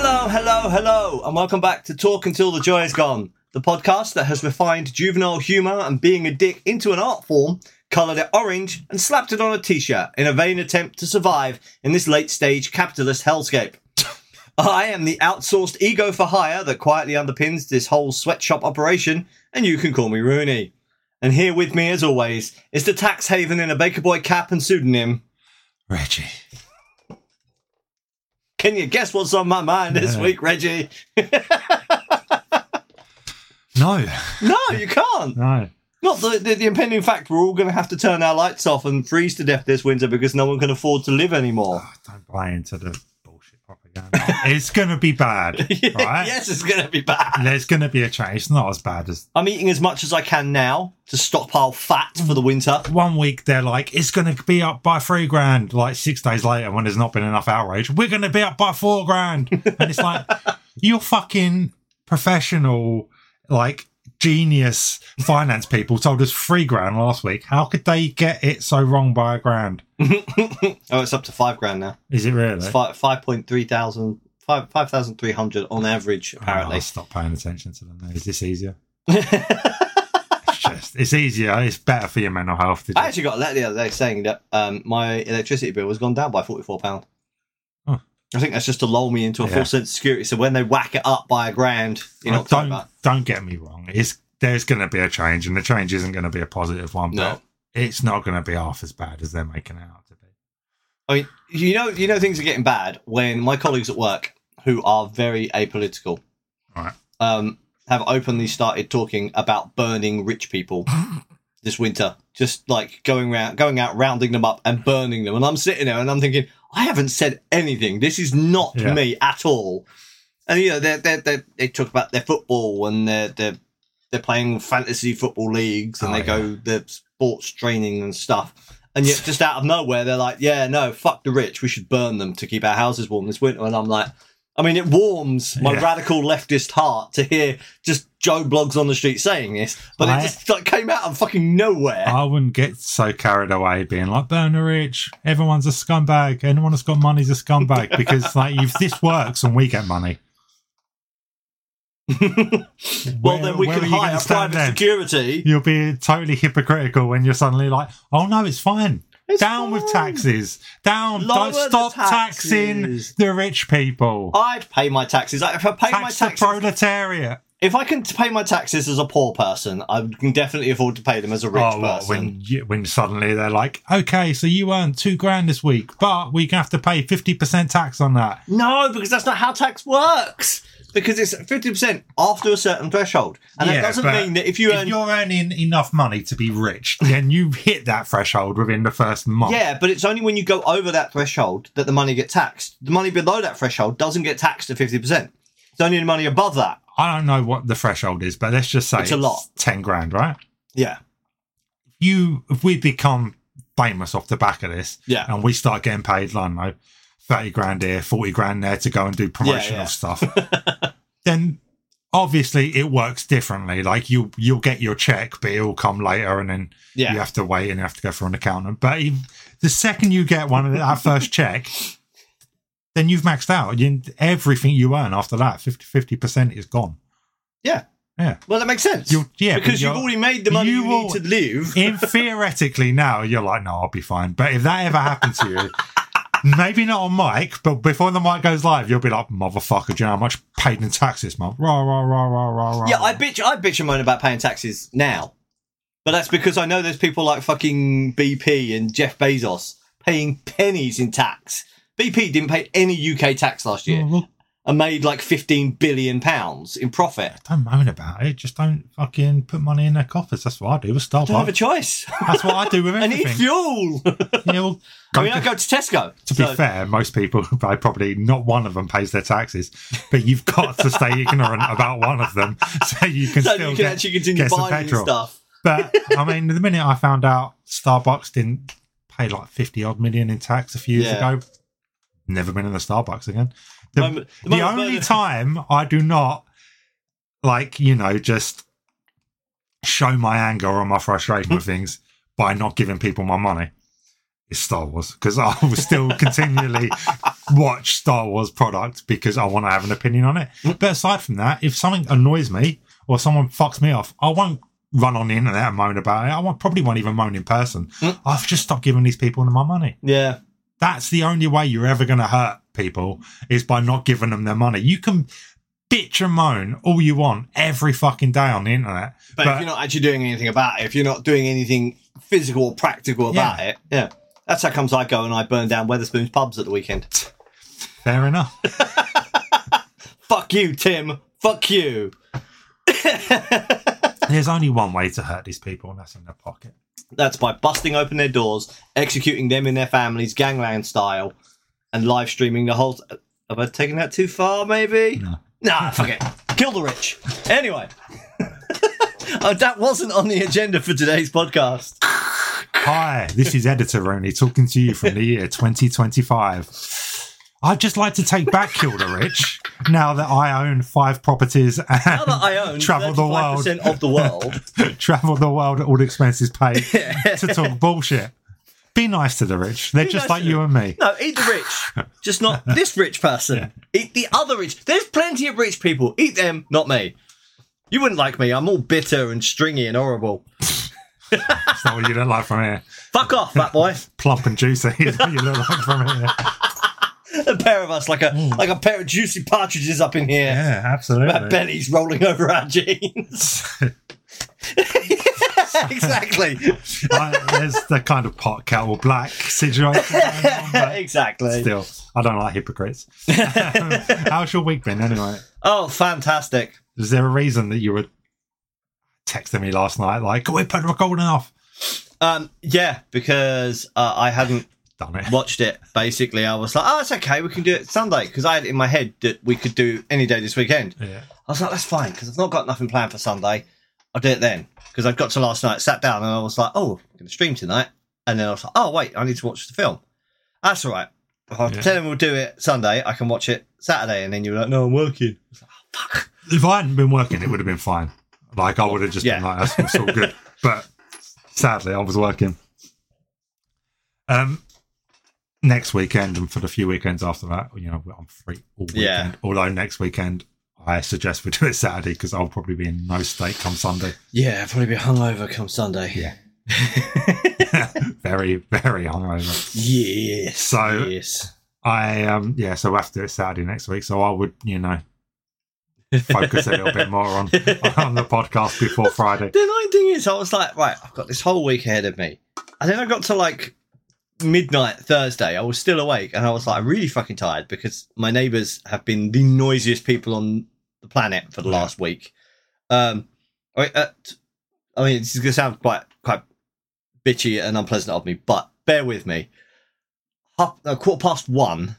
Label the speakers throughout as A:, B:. A: Hello, hello, and welcome back to Talk Until the Joy Is Gone, the podcast that has refined juvenile humour and being a dick into an art form, coloured it orange, and slapped it on a t shirt in a vain attempt to survive in this late stage capitalist hellscape. I am the outsourced ego for hire that quietly underpins this whole sweatshop operation, and you can call me Rooney. And here with me, as always, is the tax haven in a Baker Boy cap and pseudonym.
B: Reggie.
A: Can you guess what's on my mind this
B: Yeah.
A: week, Reggie?
B: No,
A: No, you can't.
B: no.
A: Not the, the, the impending fact we're all going to have to turn our lights off and freeze to death this winter because no one can afford to live anymore.
B: Oh, don't buy into the bullshit propaganda. it's going to be bad, right?
A: yes, it's going to be bad.
B: There's going to be a change. It's not as bad as
A: I'm eating as much as I can now to stockpile fat for the winter.
B: one week they're like, it's going to be up by three grand. Like six days later, when there's not been enough outrage, we're going to be up by four grand. And it's like, you're fucking professional, like genius finance people told us three grand last week. How could they get it so wrong by a grand?
A: Oh, it's up to five grand now.
B: Is it really?
A: It's five five point three thousand. 5,300 on average, apparently.
B: Oh, stop paying attention to them. Is this easier? it's just, it's easier. It's better for your mental health. To
A: I
B: just,
A: actually got a letter the other day saying that um, my electricity bill has gone down by £44.
B: Huh.
A: I think that's just to lull me into a
B: Yeah.
A: false sense of security. So when they whack it up by a grand in
B: I
A: October,
B: don't don't get me wrong. It's there's going to be a change, and the change isn't going to be a positive one.
A: No.
B: But it's not going to be half as bad as they're making it out to be.
A: I mean, you know, you know, things are getting bad when my colleagues at work, who are very apolitical,
B: Right.
A: um, have openly started talking about burning rich people this winter. Just like going round, going out, rounding them up and burning them. And I'm sitting there and I'm thinking, I haven't said anything. This is not
B: Yeah.
A: me at all. And you know, they they they they talk about their football and their their they're playing fantasy football leagues and
B: Oh,
A: they go the sports training and stuff. And yet, just out of nowhere, they're like, "Yeah, no, fuck the rich. We should burn them to keep our houses warm this winter." And I'm like, I mean, it warms my
B: Yeah.
A: radical leftist heart to hear just Joe blogs on the street saying this, but
B: I-
A: it just like came out of fucking nowhere.
B: I wouldn't get so carried away being like burn the rich. Everyone's a scumbag. Anyone that's got money's a scumbag because like if this works and we get money.
A: well, then we
B: where
A: can
B: are you gonna
A: hire
B: stand
A: private
B: then?
A: security.
B: You'll be totally hypocritical when you're suddenly like, "Oh no, it's fine.
A: It's
B: Down with
A: fine.
B: taxes. Down.
A: Lower the
B: Don't stop taxing
A: taxes.
B: the rich people.
A: I'd pay my taxes. Like, if I pay
B: Tax
A: my
B: the
A: taxes,
B: proletariat.
A: if I can pay my taxes as a poor person, I can definitely afford to pay them as a rich
B: Oh, what,
A: person.
B: when you, when suddenly they're like, "Okay, so you earned two grand this week, but we have to pay fifty percent tax on that."
A: No, because that's not how tax works. Because it's fifty percent after a certain threshold, and
B: Yeah,
A: that doesn't
B: but
A: mean that if you
B: if
A: earn.
B: you're earning enough money to be rich, then you hit that threshold within the first month.
A: Yeah, but it's only when you go over that threshold that the money gets taxed. The money below that threshold doesn't get taxed at fifty percent. It's only the money above that.
B: I don't know what the threshold is, but let's just say
A: It's a lot.
B: ten grand, right?
A: Yeah,
B: you if we become famous off the back of this
A: yeah,
B: and we start getting paid I don't know, 30 grand here 40 grand there to go and do promotional
A: yeah.
B: stuff then obviously it works differently like you you'll get your check but it'll come later and then
A: yeah.
B: you have to wait and you have to go for an accountant but if, the second you get one of that first check then you've maxed out you, everything you earn after that 50 percent is gone
A: Well, that makes sense.
B: You're- yeah, but
A: because you've
B: you're-
A: already made the money
B: you
A: you,
B: will-
A: need to live.
B: in theoretically now you're like no i'll be fine but if that ever happened to you maybe not on mic but before the mic goes live you'll be like motherfucker do you know how much paid in tax this month rah rah rah rah rah rah
A: Yeah, I bitch, I bitch and moan about paying taxes now, but that's because I know there's people like fucking BP and Jeff Bezos paying pennies in tax. BP didn't pay any UK tax last year
B: Oh, look,
A: and made like 15 billion pounds in profit.
B: don't moan about it just don't fucking put money in their coffers that's what i do with
A: I don't have a
B: starbucks
A: choice.
B: that's what i do with
A: I need
B: everything
A: fuel.
B: Yeah, well,
A: I
B: go
A: mean,
B: to-
A: I go to Tesco.
B: to be
A: so-
B: fair, most people I probably not one of them pays their taxes, but you've got to stay ignorant about one of them so you can
A: so you
B: still
A: can
B: get,
A: actually continue
B: get some
A: buying
B: petrol.
A: stuff.
B: But I mean, the minute I found out Starbucks didn't pay like fifty odd million in tax a few years
A: Yeah.
B: ago, never been in a Starbucks again. The,
A: Moment- the
B: the
A: moment
B: only
A: where-
B: time I do not like, you know, just show my anger or my frustration with things by not giving people my money is Star Wars because I will still continually watch Star Wars product because I want to have an opinion on it.
A: Mm.
B: But aside from that, if something annoys me or someone fucks me off, I won't run on the internet and moan about it. I won't, probably won't even moan in person.
A: Mm.
B: I've just stopped giving these people my money.
A: Yeah.
B: That's the only way you're ever going to hurt people is by not giving them their money. You can bitch and moan all you want every fucking day on the internet.
A: But, if
B: But-
A: you're not actually doing anything about it, if you're not doing anything physical or practical about it, yeah. That's how comes I go and I burn down Weatherspoon's pubs at the weekend.
B: Fair enough.
A: Fuck you, Tim. Fuck you.
B: There's only one way to hurt these people, and that's in their pocket.
A: That's by busting open their doors, executing them and their families, gangland style, and live streaming the whole. Have I taken that too far? Maybe. No. Nah, fuck it. Kill the rich. Anyway, oh, that wasn't on the agenda for today's podcast.
B: Hi, this is Editor Rooney talking to you from the year 2025. I'd just like to take back Kilda Rich now that I own five properties
A: Now that
B: and
A: I own
B: Travel the world.
A: 35% of the world,
B: travel the world at all expenses paid to talk bullshit. Be nice to the rich. They're just
A: nice
B: like
A: to
B: you and me.
A: No, eat the rich. Just not this rich person. Eat the other rich. There's plenty of rich people. Eat them, not me. You wouldn't like me. I'm all bitter and stringy and horrible.
B: That's not what you look like from here.
A: Fuck off, fat boy.
B: Plump and juicy is what you look like from here.
A: a pair of us, like a like a pair of juicy partridges up in here.
B: Mm. Yeah,
A: Our
B: absolutely.
A: bellies rolling over our jeans. Yeah, exactly.
B: Like, there's the kind of pot kettle black situation going on, but
A: exactly.
B: still, I don't like hypocrites. How's your week been anyway?
A: Oh, fantastic.
B: Is there a reason that you were texting me last night, like, can we put the recording off?
A: Um, yeah, because uh, I hadn't
B: Done it.
A: watched it. Basically, I was like, "Oh, it's okay. We can do it Sunday." Because I had it in my head that we could do any day this weekend.
B: Yeah.
A: I was like, "That's fine," because I've not got nothing planned for Sunday. I'll do it then. Because I got to last night, sat down, and I was like, "Oh, I'm going to stream tonight." And then I was like, "Oh, wait, I need to watch the film." That's all right. I'll
B: Yeah.
A: tell him we'll do it Sunday. I can watch it Saturday, and then you were like, "No, I'm working."
B: If I hadn't been working, it would have been fine. Like, I would have just been
A: Yeah.
B: like, that's it's all good. But sadly, I was working. Um, next weekend and for the few weekends after that, you know, I'm free all weekend.
A: Yeah.
B: Although next weekend, I suggest we do it Saturday because I'll probably be in no state come Sunday.
A: Yeah, I'll probably be hungover come Sunday.
B: Yeah. very, very hungover.
A: Yes.
B: So-
A: yes.
B: I um yeah, so we'll have to do it Saturday next week. So I would, you know, focus a little bit more on on the podcast before Friday.
A: The annoying thing is, I was like, right, I've got this whole week ahead of me. And then I got to like midnight Thursday. I was still awake and I was like, I'm really fucking tired because my neighbors have been the noisiest people on the planet for the
B: Yeah.
A: last week. Um, I, uh, t- I mean, this is going to sound quite, quite bitchy and unpleasant of me, but bear with me. Half, uh, quarter past one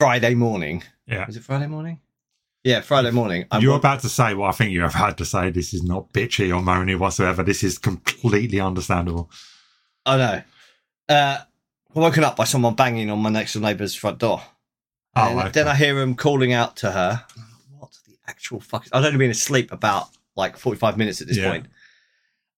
A: Friday morning.
B: Yeah.
A: Is it Friday morning? Yeah, Friday morning. I
B: you're
A: woke-
B: about to say what I think you're about to say. This is not bitchy or moany whatsoever. This is completely understandable.
A: I know. Uh, woken up by someone banging on my next door neighbour's front door.
B: Oh,
A: And
B: okay.
A: Then I hear him calling out to her. What the actual fuck? Is- I'd only been asleep about like 45 minutes at this
B: Yeah.
A: point.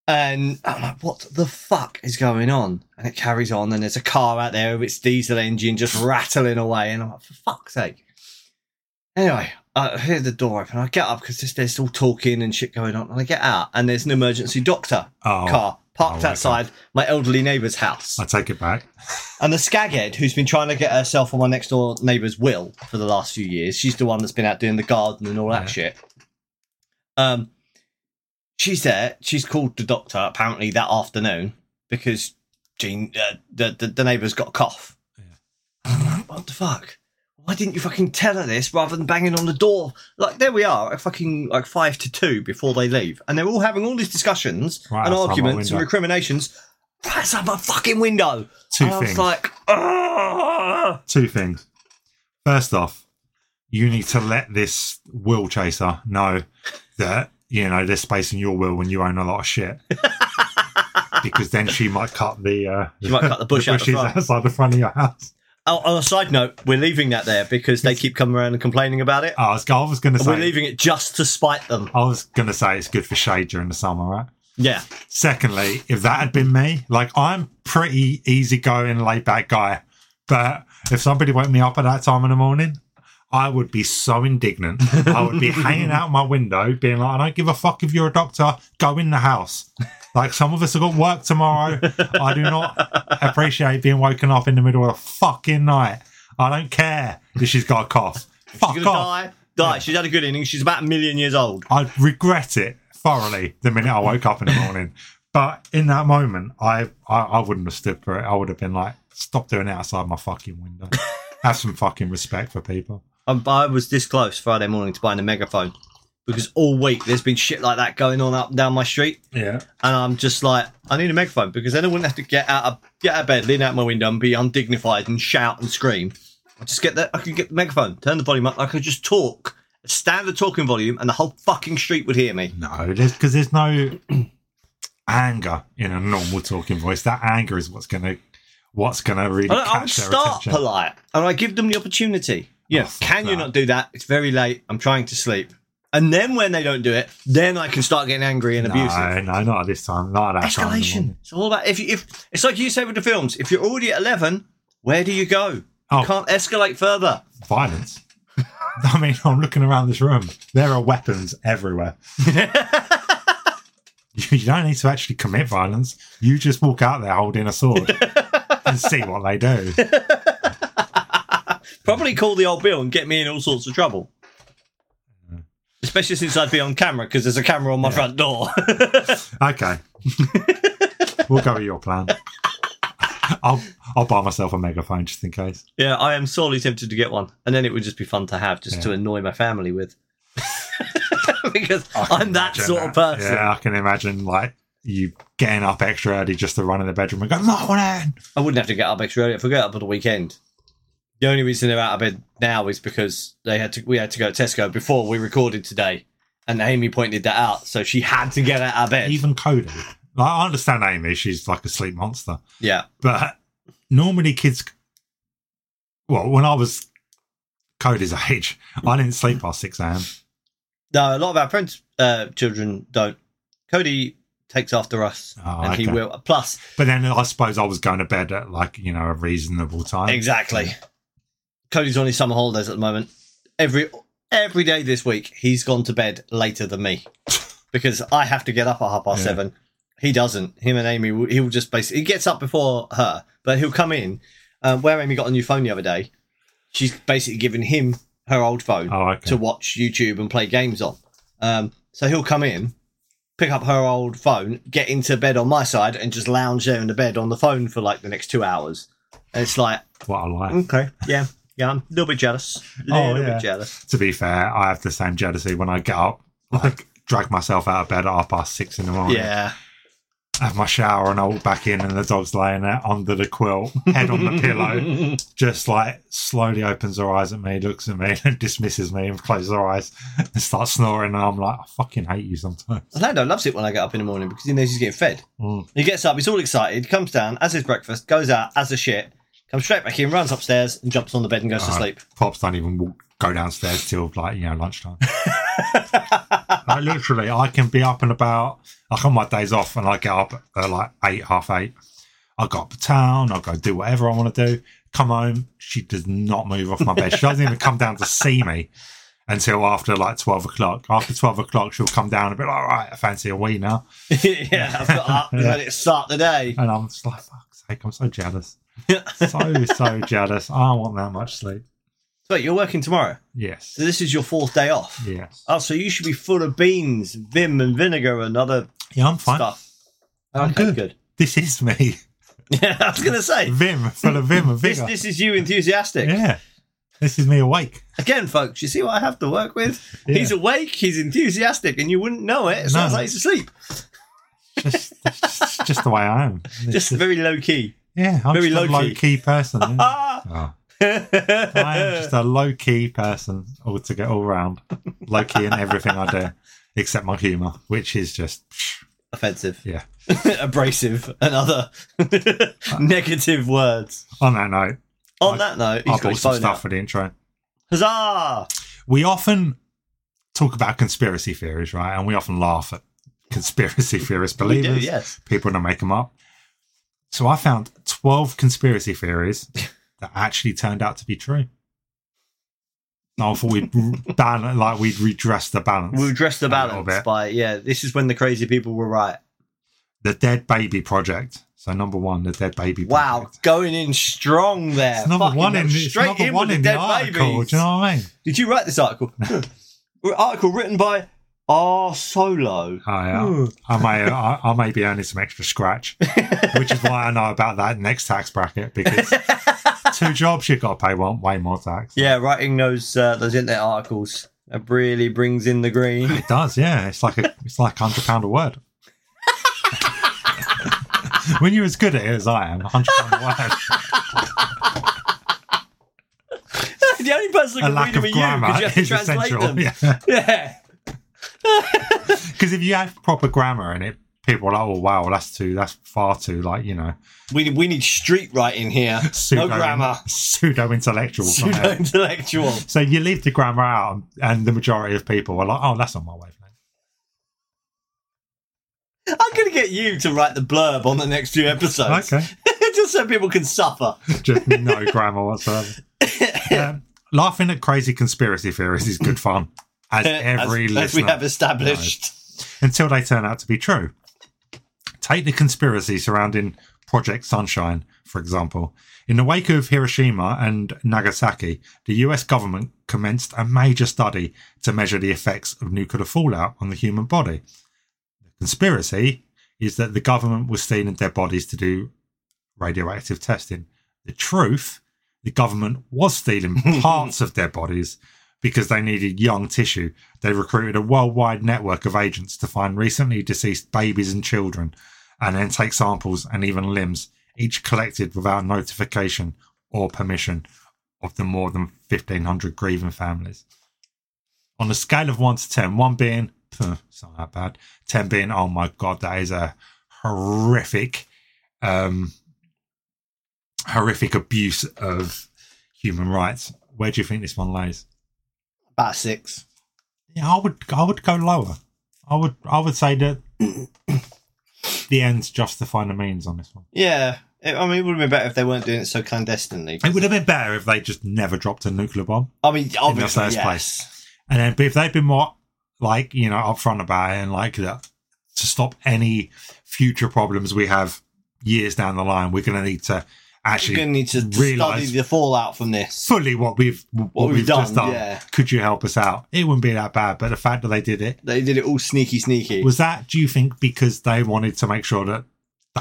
A: And I'm like, what the fuck is going on? And it carries on, and there's a car out there with its diesel engine just rattling away. And I'm like, for fuck's sake. Anyway, I hear the door open. I get up because there's all talking and shit going on. And I get out, and there's an emergency doctor
B: Oh,
A: car
B: Oh,
A: parked
B: okay.
A: outside my elderly neighbour's house.
B: I take it back.
A: And the skaghead, who's been trying to get herself on my next door neighbour's will for the last few years, she's the one that's been out doing the garden and all that
B: Yeah.
A: shit. Um, she's there. She's called the doctor apparently that afternoon because Jean, uh, the, the the neighbour's got a cough. What the fuck? Why didn't you fucking tell her this rather than banging on the door? Like there we are, at fucking like five to two before they leave, and they're all having all these discussions
B: Right
A: and
B: outside my
A: arguments and
B: window.
A: recriminations. Right outside my fucking window.
B: Two
A: And I was
B: things.
A: like, "Ugh."
B: Two things. First off, you need to let this will chaser know that you know there's space in your will when you own a lot of shit. because then she might cut the uh,
A: She might cut the bush out the
B: bushes
A: front.
B: outside the front of your house.
A: Oh, on a side note, we're leaving that there because they keep coming around and complaining about it.
B: Oh, I was, I was going to
A: We're
B: say,
A: leaving it just to spite them.
B: I was going to say it's good for shade during the summer, right?
A: Yeah.
B: Secondly, if that had been me, like I'm pretty easygoing, laid back guy, but if somebody woke me up at that time in the morning, I would be so indignant. I would be hanging out my window, being like, "I don't give a fuck if you're a doctor. Go in the house." Like some of us have got work tomorrow. I do not appreciate being woken up in the middle of the fucking night. I don't care if she's got a cough. Fuck
A: She's
B: off.
A: gonna die. Die. She's had a good inning. She's about a million years old.
B: I regret it thoroughly the minute I woke up in the morning. But in that moment, I, I I wouldn't have stood for it. I would have been like, stop doing it outside my fucking window. have some fucking respect for people.
A: I, Um, I was this close Friday morning to buying a megaphone because all week there's been shit like that going on up and down my street,
B: Yeah.
A: and I'm just like, I need a megaphone because then I wouldn't have to get out of get out of bed, lean out my window, and be undignified and shout and scream. I just get that. I could get the megaphone, turn the volume up. I could just talk, standard talking volume, and the whole fucking street would hear me.
B: No, there's because there's no anger in a normal talking voice. That anger is what's gonna what's gonna really
A: I, I would
B: catch their
A: start
B: attention.
A: polite, and I give them the opportunity. Yeah,
B: Oh, fuck
A: can you
B: that.
A: not do that? It's very late. I'm trying to sleep. And then when they don't do it, then I can start getting angry and abusive.
B: no, no, not at this time. Not at that time in the
A: escalation.
B: morning.
A: It's all about if you, if it's like you say with the films. If you're already at eleven, where do you go? You
B: Oh.
A: can't escalate further.
B: Violence. I mean, I'm looking around this room. There are weapons everywhere. you don't need to actually commit violence. You just walk out there holding a sword and see what they do.
A: Probably call the old bill and get me in all sorts of trouble.
B: Mm.
A: Especially since I'd be on camera because there's a camera on my front door.
B: Okay, we'll go with your plan. I'll I'll buy myself a megaphone just in case.
A: yeah, I am sorely tempted to get one, and then it would just be fun to have, just to annoy my family with. because
B: I can
A: I'm that
B: imagine
A: sort of person.
B: Yeah, I can imagine like you getting up extra early just to run in the bedroom and go, "No one in."
A: I wouldn't have to get up extra early. If I get up on the weekend, the only reason they're out of bed now is because they had to. We had to go to Tesco before we recorded today, and Amy pointed that out, so she had to get out of bed.
B: Even Cody. Like, I understand Amy; she's like a sleep monster.
A: yeah,
B: but normally kids well when i was cody's age i didn't sleep past 6 a.m
A: no, a lot of our friends' uh, children don't. Cody takes after us,
B: Oh,
A: and he
B: okay.
A: will. Plus,
B: but then i suppose i was going to bed at like you know a reasonable time
A: exactly, Cody's on his summer holidays at the moment. Every every day this week, he's gone to bed later than me because I have to get up at half past
B: Yeah.
A: seven. He doesn't. Him and Amy, will- he will just basically he gets up before her, but he'll come in. Uh, where Amy got a new phone the other day, she's basically given him her old phone
B: oh okay
A: to watch YouTube and play games on. Um, so he'll come in, pick up her old phone, get into bed on my side, and just lounge there in the bed on the phone for like the next two hours. And it's like,
B: what i like
A: okay, yeah, yeah, I'm a little bit jealous. A
B: Oh,
A: little
B: yeah.
A: bit jealous.
B: to be fair i have the same jealousy when i get up like drag myself out of bed at half past six in the morning
A: Yeah.
B: have my shower and i walk back in and the dog's laying there under the quilt head on the pillow just like slowly opens her eyes at me, looks at me, and dismisses me, and closes her eyes and starts snoring. And I'm like, I fucking hate you sometimes.
A: Orlando loves it when I get up in the morning because he knows he's getting fed.
B: Mm.
A: He gets up, he's all excited, comes down, has his breakfast, goes out, has a shit, comes straight back in, runs upstairs, and jumps on the bed and goes to
B: Uh,
A: sleep.
B: Pops don't even walk, go downstairs till like you know lunchtime. like literally, I can be up and about. Like on my days off, and I get up at like eight, half eight. I go up to town. I go do whatever I want to do. Come home. She does not move off my bed. She doesn't even come down to see me until after like twelve o'clock. After twelve o'clock, she'll come down and be like, "All right, I fancy a wee now."
A: yeah, I've got up and
B: Yeah. Uh.
A: let it start the day.
B: And I'm just like, fuck's sake, I'm so jealous. so, so jealous. I want that much sleep.
A: But you're working tomorrow.
B: Yes.
A: So this is your fourth day off.
B: Yes.
A: Oh, so you should be full of beans, vim and vinegar and other
B: Yeah, I'm fine.
A: stuff.
B: I'm
A: okay,
B: good. This is me.
A: Yeah, I was gonna say
B: Vim, full of vim and
A: this,
B: vigor.
A: this is you enthusiastic.
B: yeah. This is me awake.
A: Again, folks, you see what I have to work with?
B: Yeah.
A: He's awake, he's enthusiastic, and you wouldn't know it. It sounds
B: No.
A: like he's asleep.
B: Just, just, just the way I am.
A: Just very low key.
B: yeah, I'm
A: very
B: just a
A: low-key.
B: low key person. yeah.
A: Ah!
B: Oh, I am just a low key person all to get all round. Low key in everything I do, except my humour, which is just
A: offensive.
B: Yeah. Ah.
A: Abrasive and other negative words.
B: on that note,
A: On
B: I-
A: that note, he's
B: I
A: got
B: bought
A: his
B: some
A: phone
B: stuff
A: out.
B: for the intro.
A: Huzzah!
B: we often talk about conspiracy theories, right? And we often laugh at conspiracy theorist
A: We do,
B: believers.
A: yes.
B: People don't make them up. So I found 12 conspiracy theories that actually turned out to be true. And I thought we'd r- ban- like we'd redress the balance.
A: We addressed the
B: A little
A: balance
B: bit.
A: by yeah. This is when the crazy people were right.
B: the Dead Baby Project. So number one, the Dead Baby
A: Wow,
B: Project.
A: going in strong there.
B: It's number
A: Fucking
B: one
A: went
B: in, it's
A: straight
B: number
A: in
B: one
A: with
B: in
A: the
B: the
A: dead
B: article.
A: babies.
B: Do you know what I mean?
A: Did you write this article? article written by R Solo.
B: Oh, yeah. I may, uh, I, I may be earning some extra scratch, which is why I know about that next tax bracket because two jobs you got to pay one way more tax.
A: yeah, writing those uh, those internet articles that really brings in the green.
B: It does, yeah. It's like a, it's like hundred pound a word. when you're as good at it as I am, hundred pound a word.
A: the only person
B: A
A: that
B: lack
A: can
B: of
A: read them are you because
B: grammar
A: you have to
B: is
A: translate
B: essential.
A: them.
B: Yeah.
A: Yeah.
B: Because if you have proper grammar in it, people are like, "Oh wow, that's too, that's far too like you know,
A: We, we need street writing here.
B: pseudo
A: grammar.
B: pseudo intellectual."
A: Pseudo intellectual.
B: So you leave the grammar out, and- and the majority of people are like, "Oh, that's not my wavelength."
A: I'm going to get you to write the blurb on the next few episodes.
B: Okay,
A: Just so people can suffer.
B: just no grammar whatsoever. um, laughing at crazy conspiracy theories is good fun, as every
A: as,
B: listener
A: as we have established.
B: until they turn out to be true. Take the conspiracy surrounding Project Sunshine, for example. In the wake of Hiroshima and Nagasaki, the US government commenced a major study to measure the effects of nuclear fallout on the human body. The conspiracy is that the government was stealing dead bodies to do radioactive testing. The truth, the government was stealing parts of dead bodies because they needed young tissue. They recruited a worldwide network of agents to find recently deceased babies and children and then take samples and even limbs, each collected without notification or permission of the more than 1,500 grieving families. On a scale of 1 to 10, 1 being, "Pff, it's not that bad, 10 being, oh my God, that is a horrific, um, horrific abuse of human rights. Where do you think this one lays?
A: About six.
B: Yeah, I would I would go lower. I would I would say that the ends justify the means on this one.
A: Yeah. It- I mean, it would have been better if they weren't doing it so clandestinely.
B: It would have been better if they just never dropped a nuclear bomb
A: I mean, obviously,
B: in the first
A: yes.
B: place. And then but if they'd been more like, you know, upfront about it and like that to stop any future problems we have years down the line, we're gonna need to
A: You're going
B: actually
A: to need to
B: realise-
A: study the fallout from this.
B: fully what we've what,
A: What
B: we've,
A: we've
B: just
A: done,
B: done.
A: yeah.
B: Could you help us out? It wouldn't be that bad, but the fact that they did it
A: They did it all sneaky, sneaky.
B: Was that, do you think, because they wanted to make sure that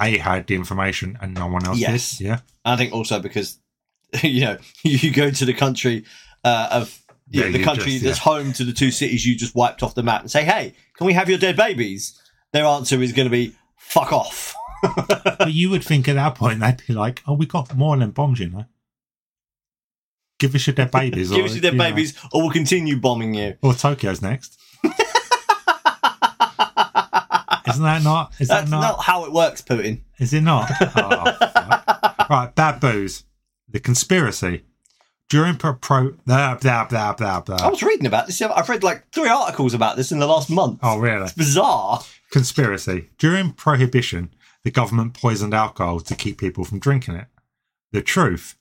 B: they had the information and no one else
A: Yes.
B: did? Yeah.
A: I think also because, you know, you go to the country uh, of you
B: Yeah,
A: know, the
B: you
A: country
B: just-
A: that's home to the two cities you just wiped off the map and say, hey, can we have your dead babies? Their answer is going to be, fuck off.
B: but you would think at that point they'd be like, oh, we got more than bombs, you know. Give us your dead babies.
A: Give
B: or,
A: us your dead
B: you know,
A: babies or we'll continue bombing you.
B: or Tokyo's next. Isn't that not? Is
A: That's
B: that not?
A: not how it works, Putin.
B: Is it not? Oh, fuck. right, bad booze. The conspiracy. During pro. pro blah, blah, blah, blah,
A: I
B: blah.
A: was reading about this. I've read like three articles about this in the last month.
B: Oh, really?
A: It's bizarre.
B: Conspiracy. During Prohibition, the government poisoned alcohol to keep people from drinking it. The truth.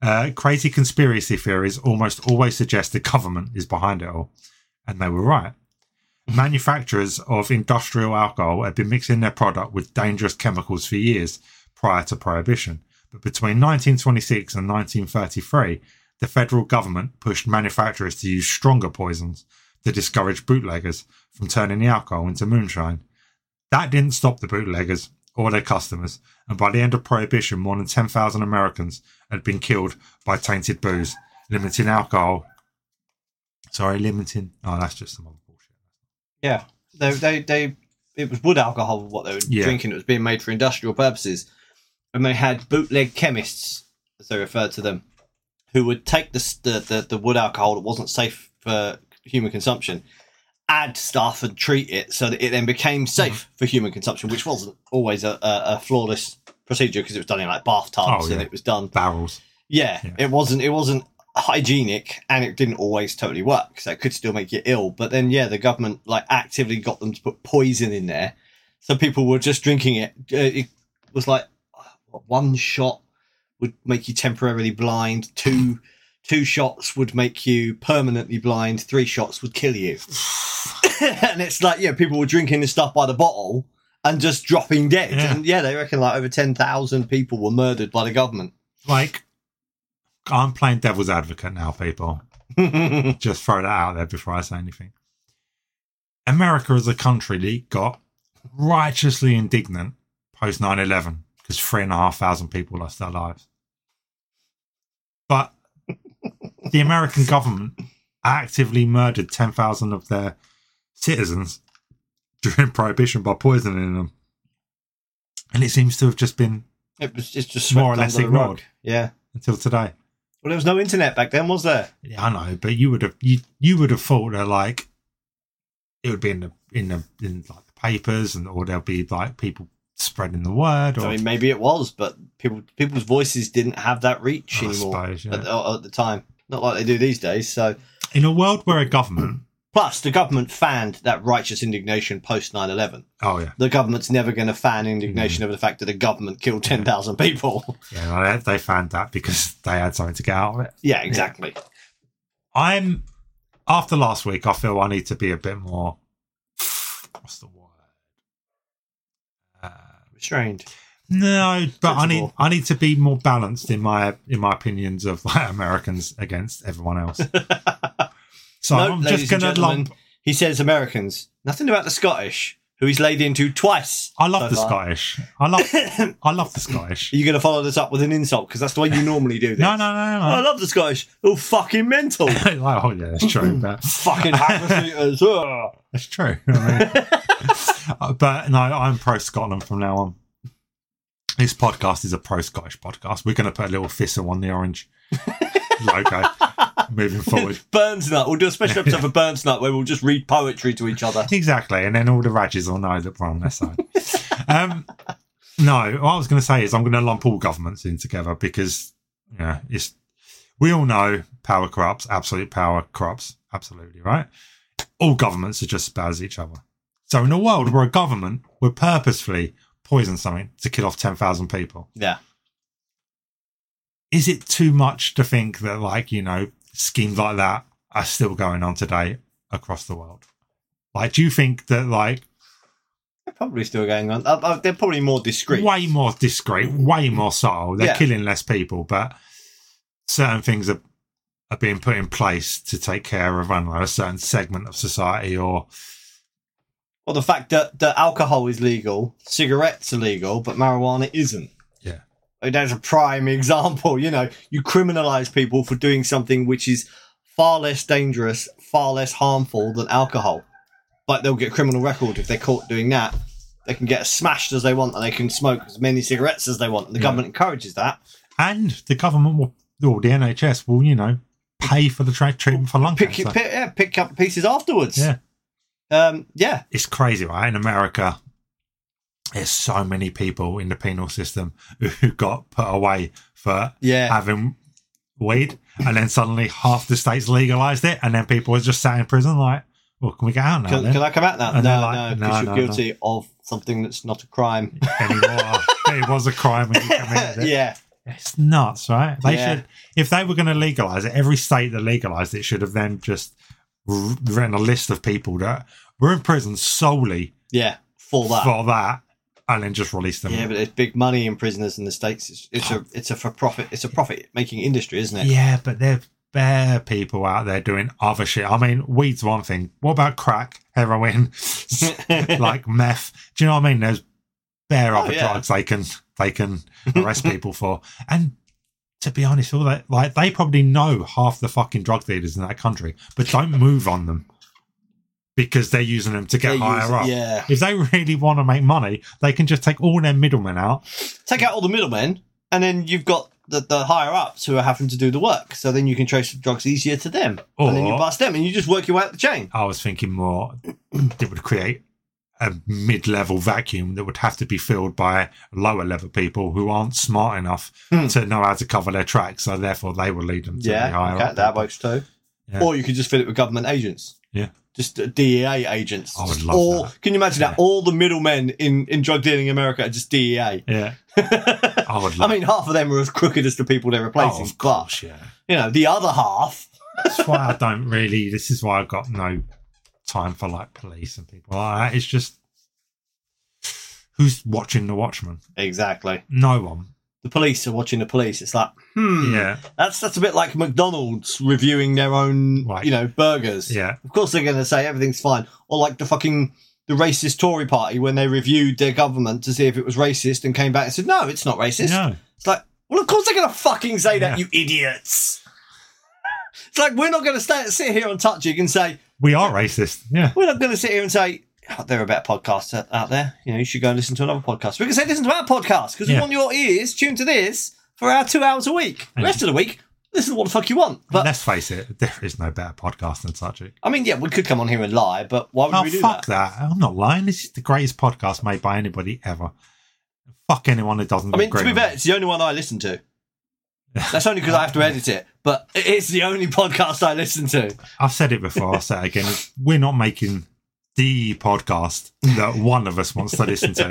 B: Uh, crazy conspiracy theories almost always suggest the government is behind it all. And they were right. Manufacturers of industrial alcohol had been mixing their product with dangerous chemicals for years prior to Prohibition. But between 1926 and 1933, the federal government pushed manufacturers to use stronger poisons to discourage bootleggers from turning the alcohol into moonshine. That didn't stop the bootleggers or their customers, and by the end of Prohibition, more than 10,000 Americans had been killed by tainted booze, limiting alcohol. Sorry, limiting. Oh, that's just some other bullshit.
A: Yeah, they they they it was wood alcohol what they were
B: Yeah.
A: drinking. It was being made for industrial purposes, and they had bootleg chemists, as they referred to them, who would take the s- the the, the wood alcohol that wasn't safe for human consumption. Add stuff and treat it so that it then
B: Mm-hmm.
A: became safe for human consumption, which wasn't always a, a, a flawless procedure because it was done in like bathtubs
B: Oh, yeah.
A: and it was done
B: Barrels.
A: yeah,
B: Yeah.
A: it wasn't. It wasn't hygienic and it didn't always totally work. So it could still make you ill. But then, yeah, the government like actively got them to put poison in there. So people were just drinking it. Uh, It was like what, one shot would make you temporarily blind. Two, two shots would make you permanently blind. Three shots would kill you. and it's like, yeah, people were drinking this stuff by the bottle and just dropping dead.
B: Yeah.
A: And yeah, they reckon like over 10,000 people were murdered by the government.
B: Like, I'm playing devil's advocate now, people. Just throw that out there before I say anything. America as a country that got righteously indignant post 9 11 because three and a half thousand people lost their lives. But the American government actively murdered 10,000 of their citizens during Prohibition by poisoning them. And it seems to have just been
A: It was it's just
B: More or
A: swept
B: less
A: under the rug.
B: ignored.
A: Yeah.
B: until today.
A: Well, there was no internet back then, was there?
B: Yeah, I know, but you would have you you would have thought that like it would be in the in the in like the papers and or there'll be like people spreading the word or
A: I mean, maybe it was, but people people's voices didn't have that reach
B: I
A: anymore
B: suppose, yeah.
A: at, the, at the time. Not like they do these days. So,
B: in a world where a government
A: plus the government fanned that righteous indignation post 9-11.
B: oh yeah
A: The government's never going to fan
B: Mm.
A: indignation over the fact that the government killed ten thousand people.
B: yeah they, they found that because they had something to get out of it.
A: yeah, exactly.
B: I'm after last week I feel I need to be a bit more what's the word uh,
A: Restrained.
B: No, but I need
A: Sensible.
B: I need to be more balanced in my in my opinions of like, Americans against everyone else. So
A: No,
B: I'm
A: ladies
B: just
A: and
B: gonna
A: gentlemen,
B: lump.
A: He says Americans. Nothing about the Scottish, who he's laid into twice.
B: I love
A: so
B: the
A: far.
B: Scottish. I love I love the Scottish.
A: Are you going to follow this up with an insult? Because that's the way you normally do this.
B: No, no, no,
A: I
B: no.
A: love the Scottish. Oh, fucking mental.
B: no. Like, oh yeah, that's true. But
A: fucking Harrisoners. Ugh.
B: that's true. I mean, uh, but no, I'm pro Scotland from now on. This podcast is a pro Scottish podcast. We're going to put a little thistle on the orange logo moving forward.
A: Burns Night. We'll do a special episode for Burns Night where we'll just read poetry to each other.
B: Exactly, and then all the Radges will know that we're on their side. um, no, what I was going to say is I'm going to lump all governments in together because yeah, it's we all know power corrupts, absolute power corrupts, absolutely right. All governments are just as bad as each other. So in a world where a government would purposefully poison something to kill off ten thousand people,
A: Yeah.
B: is it too much to think that like you know schemes like that are still going on today across the world? Like, do you think that like
A: They're probably still going on. Uh, uh, they're probably more discreet.
B: way more discreet, way more subtle. They're
A: Yeah.
B: killing less people, but certain things are are being put in place to take care of I don't know, a certain segment of society or
A: Well, the fact that, that alcohol is legal, cigarettes are legal, but marijuana isn't.
B: Yeah.
A: Like, That's a prime example. You know, you criminalize people for doing something which is far less dangerous, far less harmful than alcohol. Like, they'll get a criminal record if they're caught doing that. They can get as smashed as they want and they can smoke as many cigarettes as they want. And the
B: Yeah.
A: government encourages that.
B: and the government will or the NHS will, you know, pay for the tra- treatment for lung
A: pick,
B: cancer.
A: pick, yeah, pick up pieces afterwards.
B: Yeah.
A: Um, yeah.
B: it's crazy, right? In America, there's so many people in the penal system who got put away for
A: Yeah.
B: having weed, and then suddenly half the states legalized it, and then people were just sat in prison like, "Well, can we get out now?"
A: Can,
B: then?
A: can I come out now?
B: And
A: no,
B: they're like,
A: no, because
B: no,
A: you're
B: no, no.
A: guilty of something that's not a crime.
B: Anymore. it was a crime when you committed it.
A: yeah.
B: It's nuts, right? They
A: Yeah.
B: should, if they were going to legalize it, every state that legalized it should have then just r- written a list of people that were in prison solely
A: Yeah. For that.
B: for that, and then just released them.
A: yeah, but there's big money in prisoners in the states. It's, it's a it's a for profit it's a profit making industry, isn't it?
B: Yeah, but there are bare people out there doing other shit. I mean, weed's one thing. What about crack, heroin, like meth? Do you know what I mean? There's bare
A: Oh,
B: other
A: yeah.
B: drugs they can they can arrest people for. And to be honest, all that like they probably know half the fucking drug dealers in that country, but don't move on them because they're using them to get
A: They use-
B: higher up.
A: yeah.
B: If they really want to make money, they can just take all their middlemen out.
A: Take out all the middlemen, and then you've got the, the higher ups who are having to do the work. So then you can trace the drugs easier to them, and then you
B: Or-
A: bust them, and you just work your way up the chain.
B: I was thinking more it would create a mid-level vacuum that would have to be filled by lower level people who aren't smart enough
A: Hmm.
B: to know how to cover their tracks so therefore they will lead them to the
A: Yeah,
B: higher
A: okay,
B: up
A: that
B: people.
A: works too.
B: Yeah.
A: Or you could just fill it with government agents.
B: Yeah.
A: Just uh, DEA agents.
B: I would
A: Just
B: love
A: all,
B: that.
A: Can you imagine
B: Yeah.
A: that? All the middlemen in, in drug dealing in America are just E DEA.
B: yeah
A: I
B: i would love
A: mean, half of them are as crooked as the people they're
B: oh,
A: replacing.
B: of
A: but,
B: course yeah
A: you know, the other half.
B: that's why i don't really this is why i've got no time for like police and people like that it's just who's watching the watchman
A: Exactly.
B: no one
A: The police are watching the police. It's like, hmm.
B: yeah
A: That's, that's a bit like McDonald's reviewing their own,
B: Right.
A: you know, burgers.
B: yeah
A: Of course they're going to say everything's fine. Or like the fucking the racist Tory party when they reviewed their government to see if it was racist and came back and said, no, it's not racist.
B: no
A: It's like, well, of course they're going to fucking say that,
B: Yeah.
A: you idiots. it's like, we're not going to stay, sit here on Touching and say,
B: we are racist yeah
A: we're not going to sit here and say, oh, there are better podcasts out- out there. You know, you should go and listen to another podcast. We're going to say, listen to our podcast because we
B: Yeah.
A: want your ears tuned to this for our two hours a week. The
B: Yeah.
A: rest of the week, listen to what the fuck you want. But,
B: let's face it there is no better podcast than such a
A: I mean, yeah, we could come on here and lie, but why would
B: Oh,
A: we do
B: fuck
A: that?
B: that. I'm not lying. This is the greatest podcast made by anybody ever. Fuck anyone that doesn't
A: I mean,
B: agree
A: to be
B: with
A: fair,
B: me.
A: it's the only one I listen to. That's only because I have to edit it, but it's the only podcast I listen to.
B: I've said it before. I'll say it again. We're not making the podcast that one of us wants to listen to.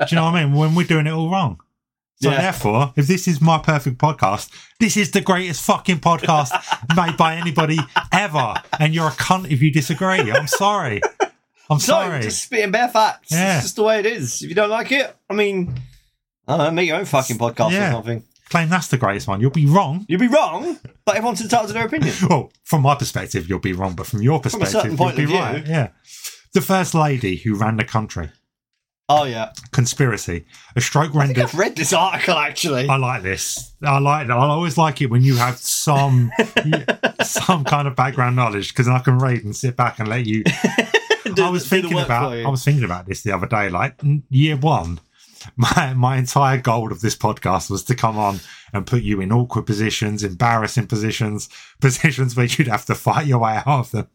B: Do you know what I mean? When we're doing it all wrong. So
A: Yeah.
B: therefore, if this is my perfect podcast, this is the greatest fucking podcast made by anybody ever. And you're a cunt if you disagree. I'm sorry. I'm
A: No,
B: sorry.
A: just spitting bare facts.
B: Yeah.
A: It's just the way it is. If you don't like it, I mean, I don't know, make your own fucking podcast or
B: Yeah.
A: something.
B: Claim that's the greatest one. You'll be wrong.
A: You'd be wrong, but everyone's entitled to their opinion.
B: Well, from my perspective, you'll be wrong, but from your
A: a
B: perspective,
A: certain point
B: you'll
A: of
B: be
A: view.
B: right. Yeah. The first lady who ran the country.
A: Oh yeah,
B: Conspiracy. A stroke
A: I
B: rendered.
A: think I've read this article actually.
B: I like this. I like. I always like it when you have some some kind of background knowledge because I can read and sit back and let you.
A: Do-
B: I was
A: do the
B: thinking
A: work
B: about.
A: for you.
B: I was thinking about this the other day. Like n- year one, my my entire goal of this podcast was to come on and put you in awkward positions, embarrassing positions, positions where you'd have to fight your way out of them.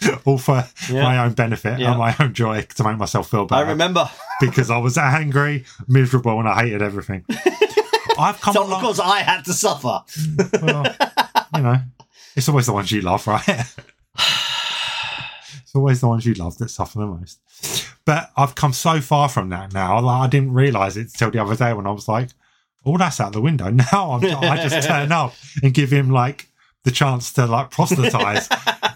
B: All for
A: Yeah.
B: my own benefit
A: Yeah.
B: and my own joy to make myself feel
A: I
B: better
A: remember.
B: because I was angry, miserable, and I hated everything. I've come
A: So
B: along.
A: of course I had to suffer.
B: Well, you know, it's always the ones you love, right? it's always the ones you love that suffer the most. But I've come so far from that now. Like, I didn't realize it till the other day when I was like, "Oh, that's out the window." Now I'm, I just turn up and give him like the chance to like proselytize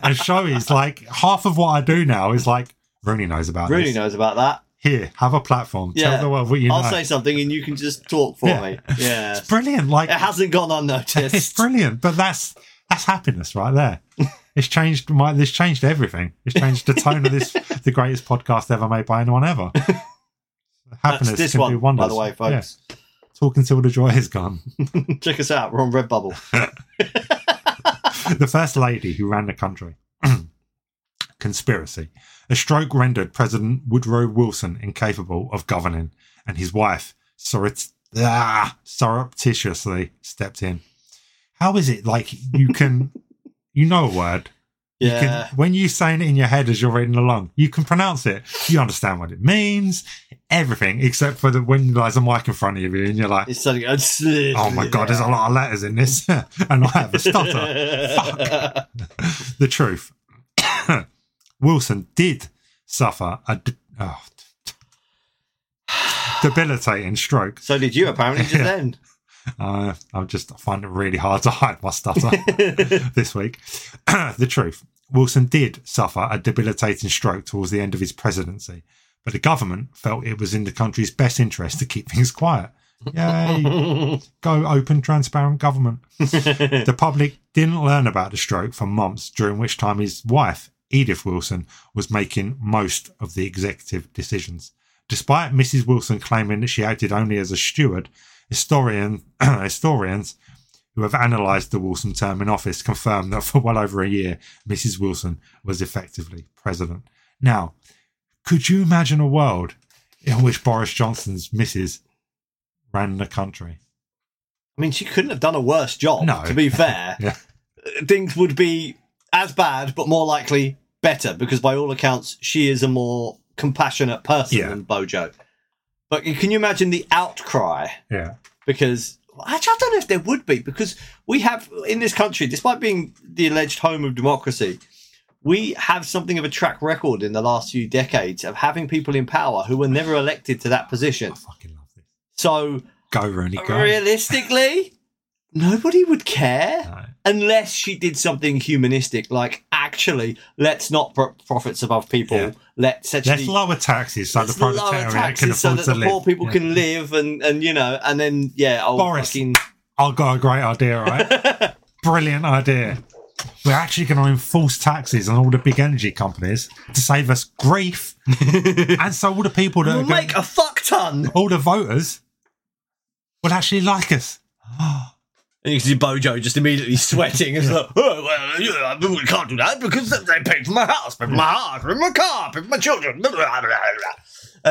B: and show he's like half of what I do now is like Rooney knows about
A: Rooney
B: this.
A: knows about that.
B: Here, have a platform.
A: Yeah.
B: Tell the world what you
A: I'll
B: know.
A: say something and you can just talk for
B: Yeah.
A: me. Yeah,
B: it's brilliant. Like
A: it hasn't gone
B: it's
A: unnoticed.
B: brilliant but that's that's happiness right there it's changed my this changed everything it's changed the tone of this the greatest podcast ever made by anyone ever happiness
A: That's this
B: can do
A: one,
B: wonders
A: by the way, folks.
B: Yeah. talking till the joy is gone
A: Check us out. We're on Redbubble.
B: the first lady who ran the country conspiracy a stroke rendered president woodrow wilson incapable of governing and his wife surrept- ah, surreptitiously stepped in how is it like you can you know a word You can-
A: Yeah,
B: when you're saying it in your head as you're reading along, you can pronounce it. You understand what it means, everything, except for the, when there's a mic in front of you and you're like,
A: it's something. Oh
B: oh my God, there's a lot of letters in this. and I have a stutter.
A: Fuck.
B: the truth. Wilson did suffer a d- oh, d- debilitating stroke.
A: So did you apparently just then.
B: Uh, I'm just, I find it really hard to hide my stutter. this week. the truth. Wilson did suffer a debilitating stroke towards the end of his presidency, but the government felt it was in the country's best interest to keep things quiet. Yay! Go open, transparent government. the public didn't learn about the stroke for months, during which time his wife, Edith Wilson, was making most of the executive decisions. Despite Mrs. Wilson claiming that she acted only as a steward, historian, historians who have analysed the Wilson term in office confirm that for well over a year, Mrs. Wilson was effectively president. Now, could you imagine a world in which Boris Johnson's Mrs. ran the country?
A: I mean, she couldn't have done a worse job.
B: No.
A: To be fair,
B: Yeah.
A: things would be as bad, but more likely better, because by all accounts, she is a more compassionate person
B: Yeah.
A: than Bojo. But can you imagine the outcry?
B: Yeah.
A: Because actually, I don't know if there would be, because we have in this country, despite being the alleged home of democracy, we have something of a track record in the last few decades of having people in power who were never elected to that position.
B: I fucking love this.
A: So
B: Go, Rooney, go.
A: realistically, nobody would care
B: No.
A: unless she did something humanistic, like actually, let's not put profits above people.
B: Yeah.
A: Let's actually
B: Let's lower taxes so
A: let's
B: the proletariat can afford
A: so that
B: to
A: the
B: live.
A: poor people
B: Yeah.
A: can live, and and you know, and then yeah, I'll
B: Boris.
A: fucking
B: I've got a great idea, right? Brilliant idea. We're actually going to enforce taxes on all the big energy companies to save us grief, and so all the people that are
A: we'll
B: going,
A: make a fuck ton.
B: all the voters will actually like us.
A: And you can see Bojo just immediately sweating. It's like, oh, well, you know, we can't do that because they paid for my house, paid for my house, paid for my car, paid for my children. blah, blah, blah, blah.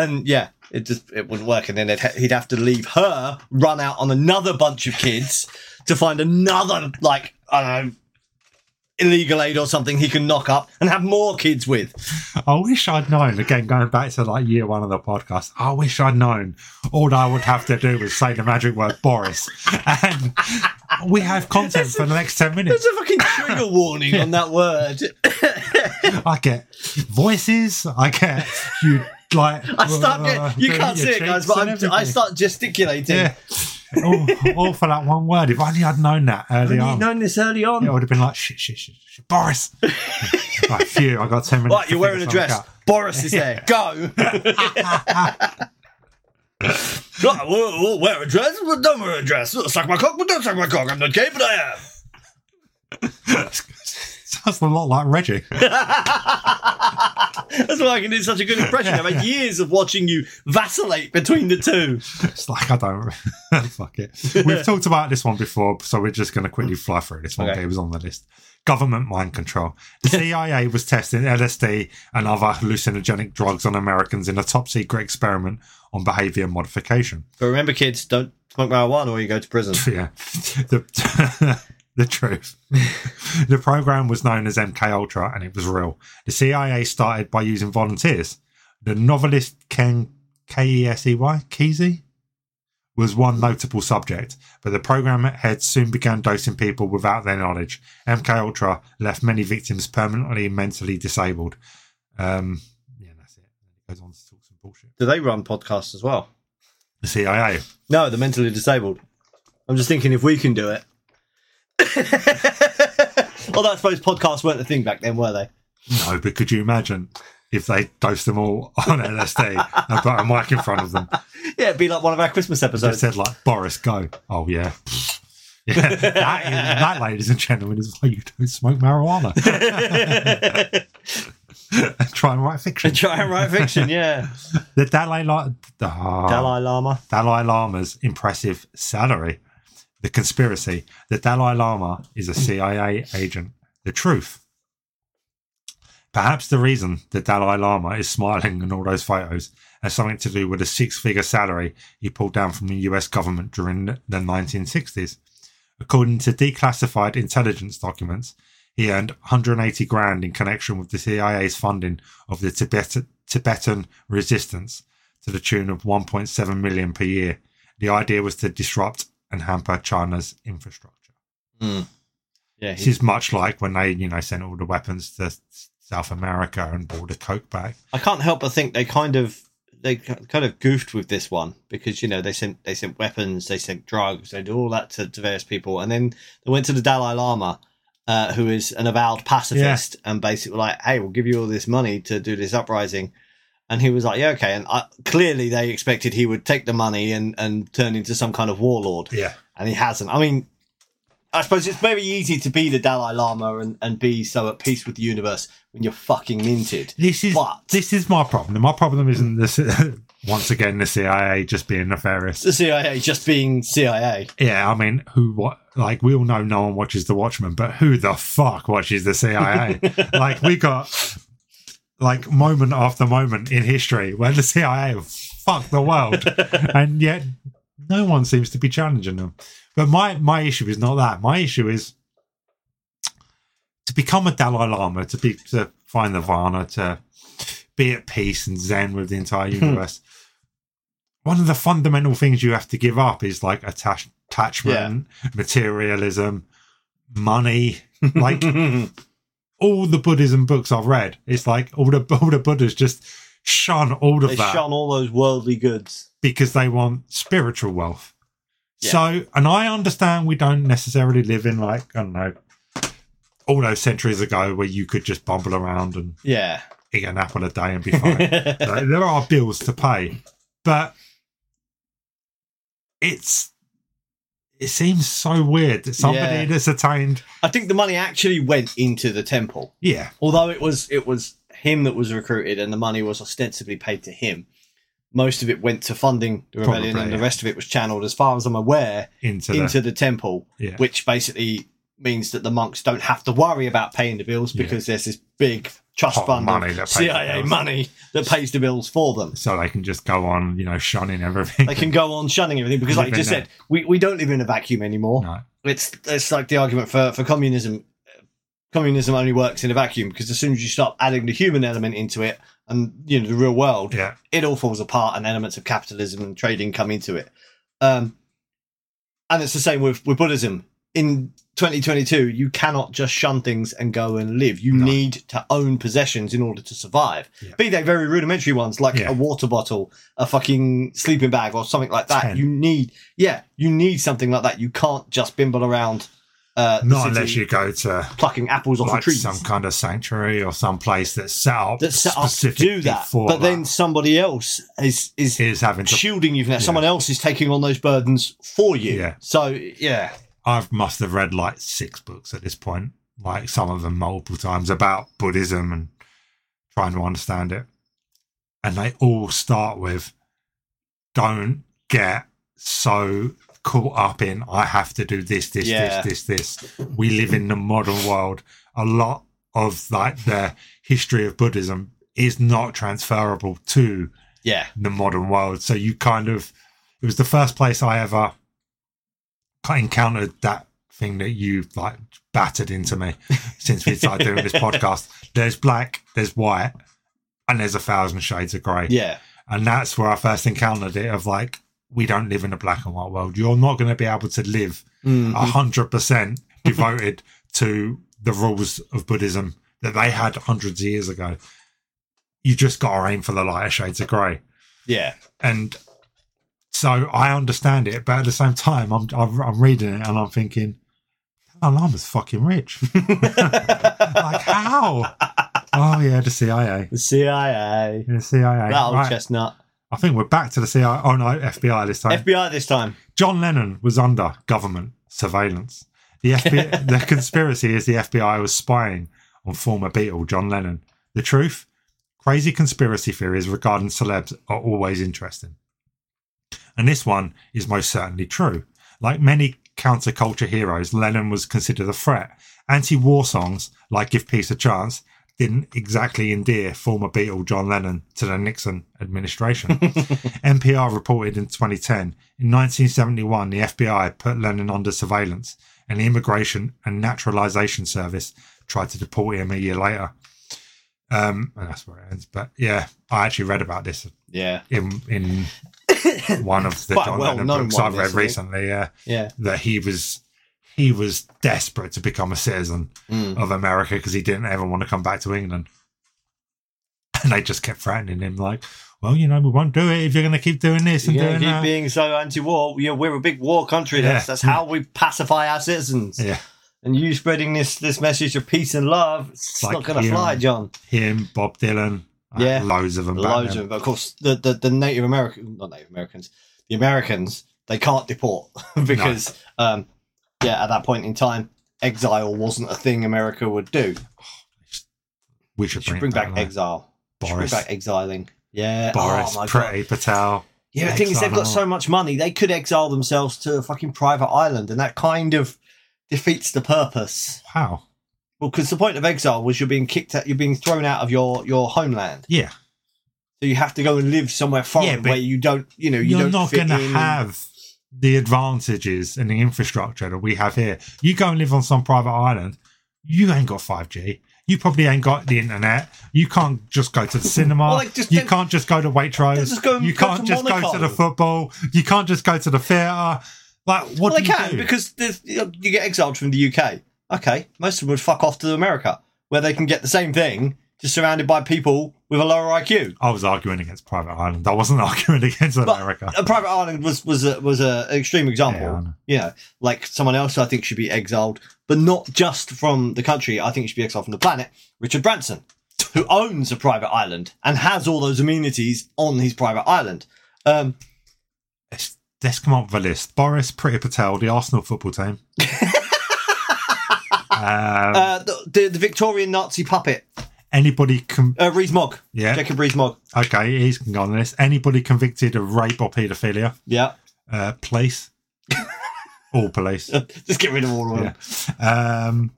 A: And yeah, it just it wouldn't work. And then it, he'd have to leave her, run out on another bunch of kids to find another, like, I don't know, illegal aid or something he can knock up and have more kids with.
B: I wish I'd known. Again, going back to like year one of the podcast, I wish I'd known. All I would have to do was say the magic word Boris, and we have content for the next ten minutes.
A: There's a fucking trigger warning on that word.
B: I get voices. I get you like.
A: I start,
B: uh,
A: get, you
B: doing
A: can't
B: your
A: see it, guys,
B: cheeks
A: but
B: and
A: I'm, I
B: everything.
A: start gesticulating.
B: Yeah. all, all for that one word. If only I'd known that early
A: You've
B: on,
A: known this early on.
B: it would have been like shit, shit, shit, shit. Boris. right, phew, I got ten minutes.
A: Right,
B: to
A: you're
B: figure
A: wearing a
B: something
A: dress.
B: out.
A: Boris is there. Go. Right, we'll, we'll oh, wear a dress, but don't wear a dress. Suck my cock, but don't suck my cock. I'm not gay, but I am.
B: Sounds a lot like Reggie.
A: That's why I can do such a good impression. I've had years of watching you vacillate between the two.
B: It's like I don't. fuck it. We've talked about this one before, so we're just going to quickly fly through this one.
A: Okay.
B: It was on the list. Government mind control. The CIA was testing LSD and other hallucinogenic drugs on Americans in a top secret experiment on behavior modification.
A: But remember, kids, don't smoke marijuana or you go to prison.
B: Yeah, the the truth. the program was known as MK Ultra, and it was real. The CIA started by using volunteers. The novelist Ken K E S E Y Kesey was one notable subject, but the program head soon began dosing people without their knowledge. MK Ultra left many victims permanently mentally disabled. Um, yeah, that's it. It goes on to talk some bullshit.
A: Do they run podcasts as well?
B: The CIA.
A: No, the mentally disabled. I'm just thinking if we can do it. Although I suppose podcasts weren't a thing back then, were they?
B: No, but could you imagine if they dosed them all on LSD and put a mic in front of them
A: Yeah, it'd be like one of our Christmas
B: that
A: episodes.
B: said, like, Boris, go? Oh, yeah. Yeah, that, is, that, ladies and gentlemen, is why you don't smoke marijuana. Try and write fiction.
A: Try and write fiction, yeah.
B: The Dalai, La- Ah.
A: Dalai Lama.
B: Dalai Lama's impressive salary. The conspiracy. The Dalai Lama is a CIA agent. The truth. Perhaps the reason the Dalai Lama is smiling in all those photos has something to do with a six figure salary he pulled down from the US government during the 1960s. According to declassified intelligence documents, he earned 180 grand in connection with the CIA's funding of the Tibet- Tibetan resistance to the tune of 1.7 million per year. The idea was to disrupt and hamper China's infrastructure.
A: Yeah,
B: This is much like when they, you know, sent all the weapons to South America and brought the coke back.
A: I can't help but think they kind of they kind of goofed with this one because you know they sent they sent weapons, they sent drugs, they did all that to, to various people, and then they went to the Dalai Lama, uh, who is an avowed pacifist, and basically like, hey, we'll give you all this money to do this uprising. And he was like, "Yeah, okay." And I, clearly, they expected he would take the money and, and turn into some kind of warlord,
B: Yeah.
A: and he hasn't. I mean, I suppose it's very easy to be the Dalai Lama and, and be so at peace with the universe when you're fucking minted.
B: This is
A: But-
B: this is my problem. My problem isn't this once again the CIA just being nefarious.
A: the CIA just being CIA.
B: Yeah, I mean, who what? Like, we all know no one watches The Watchmen, but who the fuck watches the CIA? like, we got like moment after moment in history where the CIA have fucked the world, and yet no one seems to be challenging them. But my my issue is not that. My issue is to become a Dalai Lama, to be to find the Varna, to be at peace and zen with the entire universe. One of the fundamental things you have to give up is like attach- attachment, materialism, money. Like all the Buddhism books I've read, it's like all the all the Buddhas just shun all of
A: they
B: that
A: shun all those worldly goods.
B: because they want spiritual wealth.
A: Yeah.
B: So, and I understand we don't necessarily live in like I don't know all those centuries ago where you could just bumble around and
A: Yeah.
B: eat an apple a day and be fine. Like, there are bills to pay, but it's it seems so weird that somebody
A: Yeah.
B: that's attained
A: I think the money actually went into the temple,
B: yeah
A: although it was it was him that was recruited, and the money was ostensibly paid to him. Most of it went to funding the rebellion,
B: Probably,
A: and the
B: yeah.
A: rest of it was channeled, as far as I'm aware,
B: into,
A: into the temple,
B: the yeah
A: which basically means that the monks don't have to worry about paying the bills
B: Yeah.
A: because there's this big trust
B: Pot of
A: fund, of
B: money that pays the
A: CIA
B: bills.
A: money that pays the bills for them.
B: so they can just go on you know shunning everything.
A: They can go on shunning everything because, like you
B: Living
A: just
B: there.
A: said, we, we don't live in a vacuum anymore.
B: No.
A: It's it's like the argument for, for communism. Communism only works in a vacuum because as soon as you start adding the human element into it and you know the real world,
B: Yeah,
A: it all falls apart and elements of capitalism and trading come into it. Um, and it's the same with, with Buddhism. In 2022, you cannot just shun things and go and live. You
B: No.
A: need to own possessions in order to survive.
B: Yeah.
A: Be they very rudimentary ones like
B: Yeah.
A: a water bottle, a fucking sleeping bag, or something like that.
B: Tent.
A: You need, yeah, you need something like that. You can't just bimble around. Uh, the
B: not
A: city
B: unless you go to
A: plucking apples off
B: like
A: the trees
B: some kind of sanctuary or some place that's set up
A: that's set up to
B: specifically
A: do that.
B: for
A: But then
B: that.
A: somebody else is is
B: is having to.
A: shielding you from that. Someone else is taking on those burdens for you.
B: Yeah.
A: So yeah,
B: I must have read like six books at this point, like some of them multiple times about Buddhism and trying to understand it, and they all start with, "Don't get so." Caught up in, I have to do this, this,
A: Yeah.
B: this, this, this. We live in the modern world. A lot of like the history of Buddhism is not transferable to
A: yeah,
B: the modern world. So you kind of it was the first place I ever encountered that thing that you like battered into me since we started doing this podcast. There's black, there's white, and there's a thousand shades of grey.
A: yeah,
B: And that's where I first encountered it of like, we don't live in a black and white world. You're not gonna be able to live
A: Mm.
B: a hundred percent devoted to the rules of Buddhism that they had hundreds of years ago. You just gotta aim for the lighter shades of grey
A: yeah,
B: and so I understand it, but at the same time, I'm I'm, I'm reading it and I'm thinking, "Oh, Lama's fucking rich. like how? oh yeah, the CIA,
A: the CIA,
B: the CIA.
A: that old
B: Right.
A: chestnut,
B: I think we're back to the CIA. Oh no, FBI this time.
A: FBI this time.
B: John Lennon was under government surveillance. The FBI, the conspiracy is the FBI was spying on former Beatle John Lennon. The truth? Crazy conspiracy theories regarding celebs are always interesting. And this one is most certainly true. Like many counterculture heroes, Lennon was considered a threat. Anti war songs, like Give Peace a Chance, didn't exactly endear former Beatle John Lennon to the Nixon administration. NPR reported in 2010 in 1971, the FBI put Lennon under surveillance, and the Immigration and Naturalization Service tried to deport him a year later. Um, and that's where it ends. But yeah, I actually read about this
A: Yeah,
B: in in one of the
A: Quite a
B: John Lennon
A: well-known
B: books
A: one,
B: I've
A: this,
B: read
A: isn't it?
B: recently. Yeah,
A: yeah,
B: that he was he was desperate to become a citizen
A: Mm.
B: of America because he didn't ever want to come back to England. And they just kept threatening him, like, "Well, you know, we won't do it if you're going to keep doing this
A: You're
B: and
A: gonna
B: doing
A: keep
B: that."
A: being so anti-war. You know, we're a big war country. That's
B: Yeah.
A: that's how we pacify our citizens.
B: Yeah.
A: And you spreading this this message of peace and love, it's
B: Like
A: not going to
B: you.
A: fly, John.
B: him, Bob Dylan, uh,
A: Yeah.
B: loads of them. back
A: Loads of
B: then.
A: them. But of course, the, the, the Native American, not Native Americans, the Americans, they can't deport because, um, yeah, at that point in time, exile wasn't a thing America would do.
B: We should,
A: Should bring, back,
B: like,
A: exile. Should bring
B: Boris,
A: back exiling. Yeah.
B: Boris,
A: oh my God.
B: Pretty Patel.
A: Yeah, the thing is, they've got
B: Exile.
A: so much money, they could exile themselves to a fucking private island, and that kind of defeats the purpose.
B: Wow.
A: Well, because the point of exile was you're being kicked out, you're being thrown out of your your homeland,
B: Yeah,
A: so you have to go and live somewhere foreign
B: Yeah, but
A: where you don't, you know, you
B: you are
A: don't
B: not
A: fit
B: going to
A: in and-
B: have the advantages and the infrastructure that we have here. You go and live on some private island. You ain't got five G. You probably ain't got the internet. You can't just go to the cinema.
A: Well, like, just
B: Ah, you
A: then-
B: can't just go to Waitrose.
A: Then just go and
B: you
A: go
B: can't
A: to
B: just go
A: Monaco.
B: to the football. You can't just go to the theatre. Like
A: well,
B: what
A: they
B: do you
A: can
B: do?
A: because there's- you know, you get exiled from the UK. Okay, most of them would fuck off to America, where they can get the same thing, just surrounded by people with a lower IQ.
B: I was arguing against Private Island. I wasn't arguing against America.
A: A private island was was a, was a an extreme example.
B: Yeah, I know.
A: You know, like someone else I think should be exiled, but not just from the country. I think should be exiled from the planet. Richard Branson, who owns a private island and has all those amenities on his private island. Um,
B: Let's- Let's come up with a list. Boris Pretty Patel, the Arsenal football team. um,
A: uh, the, the the Victorian Nazi puppet,
B: anybody com-
A: uh, Rees Mogg,
B: yeah
A: Jacob Rees Mogg.
B: okay he's can go on this anybody convicted of rape or paedophilia
A: Yeah,
B: uh police all police
A: just get rid of all of them.
B: yeah um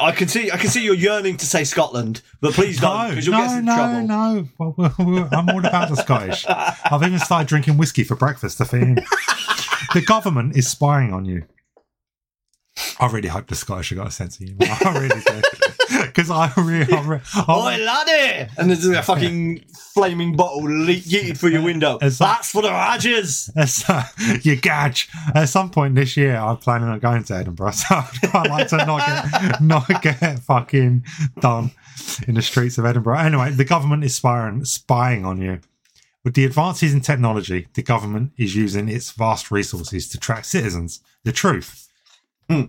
A: I can see, I can see you're yearning to say Scotland, but please don't,
B: no
A: because you'll get us
B: no
A: in
B: no
A: trouble.
B: no well, well, well, i'm all about the scottish i've even started drinking whiskey for breakfast to fit in the government is spying on you I really hope the Scottish have got a sense of humour. I really do. Because I really, I, re- I,
A: Oi, laddie! And there's a fucking flaming bottle leak yeeted through your window.
B: It's-
A: That's for the Rogers.
B: That's uh, your gadge. At some point this year, I'm planning on going to Edinburgh, so I'd like to not get not get fucking done in the streets of Edinburgh. Anyway, the government is spying spying on you. With the advances in technology, the government is using its vast resources to track citizens. The truth.
A: Hmm.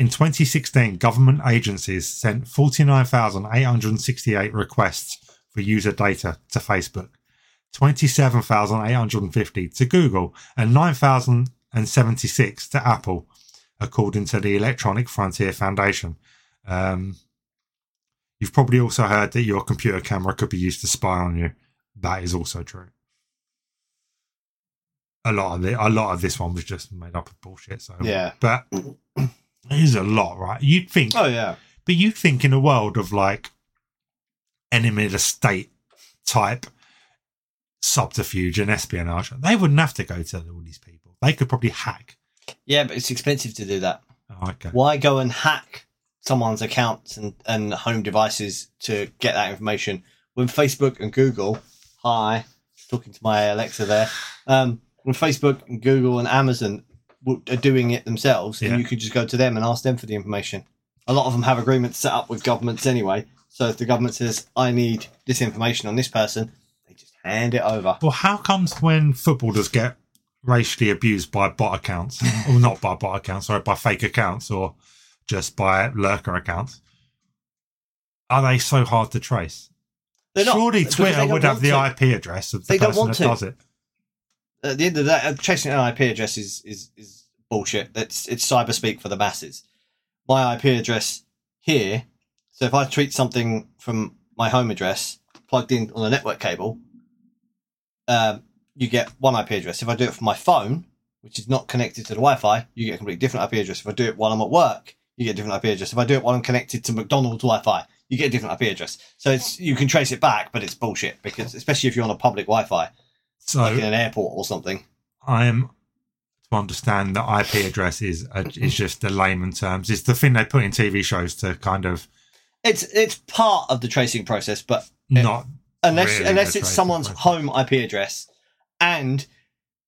B: In 2016, government agencies sent 49,868 requests for user data to Facebook. 27,850 to Google and 9,076 to Apple, according to the Electronic Frontier Foundation. Um, you've probably also heard that your computer camera could be used to spy on you. That is also true. A lot of the, a lot of this one was just made up of bullshit. So
A: Yeah.
B: but it is a lot, right? You'd think
A: Oh yeah.
B: but you'd think in a world of like enemy of the state type subterfuge and espionage, they wouldn't have to go to all these people. They could probably hack.
A: Yeah, but it's expensive to do that.
B: Oh, okay.
A: Why go and hack someone's accounts and, and home devices to get that information when Facebook and Google, hi, talking to my Alexa there, um, when Facebook and Google and Amazon w- are doing it themselves,
B: Yeah.
A: and you could just go to them and ask them for the information. A lot of them have agreements set up with governments anyway. So if the government says, I need this information on this person, they just hand it over.
B: Well, how comes when footballers get racially abused by bot accounts, or not by bot accounts, sorry, by fake accounts, or just by lurker accounts? Are they so hard to trace?
A: They're not,
B: Surely
A: because they
B: Twitter
A: don't
B: would have
A: want
B: the
A: to.
B: IP address of the
A: They don't
B: person
A: want
B: that
A: to.
B: does it.
A: at the end of that, chasing an IP address is is is bullshit. That's it's cyberspeak for the masses. My IP address here. So if I tweet something from my home address plugged in on a network cable, um, you get one IP address. If I do it from my phone, which is not connected to the Wi-Fi, you get a completely different IP address. If I do it while I'm at work, you get a different IP address. If I do it while I'm connected to McDonald's Wi-Fi, you get a different IP address. So it's you can trace it back, but it's bullshit because especially if you're on a public Wi-Fi,
B: So
A: like in an airport or something.
B: I am to understand that IP address is a,
A: Mm-hmm.
B: is just the layman terms. It's the thing they put in TV shows to kind of
A: It's it's part of the tracing process, but Yeah.
B: not.
A: unless
B: Really
A: unless
B: the
A: it's
B: tracing
A: someone's
B: process.
A: home IP address, and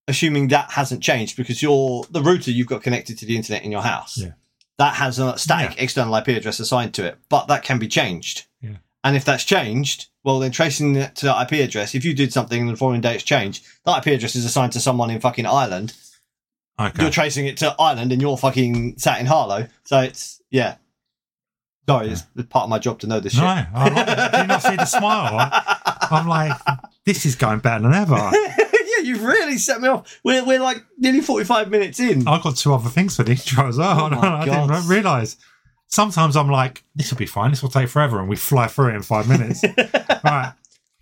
A: assuming that hasn't changed because your the router you've got connected to the internet in your house
B: Yeah.
A: that has a static external IP address assigned to it, but that can be changed.
B: Yeah.
A: And if that's changed, well then tracing it to that IP address. If you did something and the following day it's changed, that IP address is assigned to someone in fucking Ireland.
B: Okay.
A: You're tracing it to Ireland, and you're fucking sat in Harlow. So it's yeah. Sorry, it's part of my job to know this
B: No,
A: shit.
B: I like, do you not see the smile? I, am like, this is going better than ever. I
A: yeah, you've really set me off. We're, we're like nearly 45 minutes in.
B: got two other things for the intro as well.
A: Mm. Oh my
B: I
A: God.
B: didn't realize. Sometimes I'm like, this will be fine. This will take forever, and we fly through it in five minutes. All right.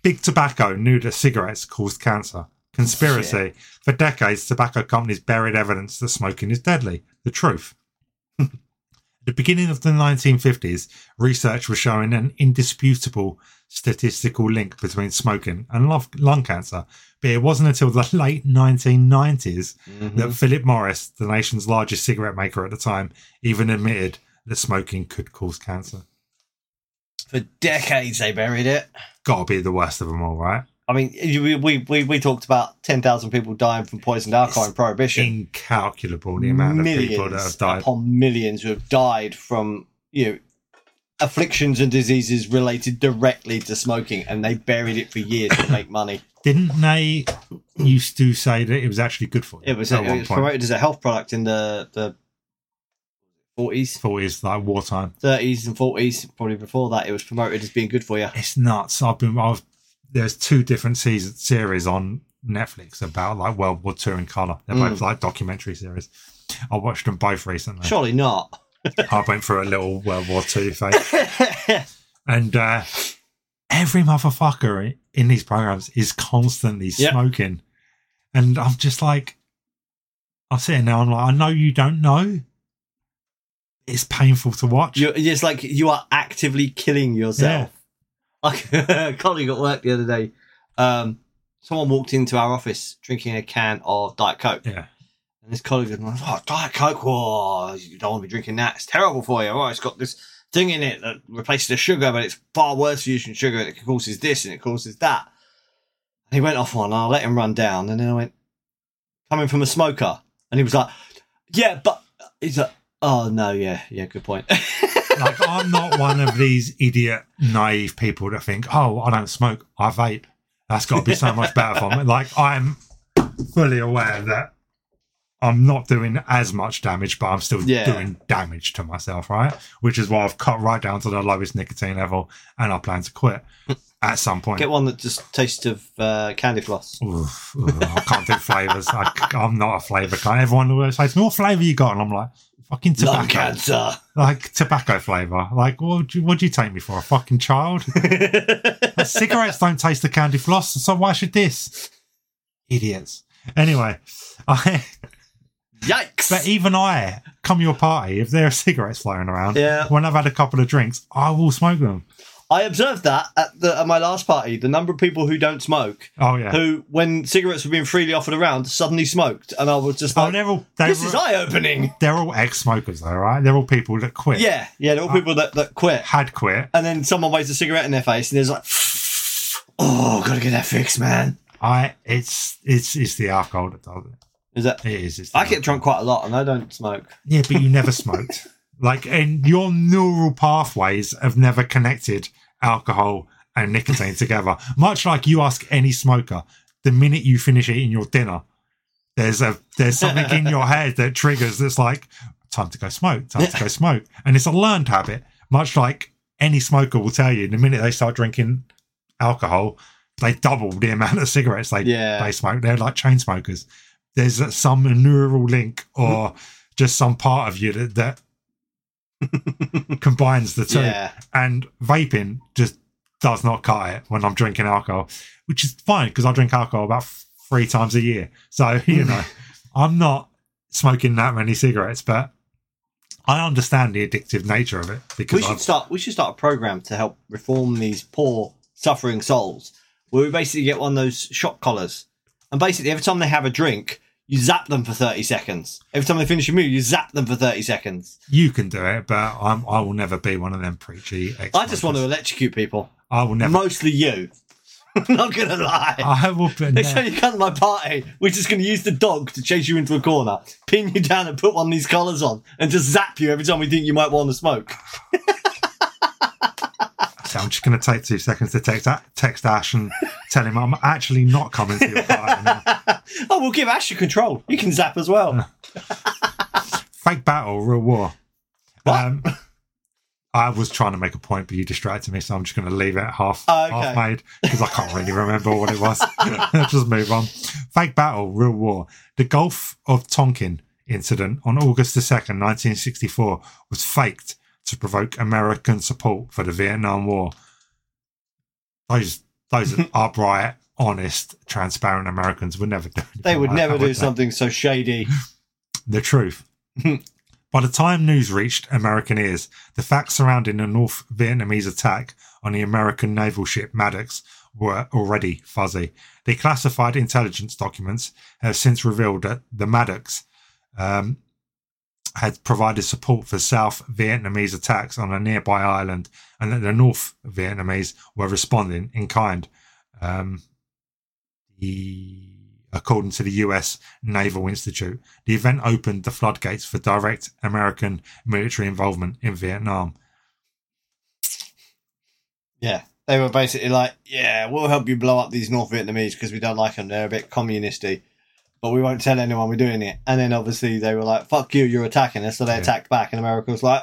B: Big tobacco knew that cigarettes caused cancer. Conspiracy. For decades, tobacco companies buried evidence that smoking is deadly. The truth. At the beginning of the 1950s, research was showing an indisputable statistical link between smoking and lung- lung cancer, but it wasn't until the late Mm-hmm.
A: Mm-hmm.
B: 1990s that Philip Morris, the nation's largest cigarette maker at the time, even admitted that smoking could cause cancer.
A: For decades, they buried it.
B: Gotta be the worst of them all, right?
A: I mean, you- we we we, we talked about ten thousand people dying from poisoned alcohol in prohibition.
B: Incalculable the amount of people that have died.
A: upon millions who have died from you know afflictions and diseases related directly to smoking, and they buried it for years to make money.
B: Didn't they used to say that it was actually good for you?
A: It was,
B: at
A: it
B: one
A: was
B: point?
A: promoted as a health product in the the forties,
B: Thought it was like wartime.
A: thirties, and forties. Probably before that, it was promoted as being good for you.
B: It's nuts. I've been. I've there's two different season, series on Netflix about like World War Two in color. They're
A: Mm.
B: both like documentary series. I watched them both recently.
A: Surely not.
B: I went through a little World War Two phase, and uh, every motherfucker in these programs is constantly
A: Yeah.
B: smoking, and I'm just like, I'm sitting there. I'm like, I know you don't know. It's painful to watch.
A: you it's like you are actively killing yourself. Like a colleague at work the other day, um, someone walked into our office drinking a can of Diet Coke.
B: yeah.
A: And this colleague was like, oh, Diet Coke, whoa, you don't want to be drinking that. It's terrible for you. Oh, it's got this thing in it that replaces the sugar, but it's far worse for you than sugar. It causes this and it causes that. And he went off one, and I let him run down. And then I went, coming from a smoker. And he was like, yeah, but he's like, oh, no, yeah, yeah, good point.
B: like I'm not one of these idiot naive people that think, oh, I don't smoke, I vape. That's got to be so much better for me. Like I'm fully aware that I'm not doing as much damage, but I'm still
A: Yeah.
B: doing damage to myself, right? Which is why I've cut right down to the lowest nicotine level, and I plan to quit at some point.
A: Get one that just tastes of uh, candy floss.
B: Oof, oof, I can't do flavors. I, am not a flavor guy. Everyone always says, "What flavor you got?" And I'm like, "Fucking
A: Lung
B: tobacco,
A: cancer.
B: like tobacco flavor." Like, what do you, what do you take me for? A fucking child? cigarettes don't taste the candy floss, so why should this? Idiots. Anyway, I,
A: Yikes.
B: but even I, come your party, if there are cigarettes flying around,
A: Yeah.
B: when I've had a couple of drinks, I will smoke them.
A: I observed that at, the, at my last party. The number of people who don't smoke,
B: Oh yeah.
A: who, when cigarettes were being freely offered around, suddenly smoked. And I was just
B: oh,
A: like,
B: they're all they're,
A: this is eye opening.
B: they're all ex-smokers though, right? They're all people that quit,
A: Yeah. Yeah. There were people that, that quit.
B: had quit.
A: And then someone waves a cigarette in their face and there's like, oh, gotta get that fixed, man.
B: I it's it's it's the alcohol that does it.
A: Is that.
B: It is. It's the
A: I get drunk quite a lot and I don't smoke.
B: Yeah, but you never smoked. Like, and your neural pathways have never connected alcohol and nicotine together. Much like you ask any smoker, the minute you finish eating your dinner, there's a there's something in your head that triggers that's like, time to go smoke, time to go smoke. And it's a learned habit, much like any smoker will tell you, the minute they start drinking alcohol, they double the amount of cigarettes they
A: Yeah.
B: they smoke. They're like chain smokers. There's uh, some neural link or just some part of you that, that combines the two.
A: Yeah.
B: And vaping just does not cut it when I'm drinking alcohol, which is fine because I drink alcohol about f- three times a year. So, you know, I'm not smoking that many cigarettes, but I understand the addictive nature of it
A: We
B: because
A: should
B: I've,
A: start. We should start a program to help reform these poor, suffering souls. Where we basically get one of those shot collars, and basically every time they have a drink, you zap them for thirty seconds. Every time they finish a meal, you zap them for thirty seconds.
B: you can do it, but I'm, I will never be one of them preachy.
A: I just want to
B: ex-smokers.
A: electrocute people,
B: I will never.
A: mostly you. I'm not gonna lie.
B: I will. Be,
A: Next time you come to my party, we're just gonna use the dog to chase you into a corner, pin you down, and put one of these collars on, and just zap you every time we think you might want to smoke.
B: So I'm just going to take two seconds to text text Ash and tell him I'm actually not coming to your party. now.
A: Oh, we'll give Ash your control. You can zap as well.
B: Fake battle, real war.
A: What?
B: Um, I was trying to make a point, but you distracted me, so I'm just going to leave it half
A: Oh, okay.
B: half made because I can't really remember what it was. Let's just move on. Fake battle, real war. The Gulf of Tonkin incident on August the second, 1964, was faked to provoke American support for the Vietnam War. Those those upright, honest, transparent Americans would never do.
A: They
B: anything
A: would
B: like
A: never
B: that,
A: do
B: would they?
A: something so shady.
B: the truth. By the time news reached American ears, the facts surrounding the North Vietnamese attack on the American naval ship Maddox were already fuzzy. The classified intelligence documents have since revealed that the Maddox um, had provided support for South Vietnamese attacks on a nearby island, and that the North Vietnamese were responding in kind. Um, the, according to the U.S. Naval Institute, the event opened the floodgates for direct American military involvement in Vietnam.
A: Yeah. They were basically like, yeah, we'll help you blow up these North Vietnamese because we don't like them. They're a bit communisty, but we won't tell anyone we're doing it. And then obviously they were like, fuck you, you're attacking us. So they
B: Yeah.
A: attacked back, and America was like,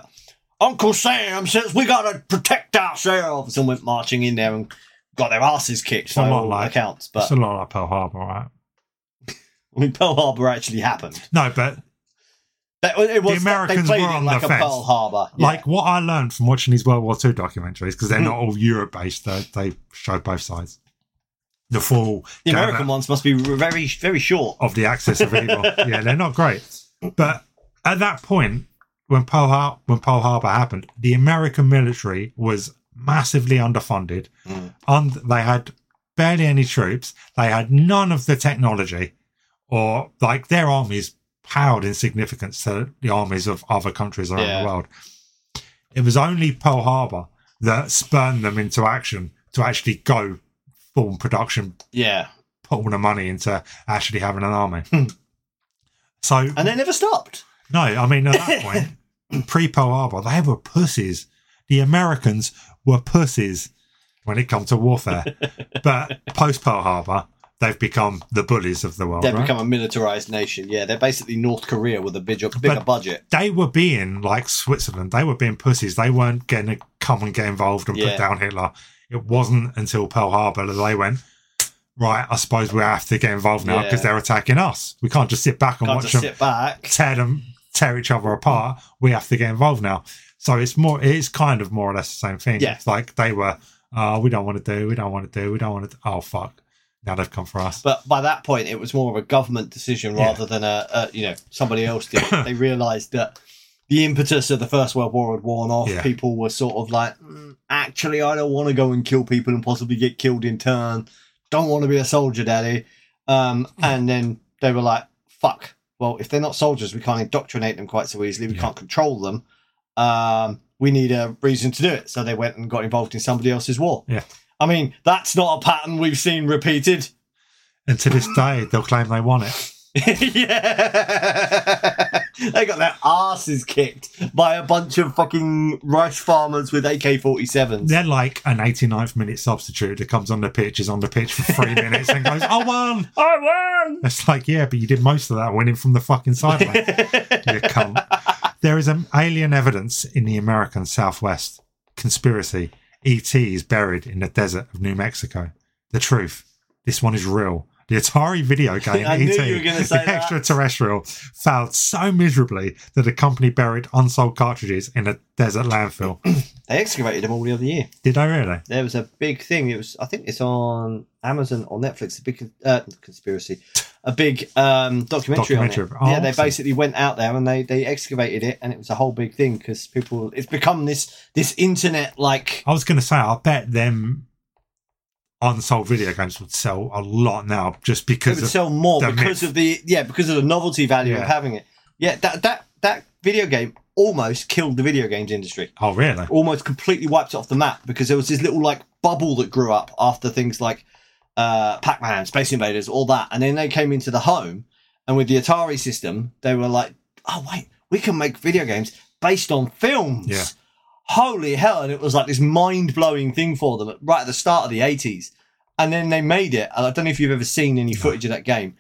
A: Uncle Sam says we got to protect ourselves and went marching in there and got their asses kicked by
B: Somewhat
A: all
B: like-
A: accounts. But
B: it's a lot like Pearl Harbor, right?
A: I mean, Pearl Harbor actually happened.
B: No, but
A: That, it was,
B: Americans
A: they played
B: were
A: it
B: on
A: like
B: the
A: a
B: fence.
A: Pearl Harbor. Yeah.
B: like what I learned from watching these World War II documentaries, because they're not all Europe based, they, they show both sides. The full
A: the
B: gamut
A: American ones must be very, very short.
B: of the axis of evil. yeah, they're not great. But at that point, when Pearl Har- when Pearl Harbor happened, the American military was massively underfunded.
A: Mm.
B: Und- they had barely any troops. They had none of the technology, or like their armies paled in significance to the armies of other countries around
A: Yeah.
B: the world. It was only Pearl Harbor that spurned them into action to actually go full production
A: Yeah.
B: put all the money into actually having an army. Hmm. so
A: And they never stopped.
B: no, I mean at that point, pre Pearl Harbor, they were pussies. The Americans were pussies when it comes to warfare. but post Pearl Harbor, they've become the bullies of the world.
A: They've
B: right?
A: become a militarized nation. Yeah, they're basically North Korea with a bigger, bigger
B: But-
A: budget.
B: they were being like Switzerland. They were being pussies. They weren't going to come and get involved and
A: Yeah.
B: put down Hitler. It wasn't until Pearl Harbor that they went. Right, I suppose we have to get involved now
A: Yeah.
B: because they're attacking us. We can't just sit back and
A: Can't
B: watch
A: just
B: them
A: sit back.
B: tear them tear each other apart we have to get involved now so it's more it's kind of more or less the same thing
A: Yeah.
B: it's like they were oh we don't want to do we don't want to do we don't want to oh fuck now they've come for us
A: But by that point, it was more of a government decision
B: Yeah.
A: rather than a, a you know somebody else did. they realised that the impetus of the First World War had worn off.
B: Yeah.
A: People were sort of like, "Mm, actually, I don't want to go and kill people and possibly get killed in turn. Don't want to be a soldier, daddy. Um, and then they were like, fuck. Well, if they're not soldiers, we can't indoctrinate them quite so easily. We
B: Yeah.
A: can't control them. Um, we need a reason to do it. So they went and got involved in somebody else's war.
B: Yeah.
A: I mean, that's not a pattern we've seen repeated.
B: and to this day they'll claim they want it
A: yeah. they got their asses kicked by a bunch of fucking rice farmers with AK 47s.
B: they're like an 89th minute substitute that comes on the pitch is on the pitch for three minutes and goes i won
A: I won!
B: it's like yeah but you did most of that winning from the fucking sideline you cunt. There is an alien evidence in the American Southwest. Conspiracy. ET is buried in the desert of New Mexico. The truth. This one is real. The Atari video game
A: I
B: ET,
A: knew you were gonna say
B: the
A: that.
B: extraterrestrial, failed so miserably that the company buried unsold cartridges in a desert landfill.
A: they excavated them all the other year.
B: Did they really?
A: There was a big thing. It was, I think it's on Amazon or Netflix, a big con- uh, conspiracy, a big um, documentary, on it.
B: Documentary. Oh,
A: yeah, they
B: awesome.
A: basically went out there and they, they excavated it and it was a whole big thing because people, it's become this, this internet like
B: I was going to say, I bet them unsold video games would sell a lot now just
A: it
B: because
A: would
B: of
A: sell more
B: the
A: because
B: myth.
A: of the yeah because of the novelty value of
B: Yeah.
A: having it. Yeah, that that that video game almost killed the video games industry.
B: Oh, really?
A: Almost completely wiped it off the map because there was this little like bubble that grew up after things like uh, Pac-Man, Space Invaders, all that, and then they came into the home, and with the Atari system, they were like, "Oh wait, we can make video games based on films."
B: Yeah.
A: Holy hell! And it was like this mind-blowing thing for them right at the start of the '80s, and then they made it. And I don't know if you've ever seen any footage of that game.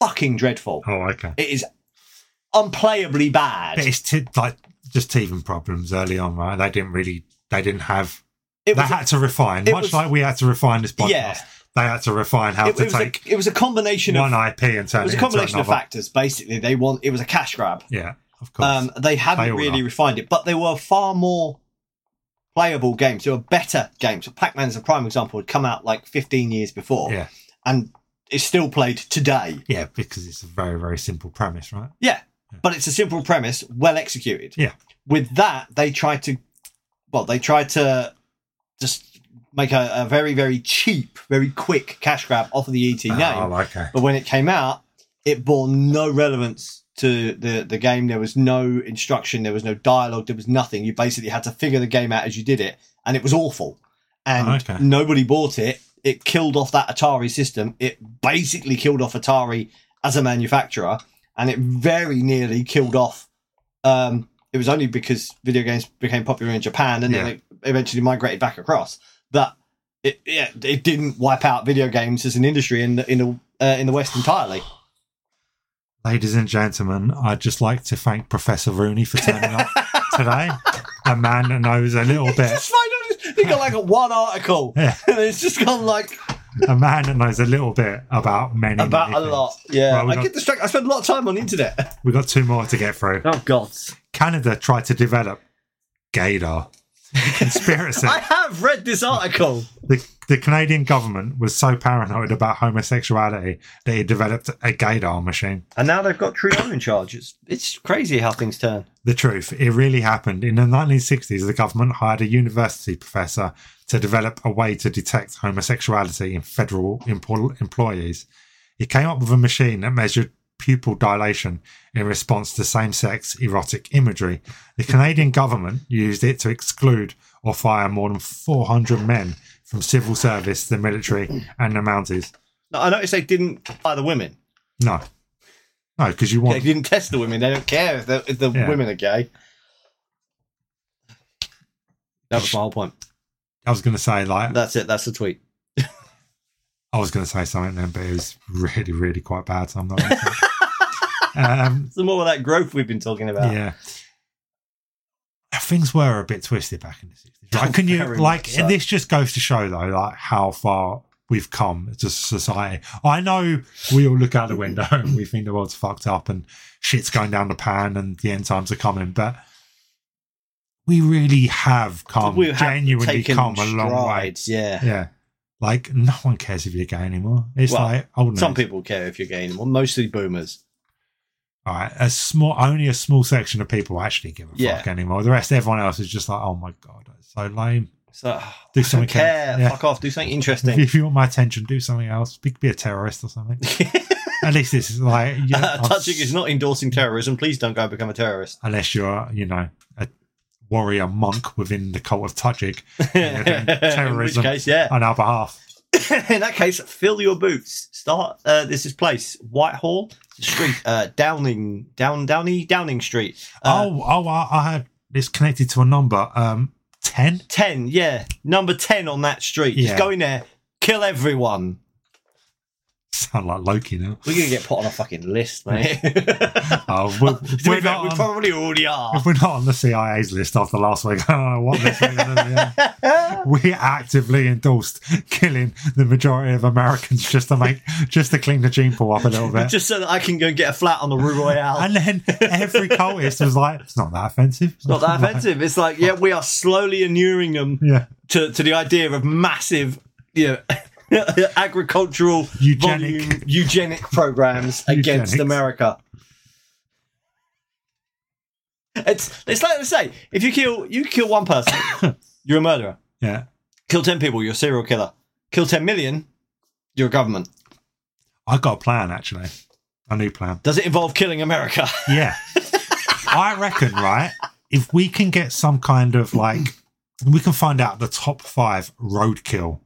A: Fucking dreadful!
B: Oh, okay.
A: It is unplayably bad.
B: But it's t- like just teething problems early on, right? They didn't really, they didn't have,
A: It
B: they
A: was,
B: had to refine,
A: it
B: much
A: was-
B: like we had to refine this podcast.
A: Yeah.
B: They had to refine how
A: it,
B: to
A: it was a,
B: take
A: it was a combination of
B: one IP and
A: it
B: turn it,
A: was a
B: into
A: combination of
B: another.
A: factors. Basically, they want it was a cash grab.
B: Yeah, of course.
A: Um, they
B: They
A: hadn't
B: all
A: really
B: are.
A: refined it, but they were far more playable games. They were better games. So Pac-Man's a prime example. Had come out like 15 years before,
B: Yeah.
A: and it's still played today.
B: yeah, because it's a very, very simple premise, right?
A: But it's a simple premise, well executed.
B: Yeah.
A: With that, they tried to, well, they tried to just make a, a very, very cheap, very quick cash grab off of the E ET name.
B: Oh, okay.
A: But when it came out, it bore no relevance to the the game. There was no instruction. There was no dialogue. There was nothing. You basically had to figure the game out as you did it, and it was awful. And
B: Oh, okay.
A: nobody bought it. It killed off that Atari system. It basically killed off Atari as a manufacturer, and it very nearly killed off. Um, it was only because video games became popular in Japan, and
B: Yeah.
A: then it eventually migrated back across. But it yeah, it didn't wipe out video games as an industry in the in the uh, in the West entirely.
B: Ladies and gentlemen, I'd just like to thank Professor Rooney for turning up today. A man that knows a little bit.
A: Just find out- He got like a one article,
B: Yeah.
A: and it's just gone like
B: A man that knows a little bit about many.
A: about
B: many
A: a
B: things.
A: lot. Yeah,
B: Well, we
A: I
B: got-
A: get distracted. I spend a lot of time on the internet.
B: We've got two more to get through.
A: Oh God,
B: Canada tried to develop Gaydar. Conspiracy.
A: I have read this article.
B: the, the Canadian government was so paranoid about homosexuality that it developed a Gaydar machine.
A: And now they've got Trudeau in charge. It's, it's crazy how things turn.
B: The truth, it really happened. In the 1960s, the government hired a university professor to develop a way to detect homosexuality in federal empl- employees. He came up with a machine that measured pupil dilation in response to same sex erotic imagery. The Canadian government used it to exclude or fire more than 400 men from civil service, the military, and the Mounties.
A: No, I noticed they didn't hire the women.
B: No. No, because you
A: They
B: want.
A: didn't test the women. They don't care if the, if the
B: Yeah.
A: women are gay. That was my whole point.
B: I was going to say, like,
A: That's it. That's the tweet.
B: I was going to say something then, but it was really, really quite bad. So I'm not. gonna say it. um,
A: Some more of that growth we've been talking about.
B: yeah, things were a bit twisted back in the sixties. Right? Can you
A: Very
B: like?
A: much so.
B: This just goes to show though, like how far we've come as a society. I know we all look out the window and we think the world's fucked up and shit's going down the pan and the end times are coming, but. We really have come,
A: we have
B: um, genuinely
A: taken
B: come a long way.
A: strides. Yeah.
B: Yeah. Like no one cares if you're gay anymore. It's
A: Well,
B: like old
A: Some
B: Some
A: people care if you're gay anymore. Mostly boomers.
B: All right, a small only a small section of people actually give a
A: Yeah.
B: fuck anymore. The rest, everyone else is just like, oh my god, that's so lame.
A: So
B: Do
A: "Ah, I don't
B: something
A: care.
B: else. Yeah.
A: Fuck off. Do something
B: If,
A: interesting.
B: if you want my attention, do something else. Be, be a terrorist or something. At least this is like you know, I'm
A: Touching
B: s-
A: is not endorsing terrorism. Please don't go become a terrorist.
B: unless you're you know a warrior monk within the cult of Tajik Yeah, doing
A: In which
B: terrorism.
A: case, yeah.
B: on our behalf.
A: in that case, fill your boots. Start. Uh, this is place Whitehall Street, uh, Downing, Down, Downey, Downing Street. Uh,
B: oh, oh, I, I had it's connected to a number um ten.
A: ten. Yeah, number ten on that street.
B: Yeah.
A: Just go in there, kill everyone.
B: Sound like Loki now.
A: We're gonna get put on a fucking list, mate.
B: Oh, we're,
A: To be
B: we're
A: fair,
B: not
A: we
B: on-
A: probably already are.
B: If we're not on the CIA's list after last week, I don't know what this week is. yeah. We actively endorsed killing the majority of Americans just to make just to clean the gene pool up a little bit.
A: Just so that I can go and get a flat on the Rue Royale.
B: and then every cultist was like, "It's not that offensive. It's
A: not that offensive. It's like, yeah, we are slowly inuring them
B: Yeah,
A: to, to the idea of massive, you know, agricultural
B: Eugenic.
A: volume eugenic programs against
B: Eugenics.
A: America. It's it's like they say, if you kill you kill one person, you're a murderer.
B: yeah.
A: Kill ten people, you're a serial killer. Kill ten million, you're a government.
B: I got a plan actually, a new plan.
A: Does it involve killing America?
B: Yeah, I reckon right. If we can get some kind of like, we can find out the top five roadkill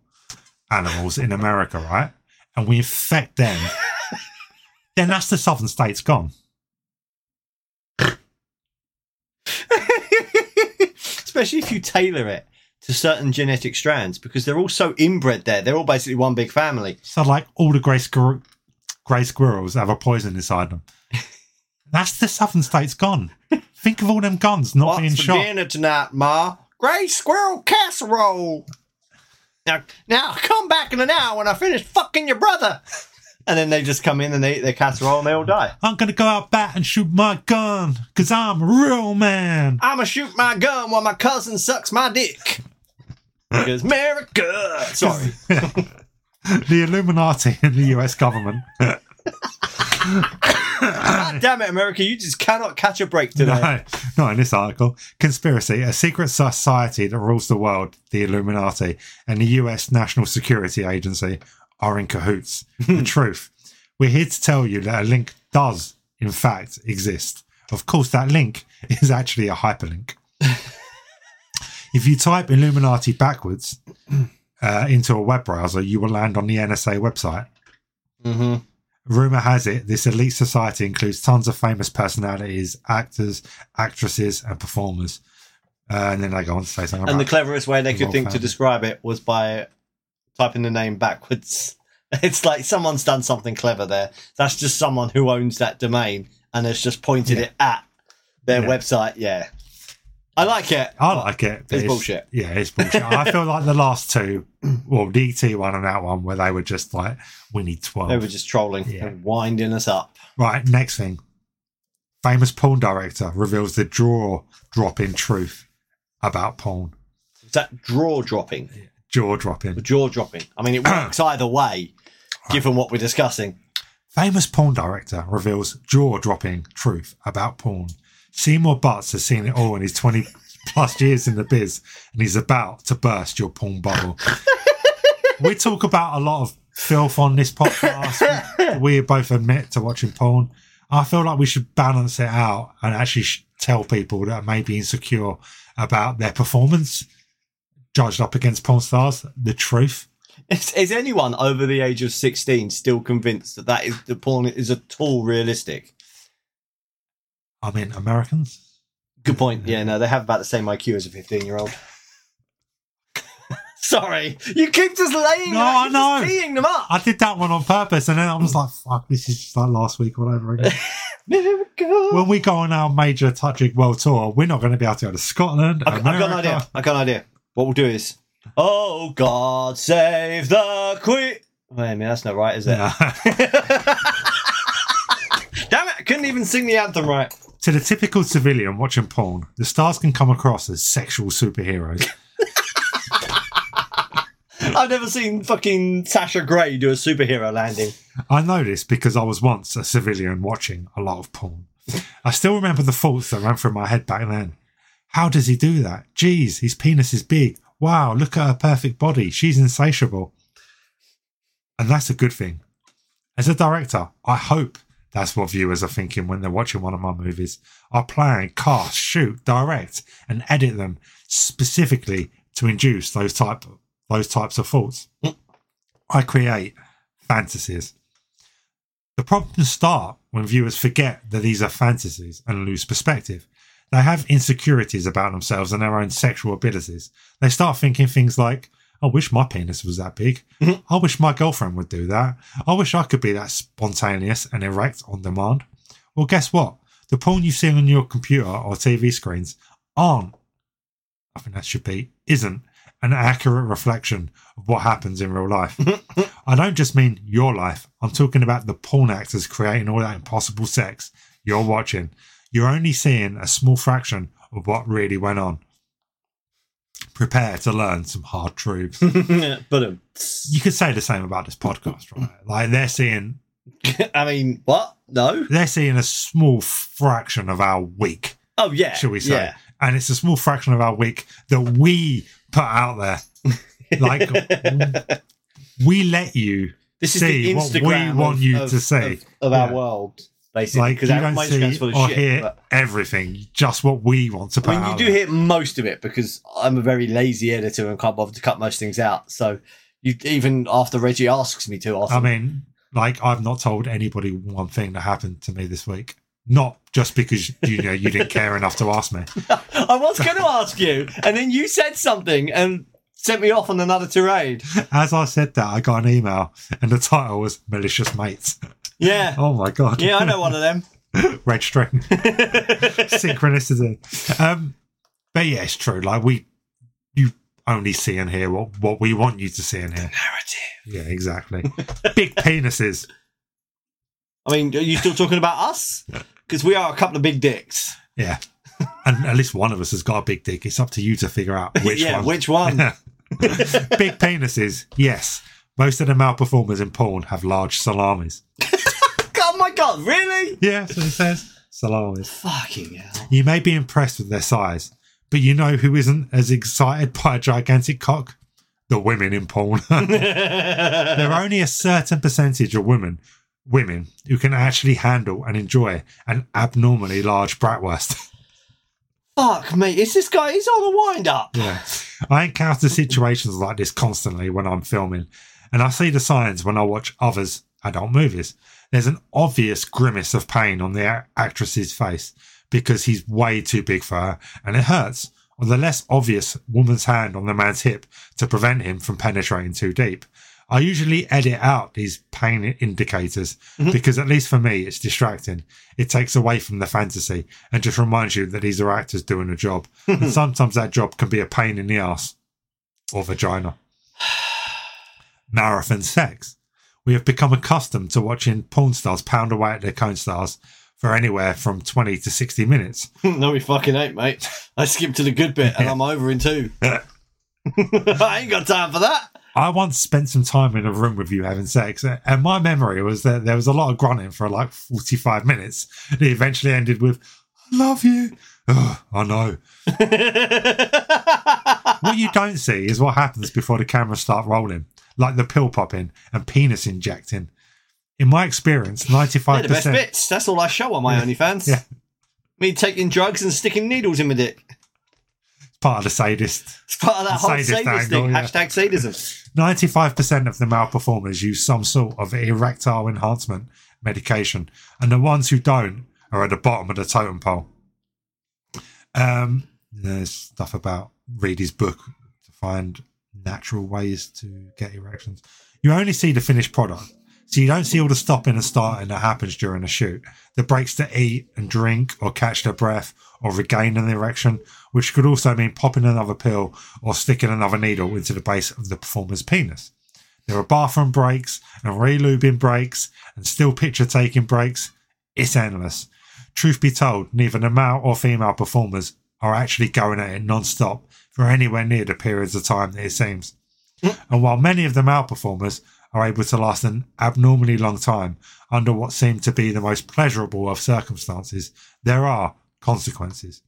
B: animals in America, right? And we infect them, then that's the southern states gone.
A: Especially if you tailor it to certain genetic strands because they're all so inbred there. They're all basically one big family.
B: So like all the grey, squir- grey squirrels have a poison inside them. That's the southern states gone. Think of all them guns not
A: What's
B: being
A: for
B: shot.
A: dinner tonight, Ma? Grey squirrel casserole. Now, now come back in an hour when I finish fucking your brother. And then they just come in and they eat their casserole and they all die.
B: I'm gonna go out back and shoot my gun because I'm a real man.
A: I'ma shoot my gun while my cousin sucks my dick. Because America. Sorry.
B: the Illuminati in the US government.
A: God damn it, America. You just cannot catch a break today.
B: No, not in this article. Conspiracy, a secret society that rules the world, the Illuminati, and the US National Security Agency are in cahoots. the truth. We're here to tell you that a link does, in fact exist. Of course, that link is actually a hyperlink. if you type Illuminati backwards uh, into a web browser, you will land on the NSA website.
A: Mm-hmm.
B: Rumor has it this elite society includes tons of famous personalities, actors, actresses, and performers. Uh, and then they go on to say something
A: And the
B: about
A: cleverest way they
B: the
A: could
B: whole
A: think to
B: family.
A: describe it was by typing the name backwards. It's like someone's done something clever there. That's just someone who owns that domain and has just pointed it at their
B: Yeah.
A: website. Yeah. I like it.
B: I like it. but
A: It's bullshit.
B: Yeah, it's bullshit. I feel like the last two, well, the ET one and that one, where they were just like, we need 12.
A: They were just trolling
B: Yeah.
A: and winding us up.
B: Right, next thing. Famous porn director reveals the jaw dropping truth about porn.
A: Is that draw dropping?
B: Jaw
A: Or
B: dropping.
A: jaw dropping? I mean, it works either way, given what we're discussing.
B: Famous porn director reveals jaw dropping truth about porn. Seymour Butts has seen it all in his 20 plus years in the biz, and he's about to burst your porn bubble. we talk about a lot of filth on this podcast. we both admit to watching porn. I feel like we should balance it out and actually sh- tell people that may be insecure about their performance judged up against porn stars the truth.
A: Is, is anyone over the age of 16 still convinced that that is the porn is at all realistic?
B: I mean, Americans.
A: Good point. Yeah, no, they have about the same IQ as a 15 year old. Sorry. You keep just laying
B: No,
A: out- you're
B: I
A: just
B: know.
A: teeing them up.
B: I did that one on purpose, and then I was like, "Fuck, this is just like last week or whatever." Again. when we go on our major Touching World Tour, we're not going to be able to go to Scotland.
A: I've, I've got an
B: America.
A: idea. I've got an idea. What we'll do is, oh, God save the Queen. Wait a minute, that's not right, is it?
B: Yeah.
A: Damn it, I couldn't even sing the anthem right.
B: to the typical civilian watching porn, the stars can come across as sexual superheroes.
A: I've never seen fucking Sasha Grey do a superhero landing.
B: I know this because I was once a civilian watching a lot of porn. I still remember the thoughts that ran through my head back then. How does he do that? Geez, his penis is big. Wow, look at her perfect body. She's insatiable. And that's a good thing. As a director, I hope that's what viewers are thinking when they're watching one of my movies. I plan, cast, shoot, direct, and edit them specifically to induce those type those types of thoughts. I create fantasies. The problems start when viewers forget that these are fantasies and lose perspective. They have insecurities about themselves and their own sexual abilities. They start thinking things like, I wish my penis was that big.
A: Mhm.
B: I wish my girlfriend would do that. I wish I could be that spontaneous and erect on demand. Well, guess what? The porn you see on your computer or TV screens aren't, I think that should be, isn't an accurate reflection of what happens in real life. I don't just mean your life. I'm talking about the porn actors creating all that impossible sex you're watching. You're only seeing a small fraction of what really went on. Prepare to learn some hard truths.
A: but um,
B: you could say the same about this podcast, right? Like they're seeing
A: I mean, what? No?
B: they're seeing a small fraction of our week,
A: Oh, yeah.
B: shall we say?
A: Yeah.
B: And it's a small fraction of our week that we put out there. Like we let you
A: This is
B: see
A: the
B: what we
A: Instagram
B: want
A: of-
B: you
A: of-
B: to see.
A: of, of our
B: Yeah.
A: world, basically.
B: like you
A: Because our
B: don't
A: my
B: see
A: Instagram's full of
B: or
A: shit.
B: hear
A: but-
B: everything, just what we want to put
A: I mean, you
B: out
A: do
B: there.
A: hear most of it because I'm a very lazy editor and can't bother to cut most things out. So you even after Reggie asks me to,
B: I
A: often,
B: mean, like I've not told anybody one thing that happened to me this week. Not just because you know you didn't care enough to ask me.
A: I was going to ask you, and then you said something and sent me off on another tirade.
B: As I said that, I got an email, and the title was "Malicious Mates."
A: Yeah,
B: Oh my god!
A: yeah, I know one of them.
B: red string synchronicity. Um, but yeah, it's true. Like we, you only see and hear what what we want you to see and hear.
A: Narrative.
B: Yeah, exactly. Big penises.
A: I mean, are you still talking about us? Because we are a couple of big dicks.
B: Yeah. And at least one of us has got a big dick. It's up to you to figure out which
A: yeah,
B: one.
A: which one?
B: big penises, yes. Most of the male performers in porn have large salamis.
A: oh my god, really?
B: Yeah, so it says. Salamis.
A: Fucking hell.
B: You may be impressed with their size, but you know who isn't as excited by a gigantic cock? The women in porn. there are only a certain percentage of women women who can actually handle and enjoy an abnormally large bratwurst.
A: Fuck, mate. Is this guy? He's on a wind up.
B: yeah. I encounter situations like this constantly when I'm filming, and I see the signs when I watch others adult movies. There's an obvious grimace of pain on the a- actress's face because he's way too big for her and it hurts, or the less obvious woman's hand on the man's hip to prevent him from penetrating too deep. I usually edit out these pain indicators because, at least for me, it's distracting. It takes away from the fantasy and just reminds you that these are actors doing a job. and sometimes that job can be a pain in the ass or vagina. Marathon sex. We have become accustomed to watching porn stars pound away at their cone stars for anywhere from 20 to 60 minutes.
A: no, we fucking ain't, mate. I skipped to the good bit and I'm over in two. I ain't got time for that.
B: I once spent some time in a room with you having sex, and my memory was that there was a lot of grunting for like 45 minutes. It eventually ended with, I love you. Ugh, I know. what you don't see is what happens before the cameras start rolling, like the pill popping and penis injecting. In my experience,
A: They're the best
B: 95%.
A: bits. That's all I show on my OnlyFans.
B: Yeah.
A: Me taking drugs and sticking needles in my dick.
B: Part of the sadist.
A: It's part of that whole
B: Sadist
A: sadist
B: angle,
A: thing.
B: yeah.
A: Hashtag sadism.
B: 95% of the male performers use some sort of erectile enhancement medication, and the ones who don't are at the bottom of the totem pole. Um, there's stuff about read his book to find natural ways to get erections. You only see the finished product, so you don't see all the stopping and starting that happens during a shoot. The breaks to eat and drink, or catch their breath, or regain an erection, which could also mean popping another pill or sticking another needle into the base of the performer's penis. There are bathroom breaks and relubing breaks and still picture taking breaks. It's endless. Truth be told, neither the male or female performers are actually going at it non stop for anywhere near the periods of time that it seems. And while many of the male performers are able to last an abnormally long time under what seem to be the most pleasurable of circumstances, there are consequences.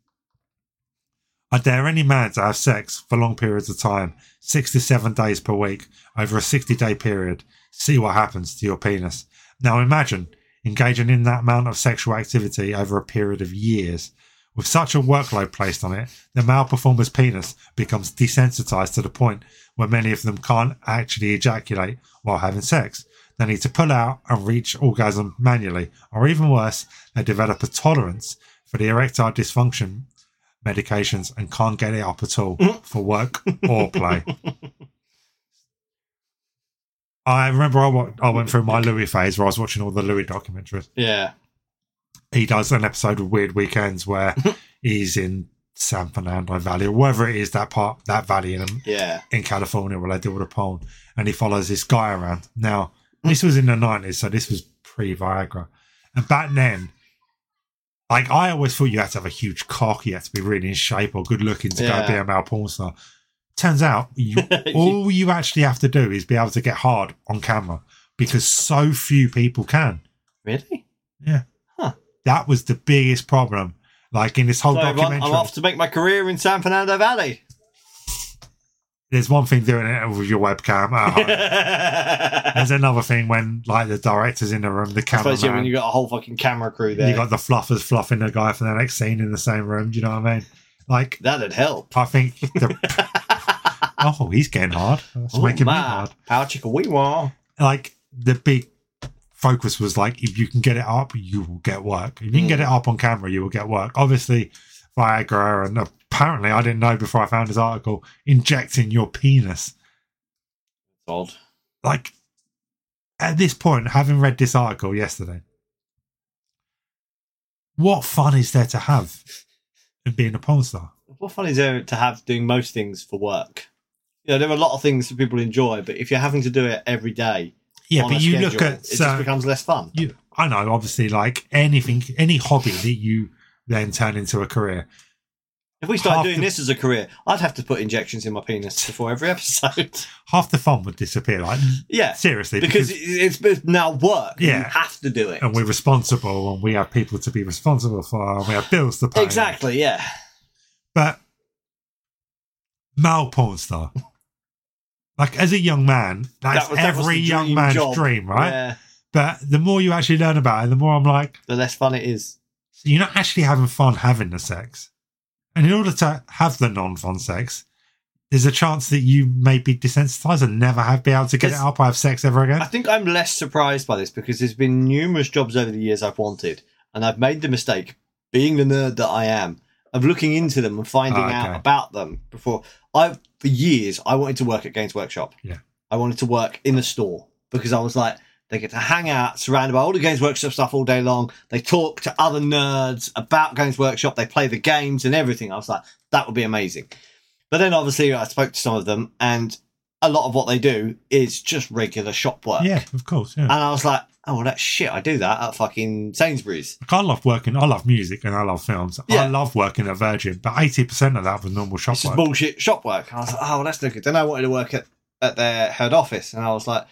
B: I dare any man to have sex for long periods of time, six to seven days per week, over a 60 day period. See what happens to your penis. Now imagine engaging in that amount of sexual activity over a period of years. With such a workload placed on it, the male performer's penis becomes desensitized to the point where many of them can't actually ejaculate while having sex. They need to pull out and reach orgasm manually, or even worse, they develop a tolerance for the erectile dysfunction medications and can't get it up at all for work or play. I remember I, wa- I went through my Louis phase where I was watching all the Louis documentaries.
A: Yeah.
B: He does an episode of Weird Weekends where he's in San Fernando Valley or wherever it is that part that valley in
A: Yeah.
B: in California where they deal with a porn, and he follows this guy around. Now, this was in the nineties, so this was pre Viagra, and back then, like I always thought, you had to have a huge cock, you had to be really in shape or good looking to
A: Yeah.
B: go be a male porn star. Turns out, you, all you actually have to do is be able to get hard on camera because so few people can.
A: Really?
B: That was the biggest problem. Like in this whole
A: So everyone,
B: documentary,
A: I'm off to make my career in San Fernando Valley.
B: there's one thing doing it with your webcam. Ah, At
A: I
B: home. There's another thing when like the director's in the room, the cameraman.
A: suppose yeah, when you got a whole fucking camera crew
B: you
A: there,
B: got the fluffers fluffing the guy for the next scene in the same room. Do you know what I mean? Like,
A: that'd help.
B: I think the oh, he's getting hard. That's
A: Ooh,
B: making me
A: Oh, my.
B: hard.
A: Power chicken wee wah.
B: Like the big focus was like, if you can get it up, you will get work. If you
A: Mm.
B: can get it up on camera, you will get work. Obviously, Viagra and apparently, I didn't know before I found this article, injecting your penis
A: Odd.
B: like at this point, having read this article yesterday, what fun is there to have in being a porn star?
A: What fun is there to have doing most things for work? You know, there are a lot of things that people enjoy, but if you're having to do it every day,
B: Yeah,
A: on
B: but
A: a
B: you
A: schedule,
B: look at uh,
A: it
B: so-
A: just becomes less fun.
B: you, I know, obviously, like anything, any hobby that you then turn into a career.
A: If we started
B: half
A: doing
B: the-
A: this as a career, I'd have to put injections in my penis before every episode.
B: Half the fun would disappear. Like
A: yeah,
B: seriously,
A: because it- it's, it's now work. Yeah, you
B: Yeah.
A: have to do it.
B: and we're responsible, and we have people to be responsible for, and we have bills to pay.
A: Exactly. Yeah.
B: But male porn star. Like as a young man, that's
A: That was- that was
B: every
A: the
B: young
A: dream
B: man's
A: job.
B: dream, right?
A: Yeah.
B: But the more you actually learn about it, the more I'm like,
A: the less fun it is.
B: so you're not actually having fun having the sex. And in order to have the non fun sex, there's a chance that you may be desensitized and never have be able to get it
A: It's-
B: up or have sex ever again.
A: I think I'm less surprised by this because there's been numerous jobs over the years I've wanted, and I've made the mistake, being the nerd that I am, of looking into them and finding
B: Ah, okay.
A: out about them before. I for years I wanted to work at Games Workshop.
B: Yeah.
A: I wanted to work in a store because I was like, they get to hang out surrounded by all the Games Workshop stuff all day long. They talk to other nerds about Games Workshop. They play the games and everything. I was like, that would be amazing. But then obviously I spoke to some of them and a lot of what they do is just regular shop work.
B: yeah, of course. Yeah.
A: And I was like, oh, well, that's shit. I do that at fucking Sainsbury's.
B: Like, I love working. I love music and I love films.
A: Yeah.
B: I love working at Virgin, but eighty percent of that was normal shop
A: It's
B: work.
A: just bullshit shop work. And I was like, oh, well, that's no good. Then I wanted to work at, at their head office. And I was like,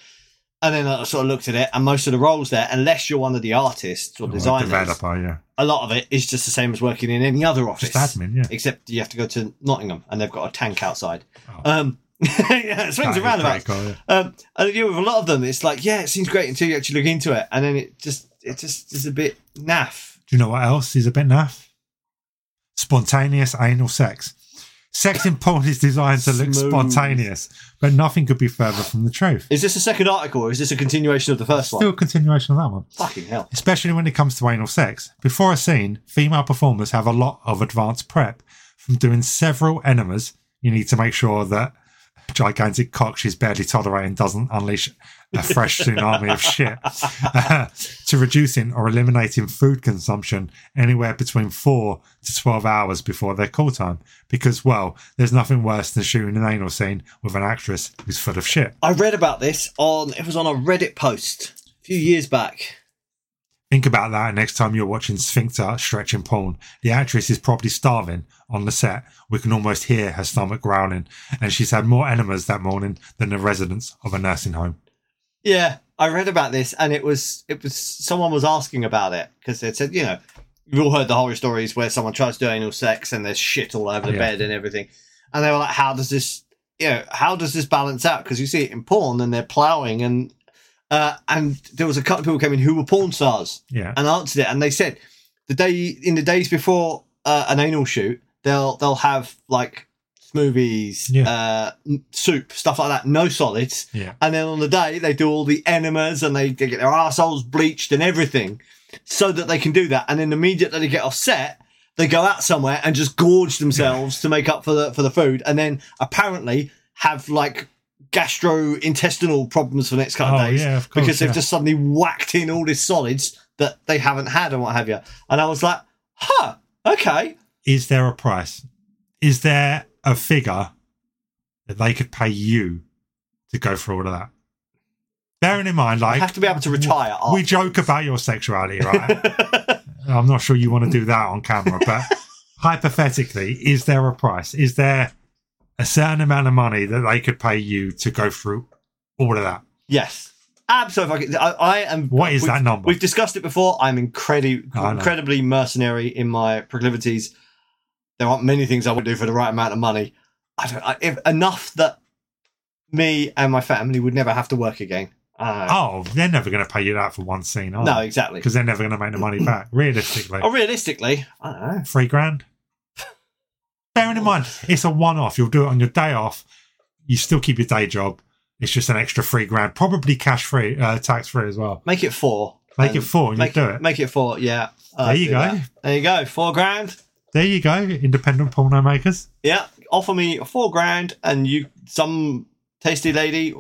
A: and then I sort of looked at it, and most of the roles there, unless you're one of the artists or
B: Or
A: designers,
B: developer, yeah,
A: a lot of it is just the same as working in any other office.
B: just admin, yeah.
A: Except you have to go to Nottingham, and they've got a tank outside.
B: Oh.
A: Um, yeah, it swings
B: That is
A: around about.
B: pretty cool, yeah.
A: Um, and I deal with a lot of them. It's like, yeah, it seems great until you actually look into it, and then it just, it just is a bit naff.
B: Do you know what else is a bit naff? Spontaneous anal sex. Sex in porn is designed to look
A: Smooth.
B: spontaneous, but nothing could be further from the truth.
A: Is this a second article, or is this a continuation of the first
B: Still
A: one?
B: a continuation of that one.
A: Fucking hell!
B: especially when it comes to anal sex. Before a scene, female performers have a lot of advanced prep from doing several enemas. You need to make sure that gigantic cock she's barely tolerating doesn't unleash a fresh tsunami of shit to reducing or eliminating food consumption anywhere between 4 to 12 hours before their call time because well there's nothing worse than shooting an anal scene with an actress who's full of shit
A: I read about this on it was on a Reddit post a few years back.
B: Think about that next time you're watching Sphincter stretching porn. The actress is probably starving on the set. We can almost hear her stomach growling, and she's had more enemas that morning than the residents of a nursing home.
A: Yeah, I read about this, and it was it was someone was asking about it because they said, you know, you've all heard the horror stories where someone tries to do anal sex and there's shit all over the
B: Yeah.
A: bed and everything, and they were like, how does this, you know, how does this balance out? Because you see it in porn and they're plowing and. Uh, and there was a couple of people came in who were porn stars,
B: Yeah.
A: and answered it, and they said the day in the days before uh, an anal shoot, they'll they'll have like smoothies,
B: Yeah.
A: uh, n- soup, stuff like that, no solids,
B: Yeah.
A: and then on the day they do all the enemas and they, they get their assholes bleached and everything, so that they can do that, and then immediately they get offset. They go out somewhere and just gorge themselves to make up for the for the food, and then apparently have like gastrointestinal problems for the next couple
B: Oh,
A: of days
B: yeah, of course.
A: because they've
B: yeah.
A: just suddenly whacked in all these solids that they haven't had and what have you. And I was like, huh, okay.
B: Is there a price? Is there a figure that they could pay you to go through all of that? Bearing in mind,
A: I
B: like,
A: have to be able to retire.
B: we
A: after.
B: joke about your sexuality, right? Uh, I'm not sure you want to do that on camera, but hypothetically, is there a price? Is there a certain amount of money that they could pay you to go through all of that?
A: yes. Absolutely. I, I am.
B: What is
A: we've-
B: that number?
A: We've discussed it before. I'm incredi-
B: I know.
A: incredibly mercenary in my proclivities. There aren't many things I would do for the right amount of money. I don't, I, if, enough that me and my family would never have to work again. Uh,
B: Oh, they're never going to pay you that for one scene, are
A: no, exactly.
B: Because they're never going to make the money back, realistically.
A: Or realistically, I don't know.
B: Three grand? Bearing in mind, it's a one off. You'll do it on your day off. You still keep your day job. It's just an extra three grand, probably cash free, uh, tax free as well.
A: Make it four.
B: Make it
A: and-
B: four and you
A: Um, make
B: do it.
A: Make it four. Yeah. Uh,
B: There you
A: do
B: go.
A: that. There you go. Four grand.
B: There you go, independent porno makers.
A: Yeah. Offer me four grand, and you some tasty lady.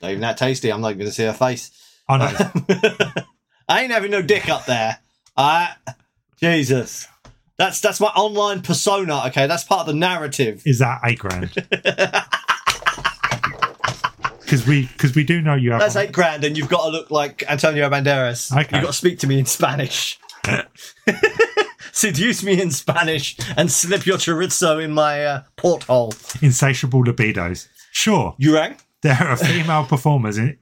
A: Not even that tasty. I'm not going to see her face.
B: I know.
A: I ain't having no dick up there. Ah, Jesus. That's that's my online persona. Okay, that's part of the narrative.
B: is that eight grand? Because we because we do know you have.
A: That's eight grand, and you've got to look like Antonio Banderas.
B: Okay.
A: You've got to speak to me in Spanish. Seduce me in Spanish and slip your chorizo in my uh, porthole.
B: insatiable libidos. Sure,
A: You rang?
B: there are female performers in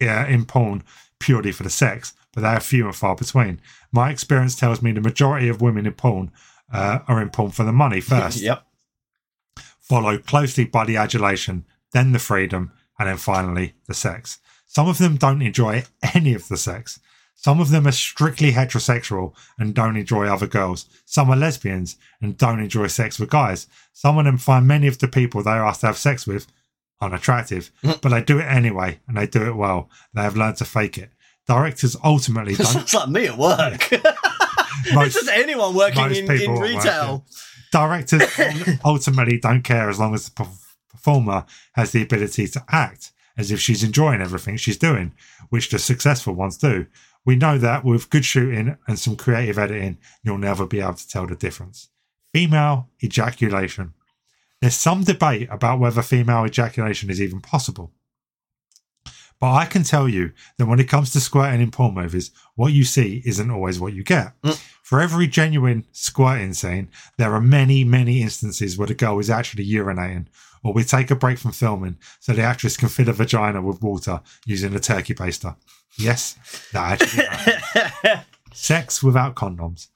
B: yeah, in porn purely for the sex, but they are few and far between. My experience tells me the majority of women in porn uh, are in porn for the money first,
A: Yep.
B: followed closely by the adulation, then the freedom, and then finally the sex. Some of them don't enjoy any of the sex. Some of them are strictly heterosexual and don't enjoy other girls. Some are lesbians and don't enjoy sex with guys. Some of them find many of the people they are asked to have sex with unattractive, but they do it anyway and they do it well. They have learned to fake it. Directors ultimately don't.
A: Sounds like me at work. it's
B: most-
A: just anyone working
B: most
A: in, in
B: people at work,
A: retail.
B: directors ultimately don't care as long as the perf- performer has the ability to act as if she's enjoying everything she's doing, which the successful ones do. We know that with good shooting and some creative editing, you'll never be able to tell the difference. Female ejaculation. There's some debate about whether female ejaculation is even possible. But I can tell you that when it comes to squirting in porn movies, what you see isn't always what you get. For every genuine squirting scene, there are many, many instances where the girl is actually urinating, or we take a break from filming so the actress can fill a vagina with water using a turkey baster. Yes, that actually happened. Sex without condoms.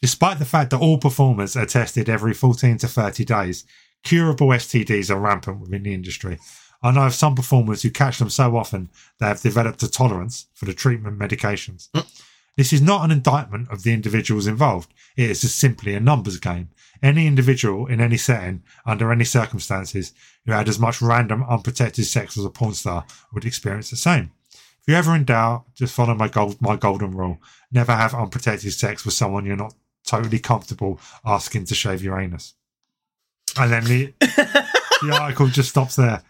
B: Despite the fact that all performers are tested every 14 to 30 days, curable STDs are rampant within the industry. I know of some performers who catch them so often they have developed a tolerance for the treatment medications. This is not an indictment of the individuals involved. It is just simply a numbers game. Any individual in any setting, under any circumstances, who had as much random, unprotected sex as a porn star would experience the same. If you're ever in doubt, just follow my gold, my golden rule. Never have unprotected sex with someone you're not totally comfortable asking to shave your anus. And then the, the article just stops there.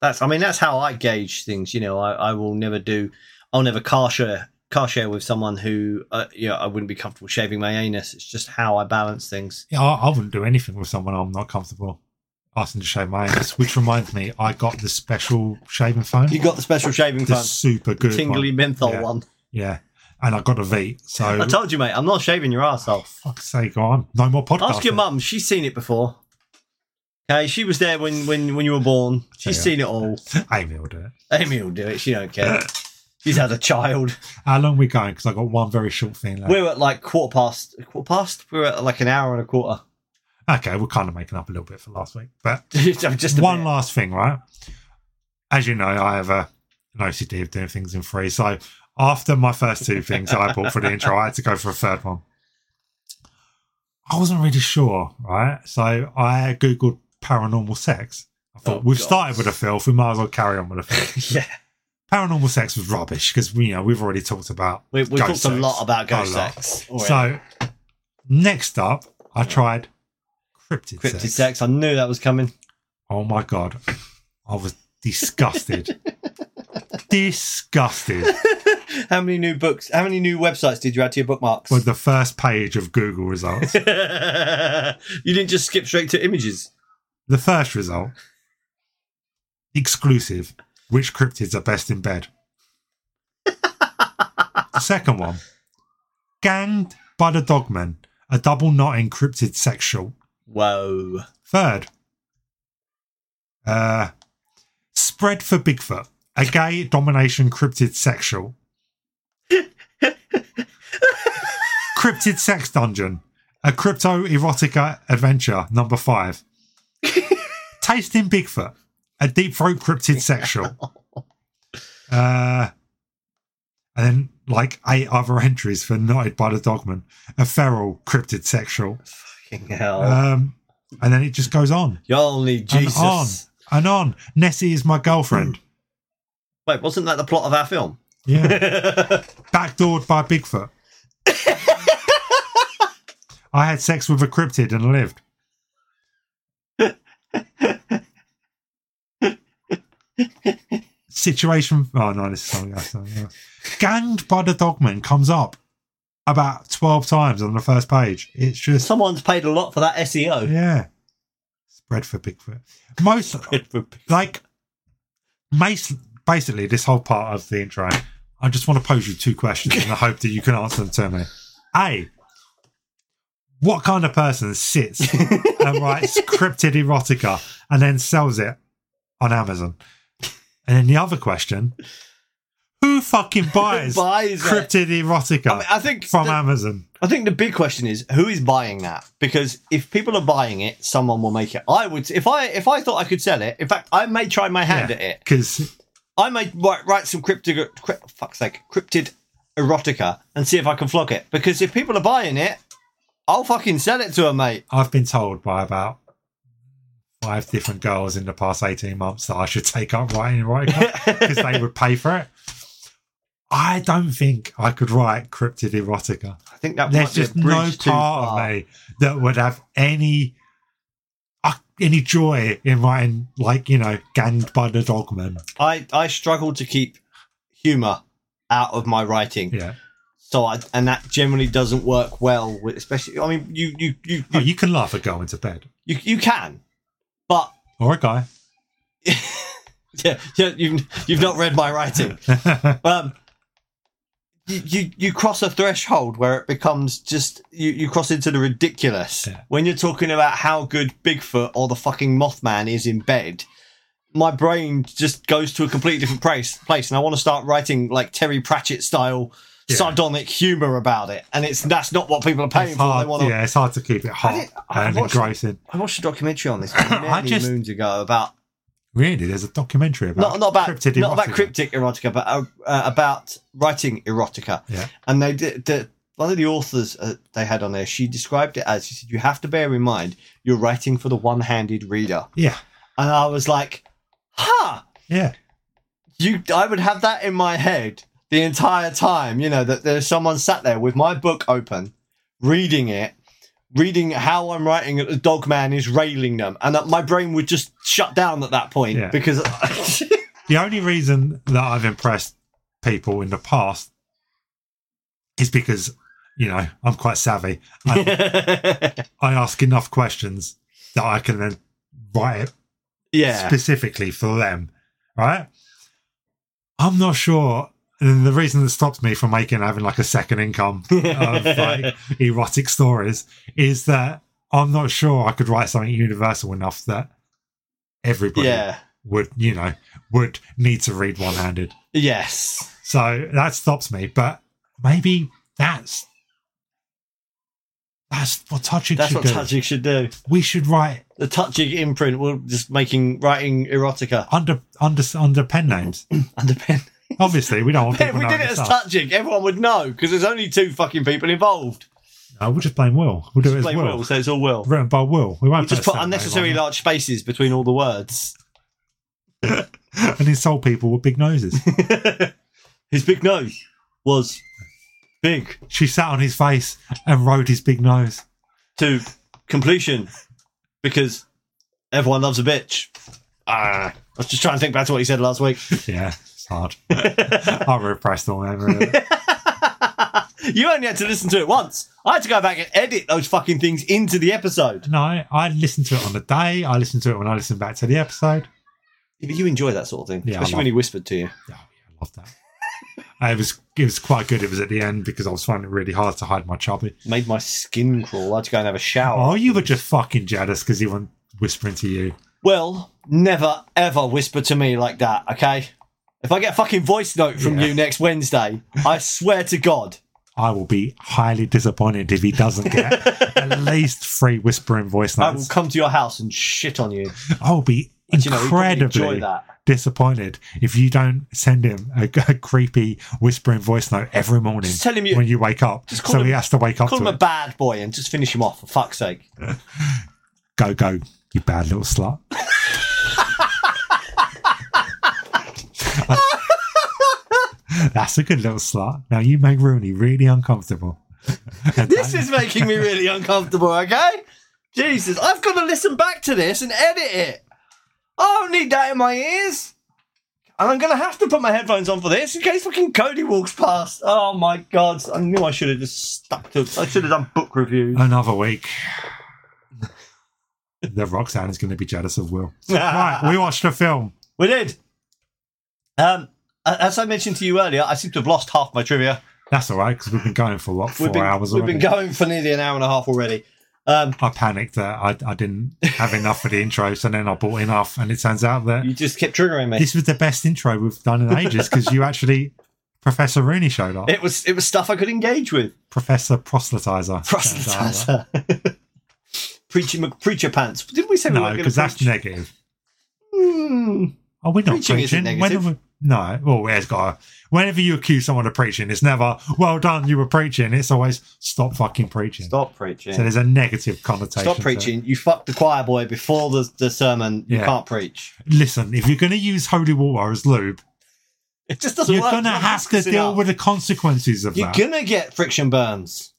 A: That's I mean that's how I gauge things. You know, I, I will never do. I'll never car share car share with someone who uh, you know I wouldn't be comfortable shaving my anus. It's just how I balance things.
B: Yeah, I, I wouldn't do anything with someone I'm not comfortable asking to shave my anus. Which reminds me, I got the special shaving foam.
A: You got the special shaving
B: the
A: foam,
B: super good
A: tingly
B: one.
A: menthol
B: Yeah.
A: one.
B: Yeah, and I got a V. So
A: I told you, mate. I'm not shaving your arsehole.
B: fuck's sake, go on. No more podcast.
A: Ask your mum. She's seen it before. Okay, she was there when when when you were born. She's
B: Yeah.
A: seen it all.
B: Amy will do it.
A: Amy will do it. She don't care. She's had a child.
B: How long we going? Because I got one very short thing left.
A: We're at like quarter past. Quarter past. We're at like an hour and a quarter.
B: okay, we're kind of making up a little bit for last week, but
A: just a
B: one
A: bit.
B: last thing, right? As you know, I have a an OCD of doing things in three. So after my first two things that I bought for the intro, I had to go for a third one. I wasn't really sure, right? So I googled paranormal sex. I thought
A: Oh,
B: we've
A: God.
B: started with a filth, we might as well carry on with a filth.
A: yeah.
B: paranormal sex was rubbish because you know we've already talked about
A: We, we
B: Ghost
A: talked a
B: sex.
A: lot about ghost
B: A lot.
A: sex. already.
B: so next up i tried cryptid,
A: cryptid sex.
B: sex.
A: I knew that was coming.
B: oh my god i was disgusted disgusted
A: how many new books? How many new websites did you add to your bookmarks?
B: with the first page of google results
A: you didn't just skip straight to images.
B: the first result exclusive which cryptids are best in bed the second one ganged by the dogman a double knot encrypted sex short
A: Whoa.
B: Third, uh, spread for Bigfoot, a gay domination cryptid sexual. cryptid sex dungeon, a crypto erotica adventure. Number five, tasting Bigfoot, a deep throat cryptid sexual. Uh, and then like eight other entries for Knotted by the Dogman, a feral cryptid sexual.
A: Fucking hell.
B: Um, and then it just goes on
A: You're only Jesus.
B: and on and on. Nessie is my girlfriend.
A: Wait, wasn't that the plot of our film?
B: Yeah, backdoored by Bigfoot. I had sex with a cryptid and lived. Situation. Oh no, this is something else. something else. Ganged by the dogman comes up about twelve times on the first page. It's just
A: Someone's paid a lot for that E SEO.
B: yeah. Spread for Bigfoot. Most like mas- basically this whole part of the intro i just want to pose you two questions in the hope that you can answer them to me a what kind of person sits and writes cryptid erotica and then sells it on amazon and then the other question who fucking buys
A: Buys it.
B: cryptid erotica
A: I, mean, I think
B: from
A: the,
B: amazon
A: I think the big question is who is buying that? Because if people are buying it, someone will make it. I would if I if I thought I could sell it. In fact, I may try my hand
B: Yeah.
A: at it.
B: because
A: I may write, write some cryptic, cri- fuck's sake, cryptid erotica and see if I can flog it. Because if people are buying it, I'll fucking sell it to them, mate.
B: I've been told by about five different girls in the past 18 months that I should take up writing erotica because they would pay for it. I don't think I could write cryptid erotica.
A: I think that
B: There's
A: might be a
B: just no
A: bridge too
B: part
A: far.
B: of me that would have any uh, any joy in writing, like, you know, ganged by the dogman.
A: I, I struggle to keep humour out of my writing.
B: Yeah.
A: So I, and that generally doesn't work well with, especially, I mean, you, you, you,
B: Oh,
A: you,
B: you can laugh at going to bed.
A: you, you can, but
B: Or a guy.
A: yeah, yeah, you've, you've not read my writing. um, you, you you cross a threshold where it becomes just you, you cross into the ridiculous
B: Yeah.
A: when you're talking about how good Bigfoot or the fucking Mothman is in bed. My brain just goes to a completely different place, place, and I want to start writing like Terry Pratchett style
B: Yeah.
A: sardonic humor about it, and it's that's not what people are paying
B: it's
A: for. They
B: hard,
A: want to.
B: yeah, it's hard to keep it hot
A: didn't- I
B: and
A: watched-
B: engrossing.
A: I watched a documentary on this
B: I
A: many
B: just-
A: moons ago about
B: Really, there's a documentary
A: not
B: about
A: not about
B: cryptid
A: not about
B: erotica.
A: cryptic erotica, but uh, uh, about writing erotica.
B: Yeah.
A: And they did the, one of the authors uh, they had on there. She described it as she said, "You have to bear in mind you're writing for the one-handed reader."
B: Yeah,
A: And I was like, "Huh."
B: yeah,
A: you I would have that in my head the entire time, you know, that there's someone sat there with my book open, reading it, reading how I'm writing it, the dog man is railing them, and that my brain would just shut down at that point
B: Yeah.
A: because
B: The only reason that I've impressed people in the past is because you know I'm quite savvy. I, I ask enough questions that I can then write it
A: Yeah.
B: specifically for them, right? I'm not sure. And the reason that stops me from making having like a second income of like erotic stories is that I'm not sure I could write something universal enough that everybody
A: yeah.
B: would, you know, would need to read one handed.
A: Yes.
B: So that stops me, but maybe that's that's what touching
A: That's
B: should
A: what
B: do.
A: touching should do.
B: we should write
A: The touching imprint will just making writing erotica
B: under under under pen names.
A: underpin.
B: Obviously, we don't want
A: If
B: people
A: we did
B: knowing
A: it
B: this
A: as
B: stuff.
A: touching, everyone would know because there's only two fucking people involved.
B: No, we'll just blame Will. We'll do it as
A: Play
B: Will.
A: Will, so it's all Will.
B: Written by Will. We won't
A: We'll just
B: a
A: put
B: surname
A: unnecessary
B: on it.
A: large spaces between all the words.
B: and insult people with big noses.
A: His big nose was big
B: she sat on his face and rode his big nose.
A: to completion because everyone loves a bitch. Ah, I was just trying to think back to what he said last week.
B: Yeah, it's hard. I repressed all memory. of it.
A: you only had to listen to it once. I had to go back and edit those fucking things into the episode.
B: No, I listened to it on the day. I listened to it when I listened back to the episode.
A: But you enjoy that sort of thing,
B: Yeah, I
A: especially
B: love-
A: when he whispered to you.
B: Oh, yeah, I love that. it was it was quite good. It was at the end because I was finding it really hard to hide my chubby.
A: Made my skin crawl. I had to go and have a shower.
B: Oh, you were just fucking jealous because he was whispering to you.
A: Well, never ever whisper to me like that, okay? If I get a fucking voice note from
B: Yeah.
A: you next Wednesday, I swear to God.
B: I will be highly disappointed if he doesn't get at least three whispering voice
A: I will
B: notes.
A: come to your house and shit on you.
B: I will be
A: But, you know, you probably
B: incredibly
A: enjoy that.
B: disappointed if you don't send him a, a creepy whispering voice note every morning
A: Just tell him you-
B: when you wake up.
A: Just
B: So
A: call
B: he
A: him-
B: has to wake up
A: Call
B: to
A: him a
B: it.
A: bad boy and just finish him off, for fuck's sake.
B: Go, go, you bad little slut. That's a good little slut. Now you make Rooney really uncomfortable.
A: This is making me really uncomfortable, okay? Jesus, I've got to listen back to this and edit it. I don't need that in my ears. And I'm going to have to put my headphones on for this in case fucking Cody walks past. Oh my god, I knew I should have just stuck to I should have done book reviews.
B: Another week. the Roxanne is going to be jealous of Will. Right, we watched a film.
A: We did. Um, a- as I mentioned to you earlier, I seem to have lost half my trivia.
B: That's all right because we've been going for what 4
A: We've been,
B: hours.
A: we've
B: already.
A: been going for nearly an hour and a half already. Um,
B: I panicked that I, I didn't have enough for the intros, and then I bought enough, and it turns out that
A: you just kept triggering me.
B: this was the best intro we've done in ages because you actually, Professor Rooney showed up.
A: It was it was stuff I could engage with.
B: Professor Proselytizer. turns out,
A: Proselytizer. preacher, Mc- preacher pants. Didn't we say
B: right?
A: we
B: No,
A: weren't going
B: because
A: to
B: that's
A: preach?
B: negative.
A: Hmm.
B: Are we Oh, not
A: Preaching
B: preaching?
A: isn't
B: When are
A: negative.
B: we- No, well, it's got. To, whenever you accuse someone of preaching, it's never "well done, you were preaching." It's always "stop fucking preaching."
A: Stop preaching.
B: So there's a negative connotation.
A: Stop
B: to it.
A: preaching. You fucked the choir boy before the, the sermon. You
B: Yeah.
A: can't preach.
B: Listen, if you're going to use holy water as lube,
A: It just doesn't
B: you're
A: work.
B: going to
A: It
B: have to
A: mixes it
B: deal
A: up.
B: with the consequences of
A: You're
B: that.
A: gonna get friction burns.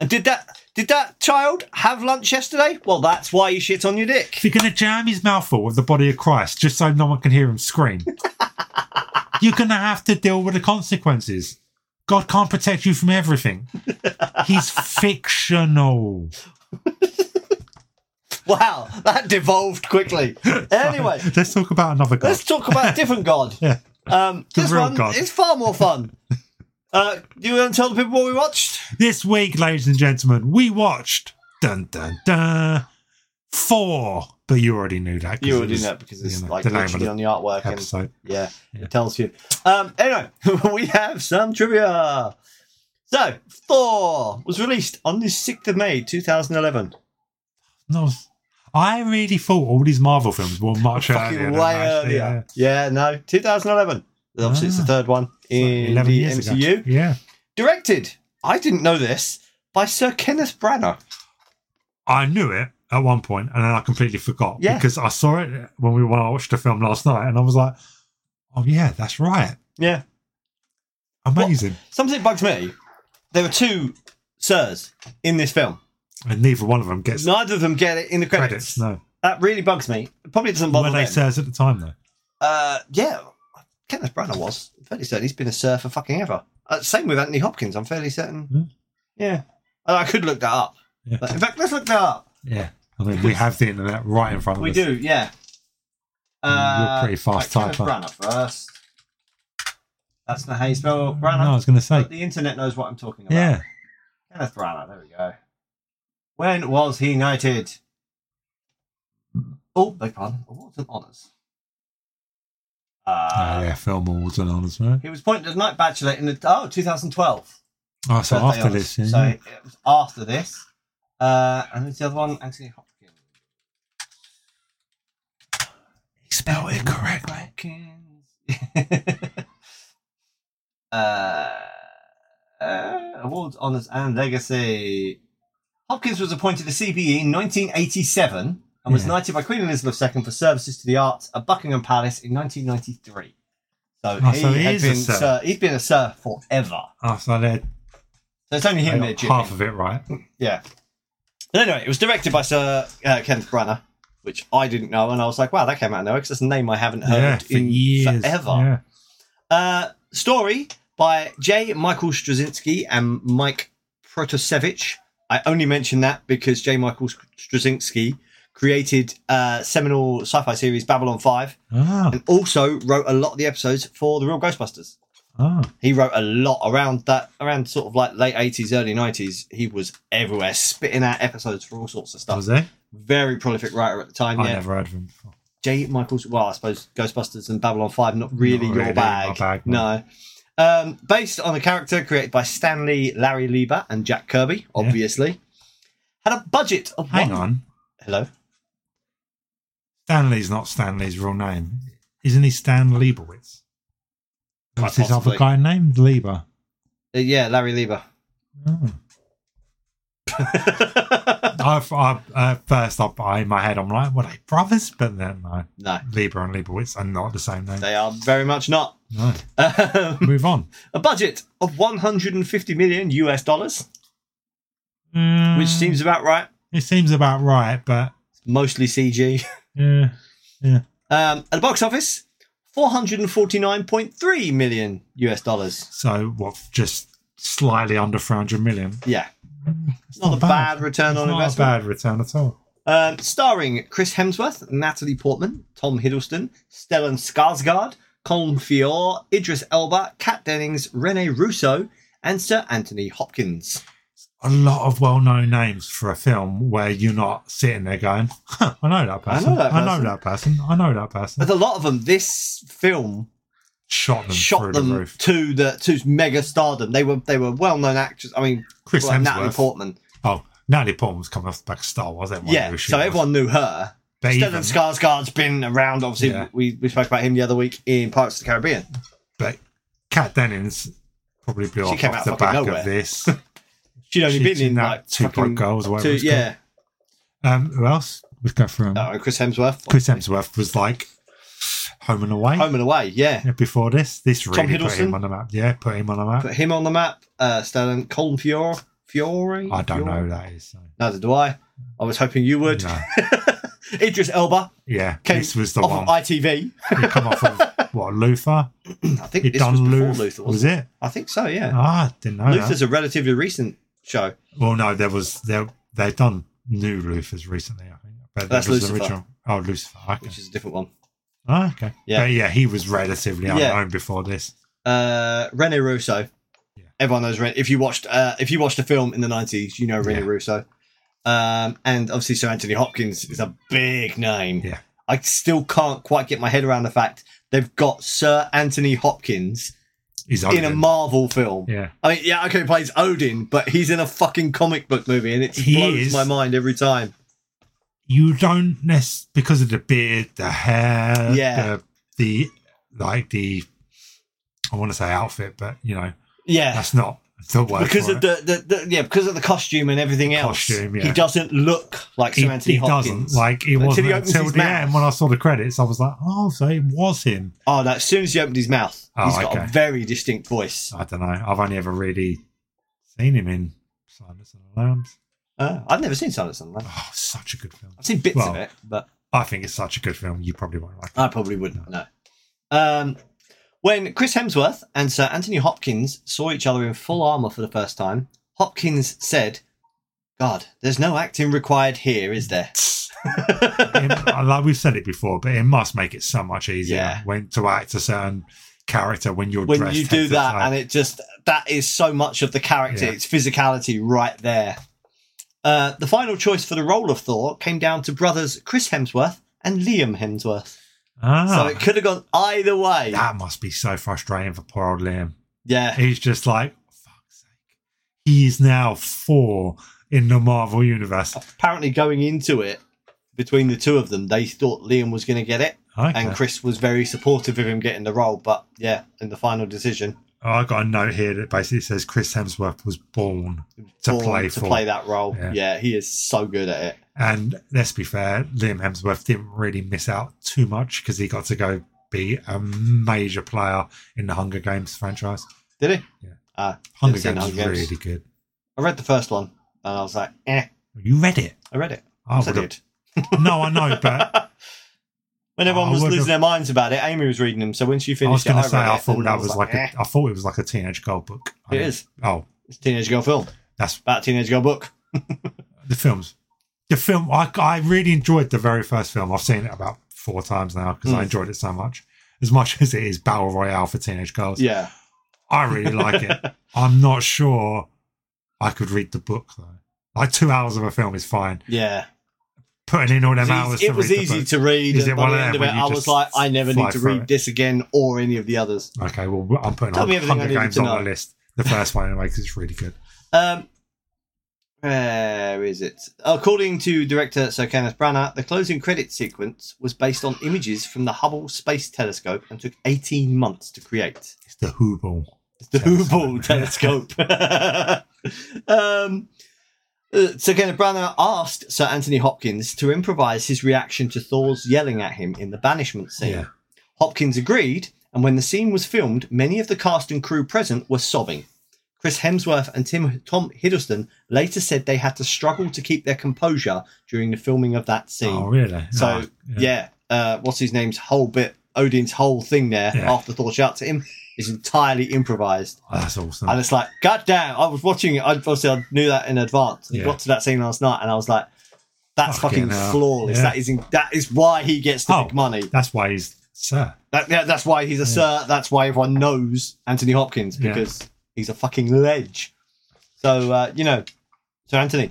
A: And did that? Did that child have lunch yesterday? Well, that's why you shit on your dick.
B: If you're going to jam his mouth full with the body of Christ just so no one can hear him scream, you're going to have to deal with the consequences. God can't protect you from everything. He's fictional.
A: Wow, that devolved quickly. Anyway,
B: Let's talk about another God.
A: let's talk about a different god.
B: Yeah.
A: Um,
B: The
A: this
B: real
A: one
B: god.
A: is far more fun. Uh, you want to tell the people what we watched?
B: This week, ladies and gentlemen, we watched dun dun dun four. But you already knew that. 'cause
A: You
B: it
A: were doing
B: was
A: that because it's
B: you know,
A: like
B: the name of
A: literally
B: the
A: on the artwork and
B: Episode.
A: Yeah,
B: Yeah.
A: it tells you. Um, anyway, we have some trivia. So, Thor was released on the 6th of May 2011.
B: No, I really thought all these Marvel films were much
A: Fucking
B: earlier. than
A: way
B: that, actually, uh,
A: earlier. Yeah. no, 2011. Obviously, it's the
B: Ah.
A: third one
B: yeah.
A: in
B: Eleven
A: the
B: years ago.
A: MCU.
B: Yeah,
A: Directed, I didn't know this, by Sir Kenneth Branagh.
B: I knew it at one point, and then I completely forgot
A: Yeah.
B: because I saw it when we when I watched the film last night, and I was like, "Oh yeah, that's right,
A: Yeah.
B: amazing."
A: Something bugs me. There were two Sirs in this film.
B: And neither one of them gets
A: Neither of them get it in the credits.
B: credits. No,
A: That really bugs me. It probably doesn't bother
B: were they
A: them.
B: sirs at the time though?
A: Uh, yeah, Kenneth Branagh was. I'm fairly certain he's been a surfer fucking ever. Uh, same with Anthony Hopkins. I'm fairly certain.
B: Hmm.
A: Yeah, Uh, I could look that up.
B: Yeah.
A: But in fact, let's look that up.
B: Yeah, I mean we have the internet right in front of
A: We
B: us.
A: do, Uh, yeah.
B: Hmm, You're pretty fast
A: right,
B: typer.
A: Kenneth Branagh first. That's not how you spell
B: Hmm, No, I
A: Branagh.
B: was going to say,
A: But the internet knows what I'm talking about.
B: yeah,
A: Kenneth Branagh. There we go. When was he knighted? Oh, beg pardon. Awards and honours. Uh,
B: oh, yeah, film awards and honors, right?
A: He was appointed as Night Bachelor in the, oh 2012.
B: Oh, so
A: Birthday
B: after
A: honours.
B: this, yeah.
A: so it was after this, uh, and who's the other one? Anthony Hopkins.
B: spell it correctly.
A: Hopkins. uh, uh, awards, honors, and legacy. Hopkins was appointed a CBE E in 1987 and was
B: Yeah.
A: knighted by Queen Elizabeth II for services to the arts at Buckingham Palace in 1993. So,
B: Oh,
A: he
B: so he
A: had
B: is a
A: been
B: sir.
A: sir. He's been a sir forever.
B: Oh, so they're
A: So it's only
B: they
A: him
B: got
A: there, Jimmy.
B: half of it right.
A: Yeah. But anyway, it was directed by Sir uh, Kenneth Branagh, which I didn't know, and I was like, wow, that came out of nowhere because that's a name I haven't
B: yeah,
A: heard
B: for
A: in
B: years.
A: forever.
B: Yeah.
A: Uh, story by J. Michael Straczynski and Mike Protasevich. I only mention that because J. Michael Straczynski created uh, seminal sci-fi series Babylon 5
B: Ah,
A: and also wrote a lot of the episodes for The Real Ghostbusters
B: ah.
A: he wrote a lot around that around sort of like late 80s early 90s he was everywhere spitting out episodes for all sorts of stuff
B: oh, was it?
A: very prolific writer at the time
B: I
A: yeah
B: never heard of him before.
A: j michael's well i suppose ghostbusters and babylon 5 not really
B: Not
A: your
B: really
A: bag,
B: my bag,
A: no um, based on a character created by stanley larry lieber and jack kirby obviously had a budget of
B: Hang
A: one-
B: on.
A: hello
B: Stanley's not Stanley's real name. Isn't he Stan Liebowitz?
A: Quite
B: What's his
A: possibly.
B: other guy named? Lieber.
A: Uh, yeah larry lieber
B: Oh. I've, I've, at first, I, I, in my head, I'm like, were they brothers? But then, no.
A: no
B: Lieber and Liebowitz are not the same name.
A: they are very much not
B: No.
A: um,
B: Move on.
A: a budget of 150 million us dollars which
B: Mm,
A: seems about right.
B: It seems about right, but.
A: Mostly CG.
B: Yeah.
A: Um, at the box office, 449.3 million US dollars.
B: So, what, just slightly under 400 million?
A: Yeah. It's not, a bad, return
B: It's
A: on
B: not
A: investment.
B: a bad return at all.
A: Um, starring Chris Hemsworth, Natalie Portman, Tom Hiddleston, Stellan Skarsgård, Colin Fior, Idris Elba, Kat Dennings, Rene Russo, and Sir Anthony Hopkins.
B: a lot of well-known names for a film where you're not sitting there going, huh, "I know that
A: I know
B: person. I know
A: that
B: that person. I know that person.
A: With a lot of them, this film
B: Shot them
A: shot
B: through
A: them
B: the roof.
A: to the to mega stardom. They were they were well known actors. I mean,
B: Chris
A: like Natalie
B: Hemsworth.
A: Portman.
B: oh, Natalie Portman was coming off the back of Star Wars. Everyone
A: yeah,
B: knew who she
A: so
B: was.
A: everyone knew her.
B: But even,
A: Stellan Skarsgård's been around. Obviously,
B: Yeah.
A: we, we spoke about him the other week in Pirates of the Caribbean.
B: but Kat Dennings probably blew
A: She
B: off,
A: came
B: off
A: out
B: the
A: fucking
B: back
A: nowhere.
B: of this.
A: She'd only
B: She's
A: been in
B: in that
A: like
B: two
A: fucking
B: point goals, whatever.
A: two,
B: it's called.
A: yeah.
B: Um, who else? Let's go through 'em.
A: Oh, and Chris Hemsworth,
B: Chris Hemsworth was like home and away
A: home and away. Yeah,
B: Yeah, before this. This
A: Tom
B: really put him
A: Hiddleston?
B: on the map. Yeah, put him on the map.
A: put him on the map. Uh, Stellan Colin Fiore, Fiore.
B: I don't know
A: Fiore?
B: who that is. So.
A: Neither do I. I was hoping you would.
B: No.
A: Idris Elba
B: Yeah,
A: Came
B: this was the
A: off
B: one.
A: of ITV.
B: He come off of what Luther?
A: I think
B: He'd
A: this was
B: done
A: before
B: Luth-
A: Luther, wasn't
B: Was it?
A: I think so. Yeah,
B: Ah, I didn't know that.
A: Luther's a relatively recent show.
B: Well, no, there was there they've done new Luthers recently, I think. But
A: That's
B: that was
A: Lucifer.
B: the original. Oh, Lucifer. Okay.
A: which is a different one.
B: oh, okay.
A: Yeah.
B: Yeah. But yeah, he was relatively
A: Yeah.
B: unknown before this.
A: Uh, Rene Russo.
B: Yeah.
A: Everyone knows Rene. If you watched, uh, if you watched a film in the nineties, you know Rene
B: Yeah.
A: Russo. Um, and obviously, Sir Anthony Hopkins is a big name.
B: Yeah.
A: I still can't quite get my head around the fact they've got Sir Anthony Hopkins
B: He's
A: in a
B: Odin.
A: Marvel film.
B: Yeah.
A: I mean, yeah, okay, he plays Odin, but he's in a fucking comic book movie, and it
B: He
A: blows
B: is.
A: my mind every time.
B: You don't nest because of the beard, the hair,
A: Yeah.
B: the, the like the I want to say outfit, but you know,
A: Yeah,
B: that's not the word.
A: because
B: for
A: of
B: it.
A: the, the, the yeah because of the costume and everything else
B: costume, yeah.
A: he doesn't look like Sir
B: he,
A: Anthony
B: he
A: Hopkins
B: doesn't like it
A: Until
B: wasn't
A: he
B: until,
A: opens his
B: the
A: mouth.
B: end when I saw the credits. I was like, oh, so it was him.
A: oh no as soon as he opened his mouth
B: Oh,
A: he's got a
B: okay.
A: very distinct voice
B: I don't know. I've only ever really seen him in Silence and the Lambs.
A: uh, I've never seen Silence on that
B: Oh, such a good film.
A: I've seen bits of
B: Well-
A: it but
B: I think it's such a good film. You probably won't like it.
A: I probably wouldn't know um when Chris Hemsworth and Sir Anthony Hopkins saw each other in full armor for the first time Hopkins said God there's no acting required here is there
B: It- like we've said it before, but it must make it so much easier
A: Yeah.
B: when to act a certain character when you're
A: when
B: dressed.
A: you
B: head
A: do
B: to
A: that
B: toe.
A: and it just that is so much of the character
B: Yeah.
A: it's physicality right there uh, the final choice for the role of thor came down to brothers chris hemsworth and liam hemsworth
B: ah,
A: so it could have gone either way
B: that must be so frustrating for poor old Liam.
A: yeah
B: He's just like, fuck's sake. He is now four in the Marvel universe.
A: apparently going into it between the two of them they thought liam was going to get it
B: Okay.
A: and chris was very supportive of him getting the role but yeah in the final decision
B: Oh, I got a note here that basically says Chris Hemsworth was born to
A: Thor
B: play
A: to
B: for.
A: play that role yeah.
B: Yeah.
A: he is so good at it
B: And let's be fair, Liam Hemsworth didn't really miss out too much because he got to go be a major player in the Hunger Games franchise.
A: did he
B: Hunger
A: seen
B: Games is
A: Hunger Games.
B: really good.
A: i read the first one and i was like eh
B: You read it?
A: i read it
B: I
A: Yes, I
B: would've-
A: did
B: No, I know, but
A: when everyone
B: I
A: was
B: would've-
A: losing their minds about it, Amy was reading them. So when she
B: I was
A: finished,
B: going
A: it,
B: to say
A: read
B: I
A: it,
B: thought
A: and
B: that
A: was,
B: was like
A: eh,
B: a, I thought it was like a teenage girl book. I
A: it
B: mean,
A: is.
B: Oh,
A: It's a teenage girl film.
B: that's
A: About a teenage girl book.
B: the films. The film I, I really enjoyed the very first film. I've seen it about four times now because
A: Mm.
B: I enjoyed it so much. As much as it is battle royale for teenage girls,
A: Yeah.
B: I really like it. I'm not sure I could read the book though. Like two hours of a film is fine.
A: Yeah.
B: Putting in all them
A: It was,
B: hours
A: easy-
B: to
A: it was
B: read the
A: easy
B: book.
A: to read.
B: Is
A: and
B: it
A: by
B: one
A: the
B: of
A: end
B: them
A: of it,
B: where you
A: I was
B: just
A: like, I never
B: fly
A: need to
B: through
A: read
B: it?
A: this again or any of the others.
B: Okay, well I'm putting
A: Tell me everything I
B: Hunger
A: needed
B: Games
A: to
B: on
A: know.
B: the list. The first one anyway because it's really good.
A: Um, where is it? According to director Sir Kenneth Branagh, the closing credit sequence was based on images from the Hubble Space Telescope and took 18 months to create.
B: It's the Hooble.
A: the Hubble
B: Telescope.
A: telescope. um, uh, Sir Kenneth Branagh asked Sir Anthony Hopkins to improvise his reaction to Thor's yelling at him in the banishment scene.
B: Yeah.
A: Hopkins agreed, and when the scene was filmed, many of the cast and crew present were sobbing. Chris Hemsworth and Tim Tom Hiddleston later said they had to struggle to keep their composure during the filming of that scene.
B: Oh really?
A: So
B: Oh,
A: yeah, uh, what's his name's whole bit, Odin's whole thing there
B: Yeah.
A: after Thor shouts at him is entirely improvised.
B: Oh, that's awesome.
A: And it's like, God damn, I was watching it. I, obviously, I knew that in advance. We
B: Yeah.
A: got to that scene last night and I was like, that's fucking,
B: Fucking hell.
A: flawless.
B: Yeah.
A: That is in, that is why he gets the
B: Oh.
A: big money.
B: That's why he's Sir.
A: That, yeah, that's why he's a sir. That's why everyone knows Anthony Hopkins
B: Yeah.
A: because he's a fucking ledge. So, uh, you know, so Anthony,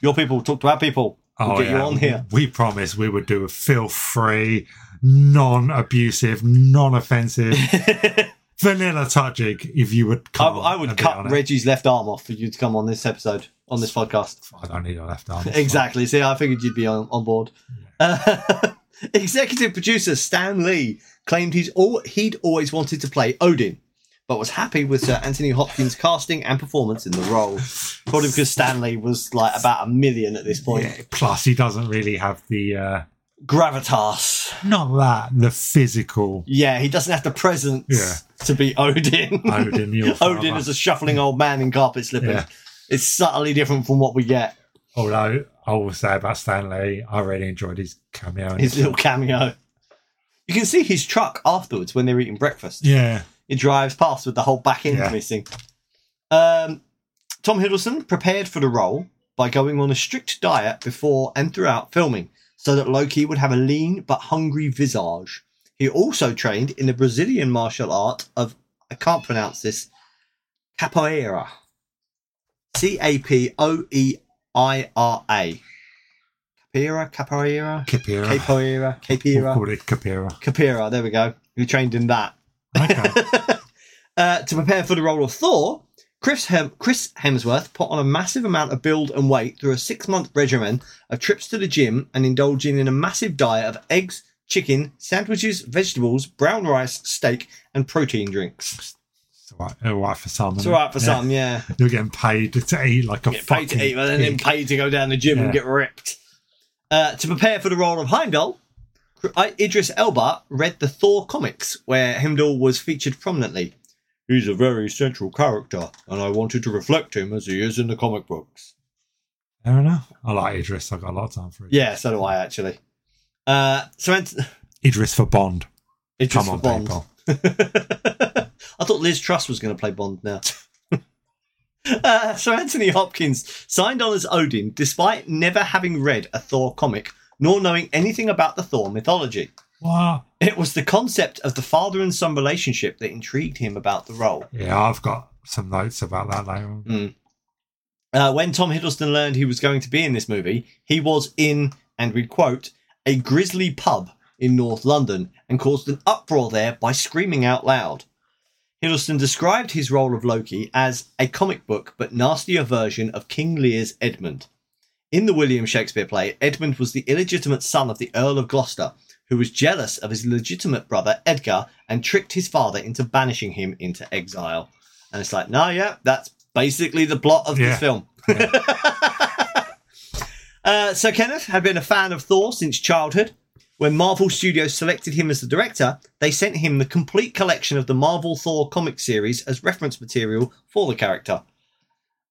A: your people talk to our people. We'll get you on here.
B: Oh, We promise we would do a feel free, non abusive, non offensive,
A: I,
B: vanilla touching if you would come.
A: I
B: a
A: would
B: bit on
A: cut
B: it.
A: Reggie's left arm off for you to come on this episode, on this podcast.
B: I don't need a left arm.
A: Exactly. See, I figured you'd be on, on board. Uh, executive producer Stan Lee claimed he's all, he'd always wanted to play Odin, but was happy with Sir Anthony Hopkins' casting and performance in the role. Probably because Stan Lee was like about a million at this point.
B: Yeah, plus, he doesn't really have the uh,
A: Gravitas.
B: not that the physical
A: Yeah, he doesn't have the presence
B: Yeah.
A: to be Odin.
B: Odin. your
A: Odin
B: father.
A: is a shuffling old man in carpet slippers.
B: Yeah.
A: It's subtly different from what we get.
B: Although I will say about Stanley, I really enjoyed his cameo. in
A: His
B: this
A: little cameo. You can see his truck afterwards when they're eating breakfast.
B: film. yeah,
A: It drives past with the whole back end
B: Yeah.
A: missing. Um, Tom Hiddleston prepared for the role by going on a strict diet before and throughout filming so that Loki would have a lean but hungry visage. He also trained in the Brazilian martial art of, I can't pronounce this, capoeira. C A P O E I R A. Capoeira, capoeira,
B: Kapira.
A: capoeira,
B: We'll
A: capoeira,
B: call it Kapira.
A: capoeira, there we go. He trained in that.
B: Okay.
A: Uh, to prepare for the role of Thor, Chris, Hem- Chris Hemsworth put on a massive amount of build and weight through a six month regimen of trips to the gym and indulging in a massive diet of eggs, chicken, sandwiches, vegetables, brown rice, steak, and protein drinks.
B: It's all right, all right for some.
A: It's
B: isn't it?
A: alright for
B: Yeah.
A: some, yeah.
B: You're getting paid to eat like a
A: Get paid
B: fucking.
A: to eat and then
B: pig.
A: paid to go down the gym and
B: Yeah.
A: get ripped. Uh, to prepare for the role of Heimdall, I- Idris Elba read the Thor comics where Heimdall was featured prominently. He's a very central character, and I wanted to reflect him as he is in the comic books.
B: Fair enough. I like Idris. I've got a lot of time for Idris.
A: Yeah, so do I actually. Uh, so Ant-
B: Idris for Bond.
A: Idris
B: Come
A: for
B: on,
A: Bond.
B: people.
A: I thought Liz Truss was going to play Bond now. uh, so Anthony Hopkins signed on as Odin despite never having read a Thor comic nor knowing anything about the Thor mythology.
B: What?
A: It was the concept of the father and son relationship that intrigued him about the role.
B: Yeah, I've got some notes about that later on.
A: Uh, when Tom Hiddleston learned he was going to be in this movie, he was in, and we quote, a grisly pub in North London and caused an uproar there by screaming out loud. Hiddleston described his role of Loki as a comic book but nastier version of King Lear's Edmund. In the William Shakespeare play, Edmund was the illegitimate son of the Earl of Gloucester, who was jealous of his legitimate brother Edgar and tricked his father into banishing him into exile. And it's like, no, yeah, that's basically the plot of
B: Yeah.
A: this film. uh, Sir Kenneth had been a fan of Thor since childhood. When Marvel Studios selected him as the director, they sent him the complete collection of the Marvel Thor comic series as reference material for the character.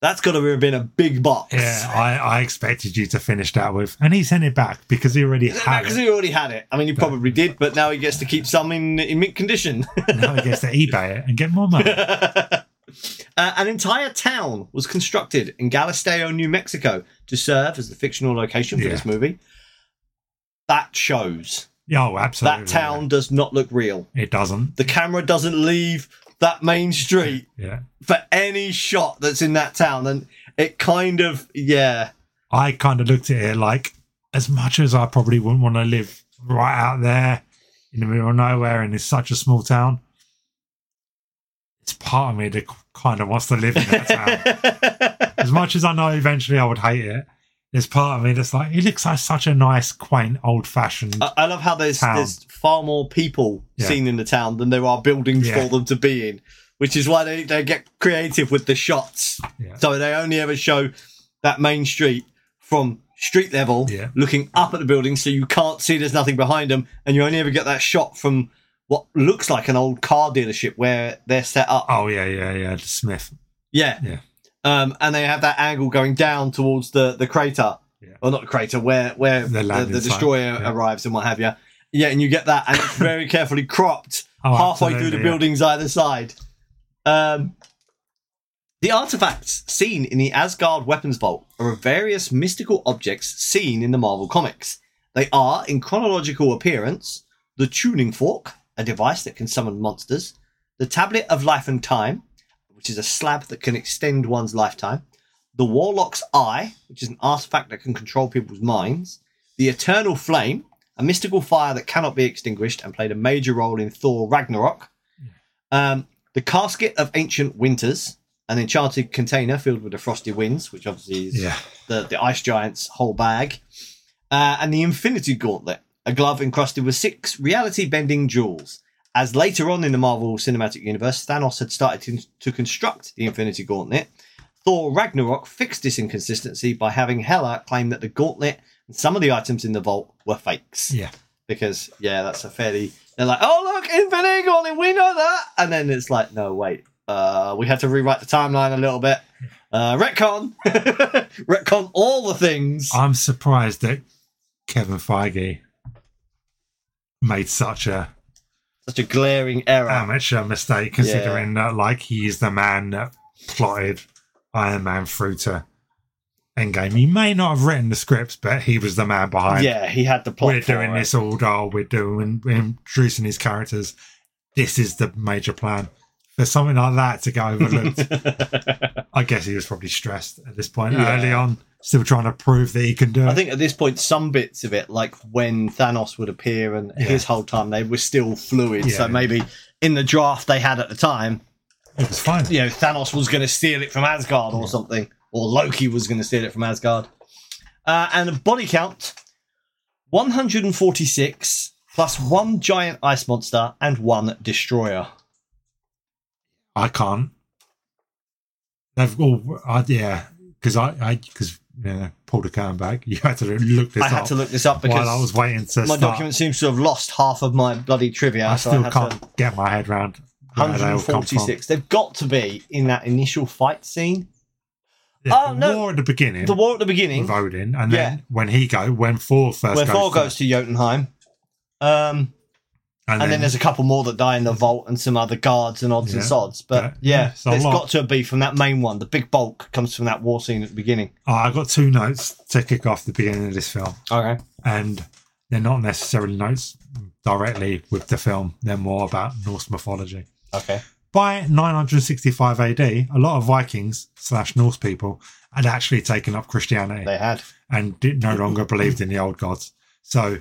A: That's got to have been a big box.
B: Yeah, I, I expected you to finish that with. And he sent it back because he already had
A: Because
B: it.
A: he already had it. I mean, he probably did, but now he gets to keep some in, in mint condition.
B: now he gets to eBay it and get more money.
A: Uh, an entire town was constructed in Galisteo, New Mexico, to serve as the fictional location for
B: Yeah.
A: this movie. That shows.
B: Yeah, oh, absolutely.
A: That town does not look real.
B: It doesn't.
A: The camera doesn't leave that main street
B: Yeah.
A: for any shot that's in that town. And it kind of, yeah.
B: I kind of looked at it like, as much as I probably wouldn't want to live right out there in the middle of nowhere and it's such a small town, it's part of me that kind of wants to live in that town. as much as I know eventually I would hate it, there's part of me that's like, it looks like such a nice, quaint, old fashioned.
A: I I love how there's
B: Town.
A: there's far more people
B: Yeah.
A: seen in the town than there are buildings
B: Yeah.
A: for them to be in, which is why they, they get creative with the shots.
B: yeah.
A: So they only ever show that main street from street level,
B: Yeah.
A: looking up at the building, so you can't see there's nothing behind them, and you only ever get that shot from what looks like an old car dealership where they're set up.
B: Oh, yeah, yeah, yeah. The Smith.
A: Yeah.
B: Yeah.
A: Um, and they have that angle going down towards the the crater,
B: Yeah.
A: or not the crater, where where
B: The
A: the, the,
B: landing site,
A: destroyer
B: yeah.
A: arrives and what have you. Yeah, and you get that, and it's very carefully cropped
B: Oh,
A: halfway through the
B: absolutely, yeah.
A: buildings either side. Um, the artifacts seen in the Asgard weapons vault are of various mystical objects seen in the Marvel comics. They are, in chronological appearance, the tuning fork, a device that can summon monsters, the tablet of life and time, which is a slab that can extend one's lifetime, the warlock's eye, which is an artifact that can control people's minds, the eternal flame, a mystical fire that cannot be extinguished and played a major role in Thor Ragnarok, um, the casket of ancient winters, an enchanted container filled with the frosty winds, which obviously is
B: Yeah.
A: the, the ice giant's whole bag, uh, and the Infinity Gauntlet, a glove encrusted with six reality bending jewels. As later on in the Marvel Cinematic Universe, Thanos had started to, to construct the Infinity Gauntlet, Thor Ragnarok fixed this inconsistency by having Hela claim that the gauntlet and some of the items in the vault were fakes.
B: Yeah.
A: Because, yeah, that's a fairly. They're like, oh, look, Infinity Gauntlet, we know that. And then it's like, no, wait. Uh, we had to rewrite the timeline a little bit. Uh, retcon. retcon all the things.
B: I'm surprised that Kevin Feige made such a
A: Such a glaring error.
B: amateur Um, mistake, considering that like he's the man that plotted Iron Man through to Endgame. He may not have written the scripts, but he was the man behind.
A: yeah, he had the plot.
B: we're
A: for
B: doing
A: it.
B: this all doll. We're doing we're introducing these characters. This is the major plan. For something like that to go overlooked, I guess he was probably stressed at this point
A: Yeah.
B: early on, still trying to prove that he can do it.
A: I think at this point, some bits of it, like when Thanos would appear and
B: Yeah.
A: his whole time, they were still fluid.
B: Yeah.
A: So maybe in the draft they had at the time,
B: it was fine.
A: you know, Thanos was going to steal it from Asgard or something, or Loki was going to steal it from Asgard. Uh, and the body count 146 plus one giant ice monster and one destroyer.
B: I can't. They've all, I, yeah, because I, I, because you know, pulled a curtain back. You had to look this
A: I
B: up
A: had to look this up because
B: while I was waiting to
A: my
B: start.
A: document seems to have lost half of my bloody trivia.
B: I
A: so I
B: still
A: had to-
B: can't get my head around where they all come from.
A: 146. They've got to be in that initial fight scene.
B: Yeah,
A: Oh,
B: the
A: no.
B: war at the beginning
A: The war at the
B: with
A: beginning,
B: Odin, and then when he go, when Thor first
A: where
B: goes,
A: Thor
B: to-
A: goes to Jotunheim. Um,
B: and,
A: and, then, there's a couple more that die in the vault and some other guards and odds and
B: Yeah.
A: sods. But
B: Yeah.
A: yeah,
B: It's a
A: there's
B: lot.
A: got to be from that main one. The big bulk comes from that war scene at the beginning.
B: oh, I got two notes to kick off the beginning of this film,
A: Okay.
B: and they're not necessarily notes directly with the film. They're more about Norse mythology.
A: Okay.
B: By 965 AD, a lot of Vikings slash Norse people had actually taken up Christianity
A: They had.
B: and did, no longer believed in the old gods. So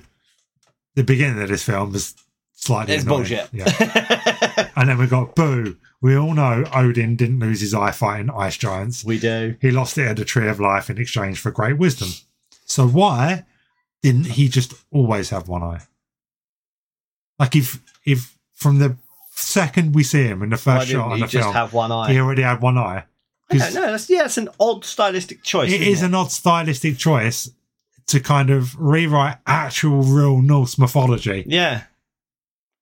B: the beginning of this film is slightly
A: It's
B: annoying.
A: bullshit.
B: Yeah. And then we got Boo. We all know Odin didn't lose his eye fighting ice giants.
A: we do.
B: He lost it at the Tree of Life in exchange for great wisdom. So why didn't he just always have one eye? Like if if from the second we see him in the
A: Why
B: first shot
A: didn't
B: on
A: you
B: the
A: just
B: film,
A: have one eye?
B: he already had one eye.
A: I don't know. That's, yeah, it's an odd stylistic choice.
B: It
A: isn't
B: is an odd stylistic choice to kind of rewrite actual real Norse mythology.
A: Yeah.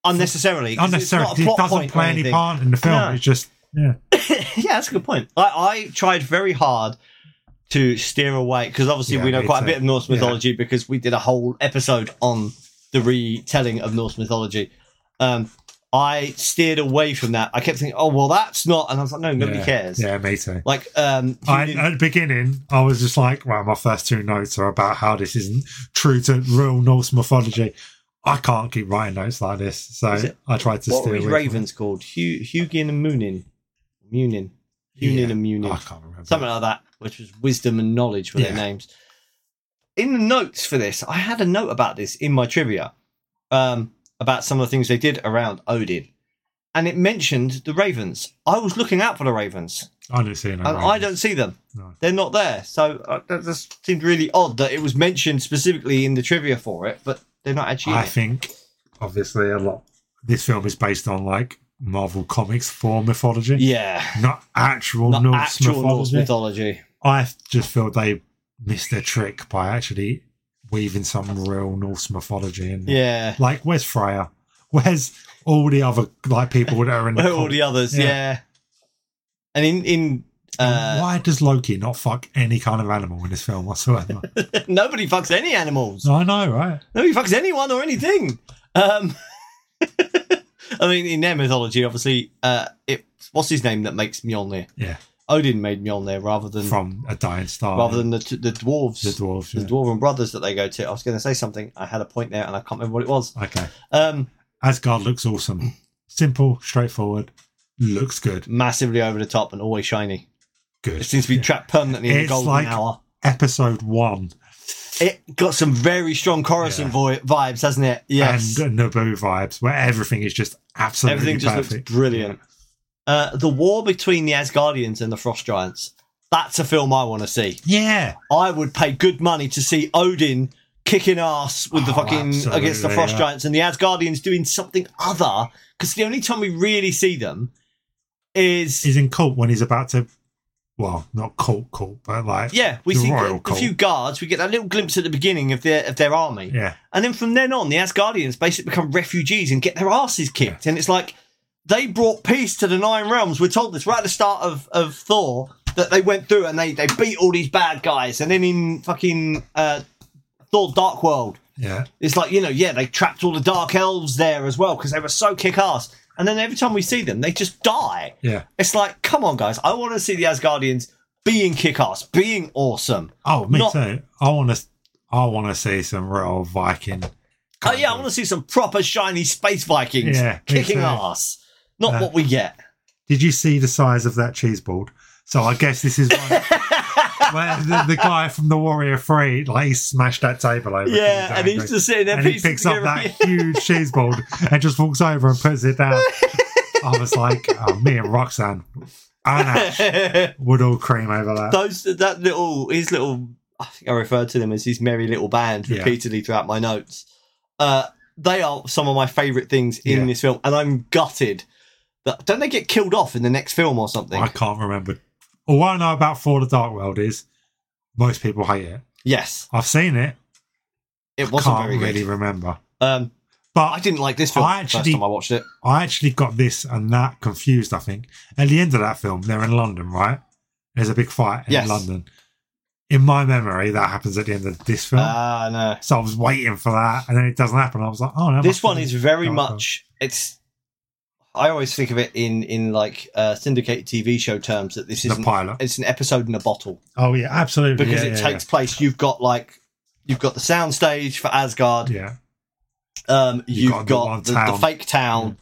A: Unnecessarily. 'cause it's
B: Unnecessarily,
A: not a
B: it
A: plot
B: doesn't
A: point or
B: play any
A: anything.
B: part in the film.
A: No.
B: It's just
A: yeah, that's a good point. Like, I tried very hard to steer away because obviously
B: Yeah,
A: we know
B: me
A: quite a
B: too.
A: bit of Norse
B: Yeah.
A: mythology because we did a whole episode on the retelling of Norse mythology. Um, I steered away from that. I kept thinking, oh well, that's not, and I was like, no, nobody
B: yeah,
A: cares.
B: Yeah, me too.
A: Like, um,
B: I,
A: Julian-
B: at the beginning, I was just like, right, my first two notes are about how this isn't true to real Norse mythology. I can't keep writing notes like this, so
A: Is it-
B: I tried to
A: what
B: steer
A: were
B: away
A: his
B: from
A: ravens called? Hu- Hugin and Munin, Munin,
B: Yeah.
A: Munin and
B: it.
A: Munin.
B: I can't remember.
A: something like that, which was wisdom and knowledge were their
B: Yeah.
A: names. In the notes for this, I had a note about this in my trivia um, about some of the things they did around Odin, and it mentioned the ravens. I was looking out for the ravens,
B: I didn't see no.
A: and I
B: ravens.
A: don't see them.
B: No.
A: They're not there, so uh, that just seemed really odd that it was mentioned specifically in the trivia for it, but they're not actually. in
B: I
A: it.
B: think obviously a lot. This film is based on like Marvel comics for mythology,
A: yeah,
B: not actual
A: not
B: Norse
A: actual
B: mythology.
A: Norse mythology.
B: I just feel they missed their trick by actually weaving some real Norse mythology in. there.
A: Yeah,
B: Like, where's Freya? Where's all the other like people that are in the
A: Where all
B: cult?
A: the others,
B: Yeah.
A: yeah. And in in uh,
B: Why does Loki not fuck any kind of animal in this film whatsoever?
A: Nobody fucks any animals.
B: I know, right?
A: Nobody fucks anyone or anything. Um, I mean, in their mythology, obviously, uh, it what's his name that makes Mjolnir?
B: Yeah,
A: Odin made Mjolnir rather than
B: from a dying star.
A: rather than the t- the dwarves,
B: the
A: the,
B: dwarves. yeah.
A: dwarven brothers that they go to. I was going to say something. I had a point there, and I can't remember what it was.
B: Okay,
A: Um,
B: Asgard looks awesome. Simple, straightforward. Looks good.
A: massively over the top and always shiny. It
B: Good.
A: seems to be trapped permanently in the
B: It's
A: golden
B: like-
A: hour.
B: Episode one.
A: It got some very strong Coruscant
B: Yeah.
A: voi- vibes, hasn't it? Yes.
B: And Naboo vibes, where everything is just absolutely
A: Everything just
B: perfect.
A: looks brilliant. Uh, the war between the Asgardians and the Frost Giants. That's a film I want to see.
B: Yeah.
A: I would pay good money to see Odin kicking ass with the
B: Oh,
A: fucking
B: absolutely,
A: against the frost
B: yeah.
A: giants and the Asgardians doing something other because the only time we really see them is
B: He's in cult when he's about to, well, not cult, cult, but like,
A: yeah we
B: the
A: see
B: royal
A: a few
B: cult.
A: guards we get that little glimpse at the beginning of their of their army
B: yeah,
A: and then from then on the Asgardians basically become refugees and get their asses kicked and it's like they brought peace to the Nine Realms we're told this right at the start of of Thor that they went through and they they beat all these bad guys and then in fucking uh, Thor Dark World
B: yeah.
A: It's like, you know, yeah, they trapped all the dark elves there as well because they were so kick ass. And then every time we see them, they just die.
B: Yeah.
A: It's like, come on, guys. I want to see the Asgardians being kick ass, being awesome.
B: Oh, me
A: Not-
B: too. I want to. I want to see some real Viking.
A: Oh, yeah, I want to see some proper shiny space Vikings
B: Yeah, me
A: kicking
B: too.
A: ass. Not
B: Uh,
A: what we get.
B: Did you see the size of that cheese board? So I guess this is one where the, the guy from the Warrior Three, like he smashed that table over. 'cause
A: Yeah, and
B: angry.
A: he's just sitting there
B: and he
A: piecing
B: picks up
A: together-
B: that huge cheese board and just walks over and puts it down. I was like, oh, me and Roxanne, Anna would all cream over that.
A: Those that little his little I think I referred to them as his merry little band
B: Yeah.
A: repeatedly throughout my notes. Uh, they are some of my favourite things in
B: Yeah.
A: this film, and I'm gutted that don't they get killed off in the next film or something?
B: I can't remember. All I know about For the Dark World is most people hate it.
A: Yes,
B: I've seen it,
A: it wasn't
B: can't
A: very
B: really
A: good.
B: remember.
A: Um,
B: But
A: I didn't like this film the
B: I
A: first
B: actually-
A: time I watched it.
B: I actually got this and that confused, I think. At the end of that film, they're in London, right? There's a big fight in
A: Yes.
B: London. In my memory, that happens at the end of this film.
A: Ah, no.
B: so I was waiting for that, and then it doesn't happen. I was like, oh, no.
A: this one is very
B: Dark World.
A: much it's. I always think of it in in like uh, syndicated TV show terms that this
B: the
A: is
B: pilot.
A: it's an episode in a bottle.
B: Oh, yeah, absolutely.
A: because
B: yeah,
A: it
B: yeah,
A: takes place. You've got like you've got the sound stage for Asgard.
B: Yeah. yeah.
A: Um,
B: You've
A: you've
B: got
A: got,
B: the one
A: the, the
B: town.
A: fake town,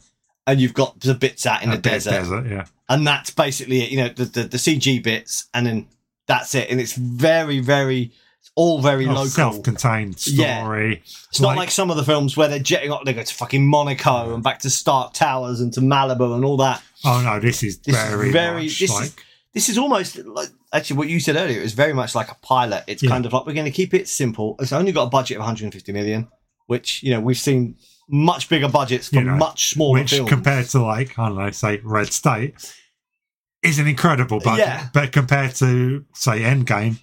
A: and you've got the bits out in
B: A
A: the
B: bit of
A: desert,
B: Yeah.
A: and that's basically it. You know, the, the the CG bits, and then that's it. And it's very, very, it's all very
B: Oh,
A: local.
B: self-contained
A: Yeah.
B: story.
A: it's not like some of the films where they're jetting up. They go to fucking Monaco and back to Stark Towers and to Malibu and all that.
B: Oh no, this is
A: This is
B: very,
A: very-
B: much
A: this is-
B: like
A: This is almost like actually what you said earlier. It's very much like a pilot. It's
B: Yeah.
A: kind of like we're going to keep it simple. It's only got a budget of 150 million, which you know we've seen much bigger budgets for
B: You know,
A: much smaller
B: which
A: films.
B: compared to like I don't know, say Red State, is an incredible budget.
A: Yeah.
B: But compared to say Endgame,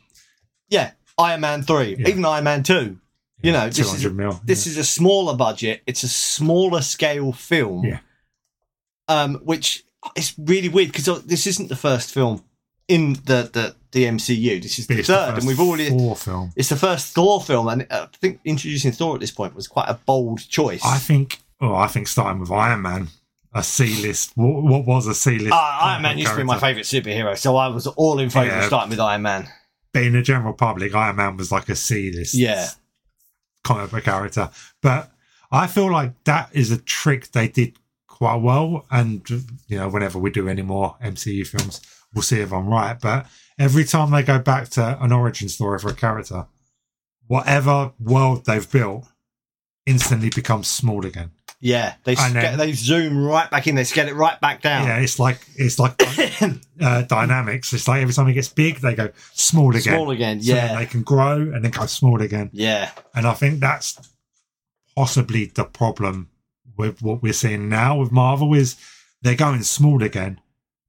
A: yeah, Iron Man three,
B: Yeah.
A: even Iron Man two. You know,
B: two
A: this is
B: hundred mil.
A: this is a smaller budget. It's a smaller scale film.
B: Yeah.
A: Um, which is really weird because this isn't the first film in the the, the MCU. This is the third, and we've already
B: four film.
A: It's the first Thor film, and uh, I think introducing Thor at this point was quite a bold choice. Uh,
B: I think. Oh, I think starting with Iron Man, a C list. What, what was a C list?
A: uh, Iron Man used to be my
B: character?
A: favourite superhero, so I was all in favour of
B: Yeah.
A: starting with Iron Man.
B: But in the general public, Iron Man was like a C list.
A: Yeah.
B: comic book character. But I feel like that is a trick they did quite well. And you know, whenever we do any more MCU films, we'll see if I'm right. But every time they go back to an origin story for a character, whatever world they've built instantly becomes small again.
A: Yeah, they
B: I
A: sca-
B: know.
A: they zoom right back in, they scale it right back down.
B: Yeah, it's like it's like uh, dynamics. It's like every time it gets big, they go small again.
A: Small again,
B: So
A: yeah,
B: then they can grow and then go small again.
A: yeah,
B: And I think that's possibly the problem with what we're seeing now with Marvel is they're going small again,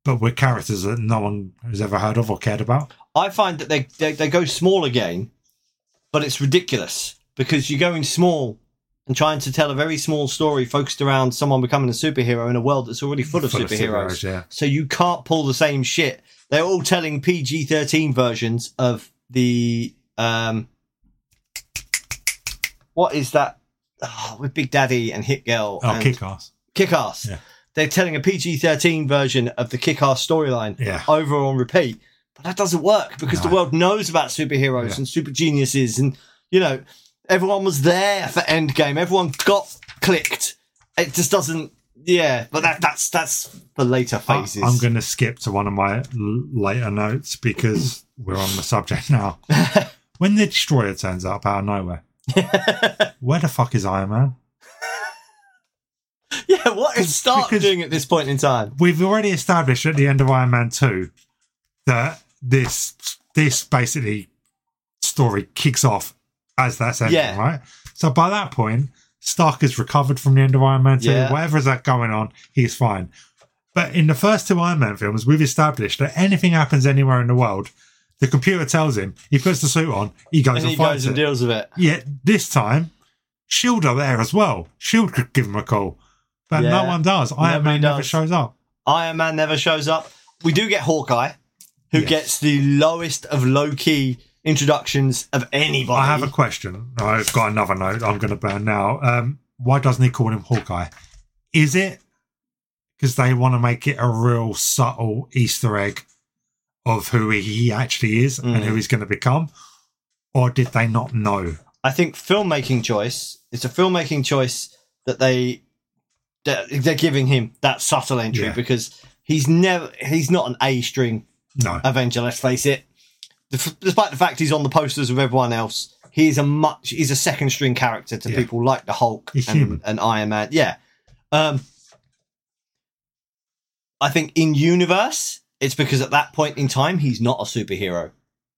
B: but with characters that no one has ever heard of or cared about.
A: I find that they, they they go small again, but it's ridiculous because you're going small and trying to tell a very small story focused around someone becoming a superhero in a world that's already full of
B: Full of
A: superheroes.
B: superheroes, yeah.
A: So you can't pull the same shit. They're all telling PG thirteen versions of the um what is that? Oh, with Big Daddy and Hit Girl
B: Oh,
A: and
B: kick ass.
A: Kick Ass.
B: Yeah.
A: They're telling a PG thirteen version of the Kick Ass storyline
B: Yeah.
A: over on repeat. But that doesn't work because the
B: No.
A: world knows about superheroes
B: Yeah.
A: and super geniuses, and you know everyone was there for Endgame. Everyone got clicked. It just doesn't. Yeah, but that that's that's for later
B: I,
A: phases.
B: am going to skip to one of my l- later notes because we're on the subject now. when the destroyer turns up out of nowhere, where the fuck is Iron Man?
A: yeah, what is Stark
B: because-
A: doing at this point in time?
B: we've already established at the end of Iron Man 2 that this this basically story kicks off as that's ending,
A: Yeah.
B: right? So by that point, Stark has recovered from the end of Iron Man 2.
A: Yeah.
B: Whatever is that going on, he's fine. But in the first two Iron Man films, we've established that anything happens anywhere in the world, the computer tells him, he puts the suit on, he goes
A: And
B: and,
A: he
B: fights
A: goes and
B: it.
A: deals with it.
B: Yet this time, Shield E are there as well. Shield E could give him a call. But no
A: Yeah.
B: one does.
A: Nobody
B: Iron Man never
A: does.
B: shows up.
A: Iron Man never shows up. We do get Hawkeye, who
B: Yes.
A: gets the lowest of low key introductions of anybody.
B: I have a question. I've got another note I'm going to burn now. Um, why doesn't he call him Hawkeye? Is it because they want to make it a real subtle Easter egg of who he actually is and
A: Mm.
B: who he's going to become? Or did they not know?
A: I think filmmaking choice. It's a filmmaking choice that they that they're giving him that subtle entry
B: Yeah.
A: because he's never he's not an A string
B: No.
A: Avenger. Let's face it. The- Despite the fact he's on the posters with everyone else, he is a much he's a second string character to
B: Yeah.
A: people like the Hulk
B: He's
A: and,
B: human.
A: and Iron Man. Yeah. Um, I think in universe, it's because at that point in time he's not a superhero.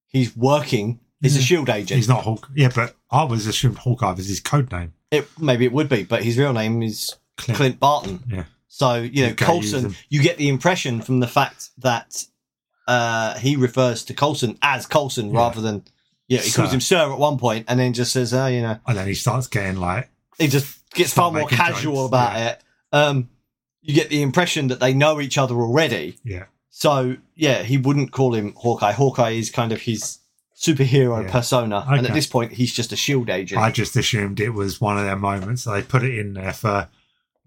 A: He's working. He's a
B: Yeah.
A: shield E agent.
B: He's not Hawk. Yeah, but I was assumed Hawkeye was his code name.
A: It maybe it would be, but his real name is
B: Clint.
A: Clint Barton.
B: Yeah.
A: So you know
B: You can't use
A: Colson.
B: him.
A: You get the impression from the fact that uh, he refers to Colson as Colson
B: Yeah.
A: rather than yeah. He calls
B: Sir.
A: him Sir at one point, and then just says, "Oh, you know."
B: And then he starts getting like,
A: He just gets
B: Start
A: far more
B: making
A: casual
B: jokes,
A: about
B: yeah.
A: it. Um, you get the impression that they know each other already.
B: yeah,
A: So yeah, he wouldn't call him Hawkeye. Hawkeye is kind of his superhero
B: Yeah.
A: persona, and at
B: Okay.
A: this point, he's just a shield agent.
B: I just assumed it was one of their moments. They put it in there for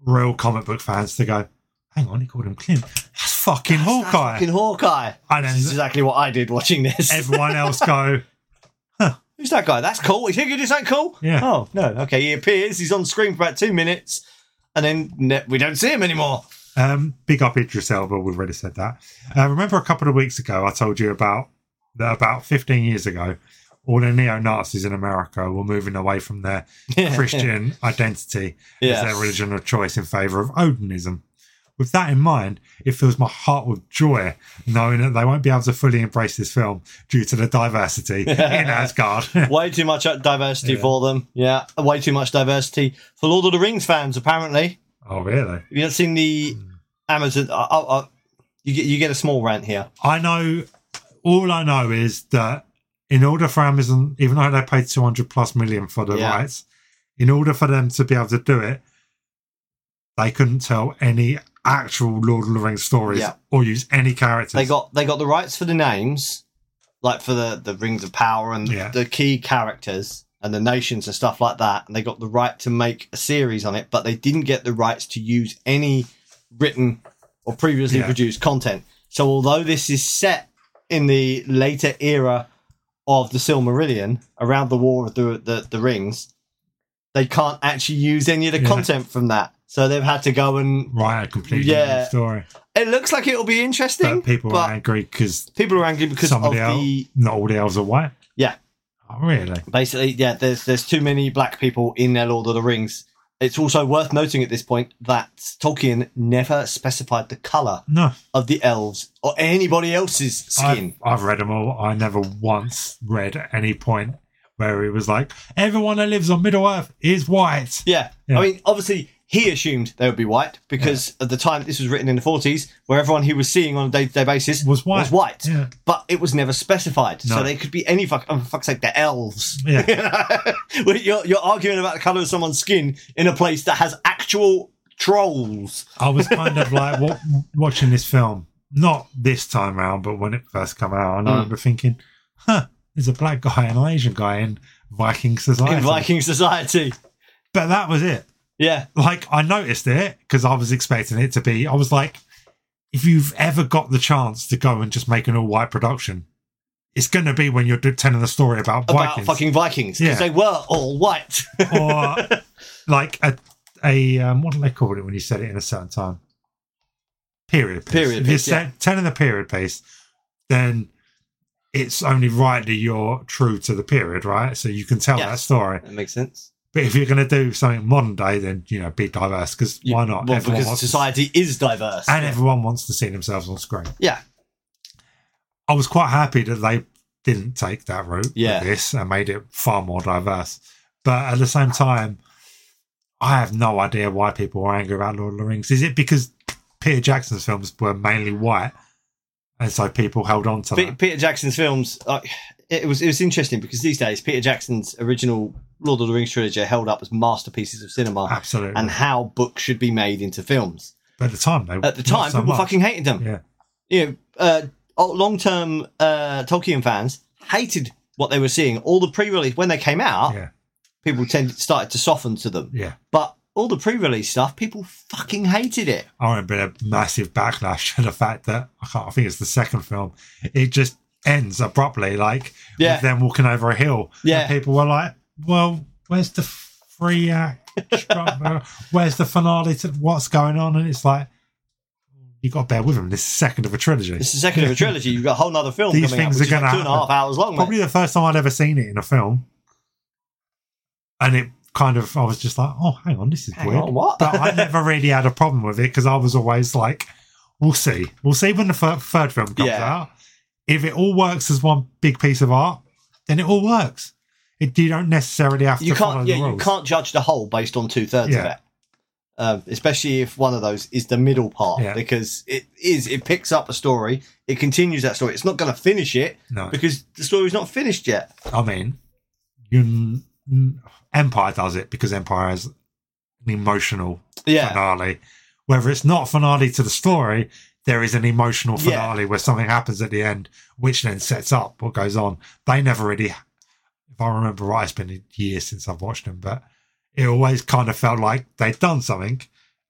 B: real comic book fans to go, hang on, he called him Clint. That's fucking
A: That's
B: Hawkeye.
A: fucking Hawkeye.
B: and
A: This is
B: then
A: exactly what I did watching this.
B: everyone else go,
A: Who's that guy? That's cool. Is he good? Is that cool?
B: Yeah.
A: Oh no. Okay. He appears. He's on screen for about two minutes, and then ne- we don't see him anymore.
B: um, big up Idris Elba. We've already said that. Uh, remember a couple of weeks ago, I told you about that about 15 years ago, all the neo Nazis in America were moving away from their Christian identity as their
A: yeah.
B: religion of choice in favor of Odinism. With that in mind, it fills my heart with joy knowing that they won't be able to fully embrace this film due to the diversity in Asgard.
A: Way too much uh, diversity
B: Yeah.
A: for them. Yeah. Way too much diversity for Lord of the Rings fans. Apparently,
B: oh, really?
A: Have you not seen the
B: Hmm.
A: Amazon. I, I, I, you get you get a small rant here.
B: I know all I know is that in order for Amazon, even though they paid 200 plus million for the
A: Yeah.
B: rights, in order for them to be able to do it, they couldn't tell any actual Lord of the Rings stories
A: Yeah.
B: or use any characters.
A: They got they got the rights for the names, like for the the rings of power and
B: Yeah.
A: the key characters and the nations and stuff like that. And they got the right to make a series on it, but they didn't get the rights to use any written or previously
B: Yeah.
A: produced content. So although this is set in the later era of the Silmarillion, around the War of the the, the Rings, they can't actually use any of the
B: Yeah.
A: content from that. So they've had to go and
B: Right, a completely
A: Yeah.
B: new story.
A: it looks like it'll be interesting.
B: but people
A: but
B: are angry because
A: people are angry because of
B: somebody else,
A: the
B: not all the elves are white.
A: Yeah.
B: Oh, really?
A: basically yeah. There's there's too many black people in their Lord of the Rings. It's also worth noting at this point that Tolkien never specified the color
B: No.
A: of the elves or anybody else's
B: I've,
A: skin.
B: I've read them all. I never once read at any point where it was like, everyone that lives on Middle Earth is white.
A: yeah.
B: Yeah.
A: I mean, obviously he assumed they would be white because at the time this was written in the 40s, where everyone he was seeing on a day-to-day basis
B: Was white.
A: was white,
B: Yeah.
A: but it was never specified, so
B: No.
A: they could be any fuck. Oh, for fuck's sake, they're elves.
B: Yeah.
A: You know? you're you're arguing about the color of someone's skin in a place that has actual trolls.
B: I was kind of like wa- watching this film, not this time round, but when it first came out, and I
A: Mm.
B: remember thinking, huh, there's a black guy and an Asian guy in Viking society.
A: in Viking society.
B: But that was it.
A: Yeah,
B: Like, I noticed it because I was expecting it to be, I was like, if you've ever got the chance to go and just make an all white production, it's going to be when you're do- telling a story about,
A: about
B: Vikings
A: fucking Vikings because
B: Yeah.
A: they were all white.
B: or like a, a um, what do they call it when you said it in a certain time? Period piece.
A: Period
B: If you're
A: piece, yeah.
B: set- telling the period piece, then it's only right that you're true to the period, right? So you can tell
A: Yeah.
B: that story.
A: that makes sense.
B: But if you're going to do something modern day, then you know be diverse because why not?
A: Well,
B: Everyone
A: because
B: wants to-
A: society is diverse.
B: and everyone wants to see themselves on screen.
A: yeah,
B: I was quite happy that they didn't take that route
A: Yeah.
B: with this and made it far more diverse. But at the same time, I have no idea why people are angry about Lord of the Rings. Is it because Peter Jackson's films were mainly white, and so people held on to
A: Pe-
B: that?
A: Peter Jackson's films. Uh, it was it was interesting because these days Peter Jackson's original Lord of the Rings trilogy are held up as masterpieces of cinema
B: Absolutely.
A: and how books should be made into films.
B: but at the time, they
A: At the
B: not
A: time,
B: so
A: people
B: much.
A: fucking hated them.
B: yeah.
A: you know, uh, long term uh, Tolkien fans hated what they were seeing. All the pre release, when they came out,
B: Yeah.
A: people tended, started to soften to them.
B: Yeah.
A: But all the pre release stuff, people fucking hated it.
B: I remember a massive backlash to the fact that I can't. I think it's the second film. It just ends abruptly, like
A: Yeah.
B: with them walking over a hill.
A: Yeah.
B: and people were like, "Well, where's the free act? structure? where's the finale to what's going on?" And it's like, you got to bear with them. This is second of a trilogy.
A: It's the second of a trilogy. You've got a whole other film
B: These
A: coming out,
B: things
A: which
B: are
A: is like
B: gonna
A: two and a half
B: happen.
A: hours long. mate.
B: Probably the first time I'd ever seen it in a film, and it kind of I was just like, "Oh, hang on, this is
A: Hang
B: weird."
A: on, what?
B: but I never really had a problem with it because I was always like, we'll see. We'll see when the third, third film comes
A: Yeah.
B: out. If it all works as one big piece of art, then it all works. It, you don't necessarily have
A: you
B: to follow
A: can't, yeah,
B: the
A: you
B: rules.
A: can't judge the whole based on two thirds of
B: Yeah.
A: it. Um, especially if one of those is the middle part,
B: Yeah.
A: because it is it picks up a story, it continues that story. It's not going to finish it
B: No,
A: because the story's not finished yet.
B: I mean, you, mm, Empire does it because Empire has an emotional
A: Yeah,
B: finale. Whether it's not a finale to the story, there is an emotional
A: Yeah.
B: finale where something happens at the end, which then sets up what goes on. They never really, if I remember right, it's been years since I've watched them, but it always kind of felt like they'd done something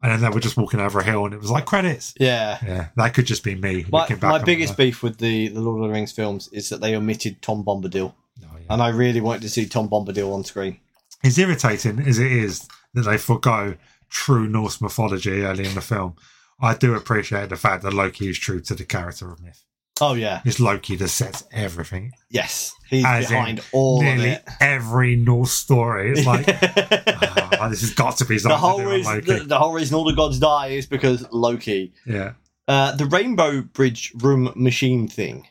B: and then they were just walking over a hill and it was like credits.
A: yeah.
B: Yeah, that could just be me.
A: My,
B: looking back
A: my
B: on
A: biggest
B: the-
A: beef with the, the Lord of the Rings films is that they omitted Tom Bombadil,
B: No, "Oh, yeah.
A: and I really wanted to see Tom Bombadil on screen.
B: as irritating as it is that they forgo true Norse mythology early in the film, I do appreciate the fact that Loki is true to the character of myth.
A: Oh yeah,
B: It's Loki that sets everything.
A: yes, he's
B: As in
A: behind all of
B: Nearly
A: it.
B: every Norse story. It's like, oh, "Ah, this has got to be
A: the
B: something
A: whole
B: to do with
A: reason
B: Loki.
A: the, the whole reason all the gods die is because Loki.
B: yeah.
A: Uh, the Rainbow Bridge room machine thing,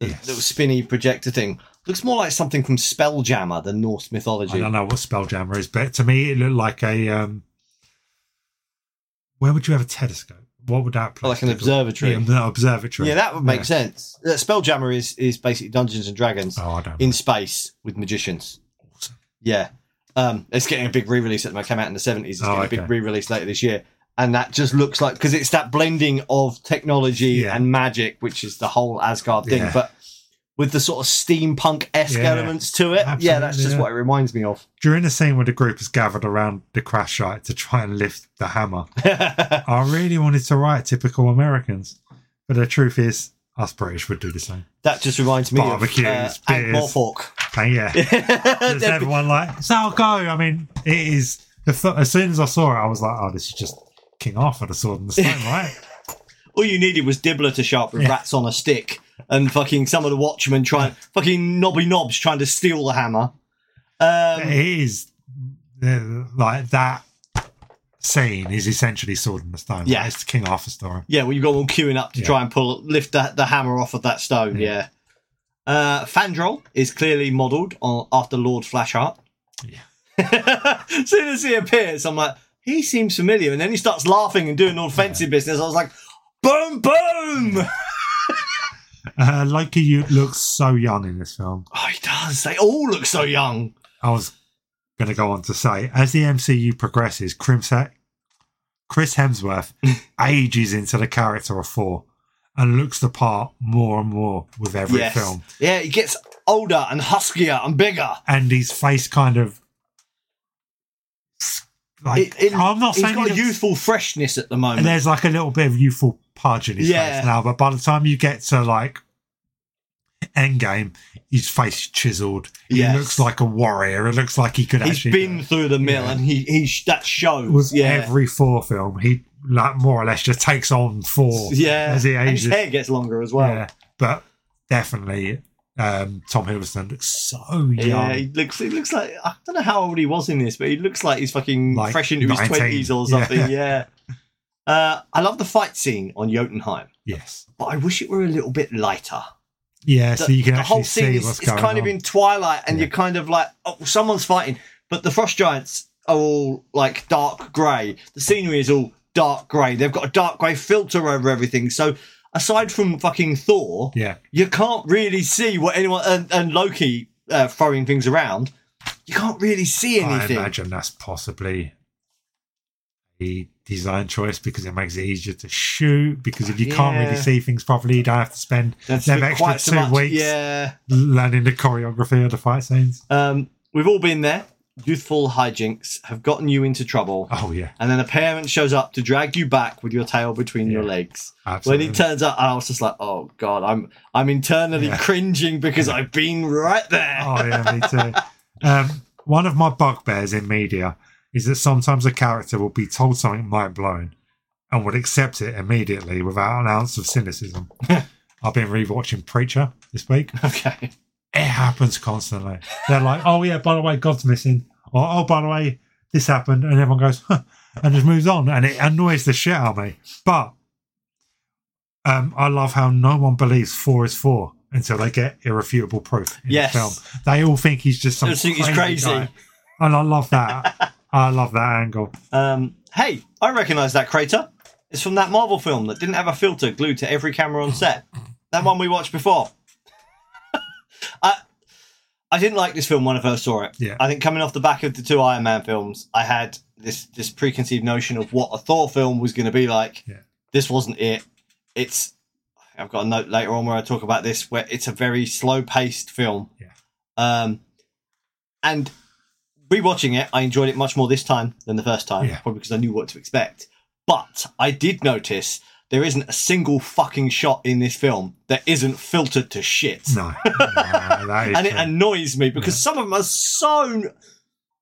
A: the
B: Yes.
A: little spinny projector thing, looks more like something from Spelljammer than Norse
B: I
A: mythology.
B: don't know what Spelljammer is, but to me, it looked like a. Um, where would you have a telescope? What would that place
A: Like an
B: be called?
A: observatory.
B: Yeah, an observatory.
A: Yeah, that would make
B: Yeah.
A: sense. Uh, Spelljammer is is basically Dungeons and Dragons
B: Oh, I don't know.
A: in space with magicians.
B: Awesome.
A: Yeah. Um, it's getting a big re release at the moment. It came out in the 70s. It's
B: Oh,
A: getting a big
B: okay.
A: re release later this year. And that just looks like, because it's that blending of technology
B: Yeah.
A: and magic, which is the whole Asgard thing,
B: Yeah.
A: but with the sort of steampunk esque
B: Yeah.
A: elements to it. yeah, that's
B: Absolutely,
A: just
B: yeah.
A: what it reminds me of.
B: During the scene where the group is gathered around the crash site to try and lift the hammer,
A: yeah,
B: I really wanted to write typical Americans. But the truth is, us British would do the same.
A: that just reminds me of
B: Barbecues,
A: uh, Ant
B: beers.
A: Norfolk.
B: And yeah,
A: There'd
B: There's
A: be-
B: everyone like, so I'll go. I mean, it is. the th- As soon as I saw it, I was like, oh, this is just King Arthur, the sword and the stone, right?
A: All you needed was Dibbler to sharpen
B: Yeah.
A: rats on a stick, and fucking some of the Watchmen trying, fucking Nobby Knobs trying to steal the hammer. Um,
B: it is. uh, Like, that scene is essentially sword and the stone. right?
A: Yeah.
B: It's the King Arthur story.
A: yeah, well, you've got one queuing up to
B: Yeah.
A: try and pull lift the, the hammer off of that stone. Yeah. Uh, Fandral is clearly modelled on after Lord Flashheart.
B: Yeah.
A: as soon as he appears, I'm like, he seems familiar, and then he starts laughing and doing all fancy business. I was like, boom, boom.
B: Uh, Loki you- looks so young in this film.
A: Oh, he does. They all look so young.
B: I was going to go on to say, as the MCU progresses, Crimson, Chris Hemsworth ages into the character of four and looks the part more and more with every
A: Yes.
B: film.
A: Yeah, he gets older and huskier and bigger.
B: and his face kind of like
A: It- it-
B: I'm not
A: He's
B: saying
A: got
B: he
A: a
B: looks-
A: youthful freshness at the moment.
B: and there's like a little bit of youthful pudge in his
A: Yeah.
B: face now, but by the time you get to like Endgame, his face chiseled. He
A: Yes.
B: looks like a warrior. It looks like he could
A: He's
B: actually.
A: been through the mill,
B: Yeah.
A: and he he sh- that shows.
B: was
A: yeah,
B: every four film he like more or less just takes on four.
A: yeah.
B: as he
A: And his
B: ages.
A: hair gets longer as well.
B: Yeah, but definitely um, Tom Hiddleston looks so
A: Yeah,
B: young.
A: he looks. He looks like I don't know how old he was in this, but he looks like he's fucking
B: Like
A: fresh into
B: 19.
A: his twenties or
B: Yeah.
A: something. Yeah. Uh, I love the fight scene on Jotunheim,
B: Yes,
A: but I wish it were a little bit lighter.
B: Yeah, so you can
A: the
B: actually
A: whole scene
B: see
A: is,
B: what's
A: is
B: going
A: kind
B: on.
A: of in twilight, and
B: Yeah.
A: you're kind of like, oh, someone's fighting, but the frost giants are all like dark grey. The scenery is all dark grey. They've got a dark grey filter over everything. So aside from fucking Thor,
B: yeah,
A: you can't really see what anyone and, and Loki uh, throwing things around. You can't really see
B: I
A: anything.
B: imagine that's possibly a design choice because it makes it easier to shoot. Because if you can't really
A: Yeah.
B: see things properly, you don't have to spend
A: That's
B: them
A: been
B: extra
A: quite so
B: two
A: much-
B: weeks
A: Yeah.
B: learning the choreography of the fight scenes.
A: Um, we've all been there. Youthful hijinks have gotten you into trouble.
B: Oh yeah,
A: And then a parent shows up to drag you back with your tail between your
B: Yeah.
A: legs.
B: absolutely.
A: When he turns up, I was just like, "Oh God, I'm I'm internally
B: Yeah.
A: cringing because I've been right there."
B: oh yeah, me too. Um, one of my bugbears in media is that sometimes a character will be told something mind blowing and would accept it immediately without an ounce of cynicism. I've been rewatching Preacher this week.
A: Okay.
B: It happens constantly. They're like, "Oh yeah, by the way, God's missing," or "Oh by the way, this happened," and everyone goes huh, and just moves on, and it annoys the shit out of me. But um, I love how no one believes four is four until they get irrefutable proof in
A: Yes.
B: the film. They all think he's just some
A: Just think he's
B: crazy,
A: crazy.
B: guy. and I love that. I love that angle.
A: Um, hey, I recognise that crater. It's from that Marvel film that didn't have a filter glued to every camera on set. That one we watched before. I I didn't like this film when I first saw it.
B: Yeah.
A: I think coming off the back of the two Iron Man films, I had this this preconceived notion of what a Thor film was going to be like.
B: Yeah.
A: This wasn't it. It's I've got a note later on where I talk about this where it's a very slow paced film.
B: Yeah.
A: Um and rewatching it, I enjoyed it much more this time than the first time,
B: Yeah.
A: probably because I knew what to expect. But I did notice there isn't a single fucking shot in this film that isn't filtered to shit.
B: No, no that is
A: And it
B: true.
A: annoys me because some of them are so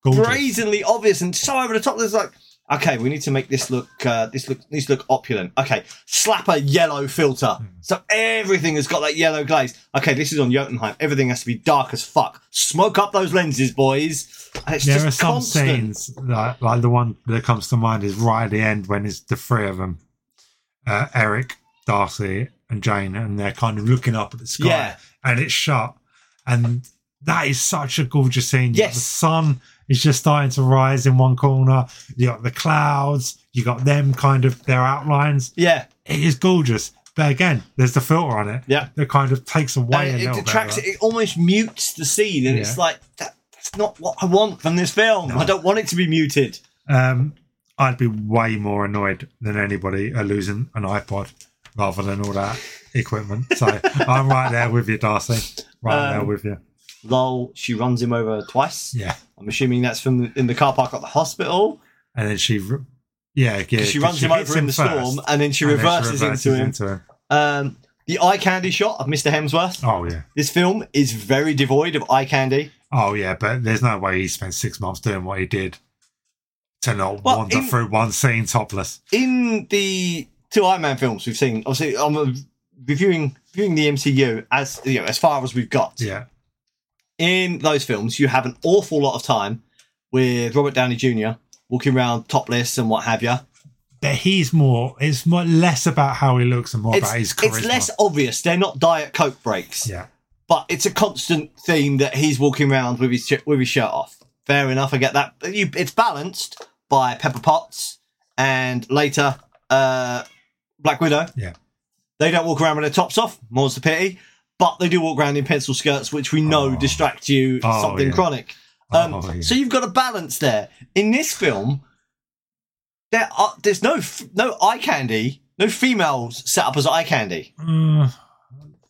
B: Gorgeous.
A: brazenly obvious and so over the top. There's like, okay, we need to make this look, uh, this look needs to look opulent. Okay, slap a yellow filter,
B: Hmm.
A: so everything has got that yellow glaze. Okay, this is on Jotunheim. Everything has to be dark as fuck. Smoke up those lenses, boys. And it's
B: there
A: just
B: are some
A: constant.
B: scenes that, like the one that comes to mind is right at the end when it's the three of them uh, eric darcy and jane and they're kind of looking up at the sky
A: Yeah.
B: and it's shut and that is such a gorgeous scene You've got the
A: Yes.
B: sun is just starting to rise in one corner you got the clouds you got them kind of their outlines
A: Yeah,
B: it is gorgeous but again there's the filter on it
A: Yeah.
B: that kind of takes away
A: and
B: a
A: it
B: little
A: detracts.
B: bit
A: It almost mutes the scene, and it's
B: Yeah.
A: like that, that's not what I want from this film.
B: No.
A: I don't want it to be muted.
B: Um, I'd be way more annoyed than anybody at losing an iPod rather than all that equipment. So I'm right there with you, Darcy. Right there
A: Um,
B: with you.
A: Lol, she runs him over twice.
B: Yeah.
A: I'm assuming that's from the, in the car park at the hospital.
B: And then she, r- yeah, yeah.
A: 'cause she
B: 'cause
A: runs him
B: hits
A: over in the
B: first,
A: storm, and then she
B: and then she
A: reverses, into him.
B: into him.
A: Um, the eye candy shot of Mr. Hemsworth.
B: Oh yeah.
A: This film is very devoid of eye candy.
B: Oh yeah. But there's no way he spent six months doing what he did to not
A: Well,
B: wander
A: in-
B: through one scene topless.
A: In the two Iron Man films we've seen, obviously, I'm uh, reviewing reviewing the MCU as you know as far as we've got.
B: Yeah.
A: in those films, you have an awful lot of time with Robert Downey Jr. walking around topless and what have you.
B: But he's more. It's more less about how he looks and more
A: It's,
B: about his charisma.
A: it's less obvious. They're not diet coke breaks,
B: Yeah.
A: but it's a constant theme that he's walking around with his sh- with his shirt off. Fair enough, I get that. But you, it's balanced by Pepper Potts and later uh, Black Widow.
B: Yeah.
A: they don't walk around with their tops off. More's the pity, but they do walk around in pencil skirts, which we know
B: Oh.
A: distract you
B: Oh,
A: something
B: yeah.
A: chronic. Um,
B: Oh, yeah.
A: So you've got a balance there. In this film, there are there's no f- no eye candy, no females set up as eye candy.
B: Uh,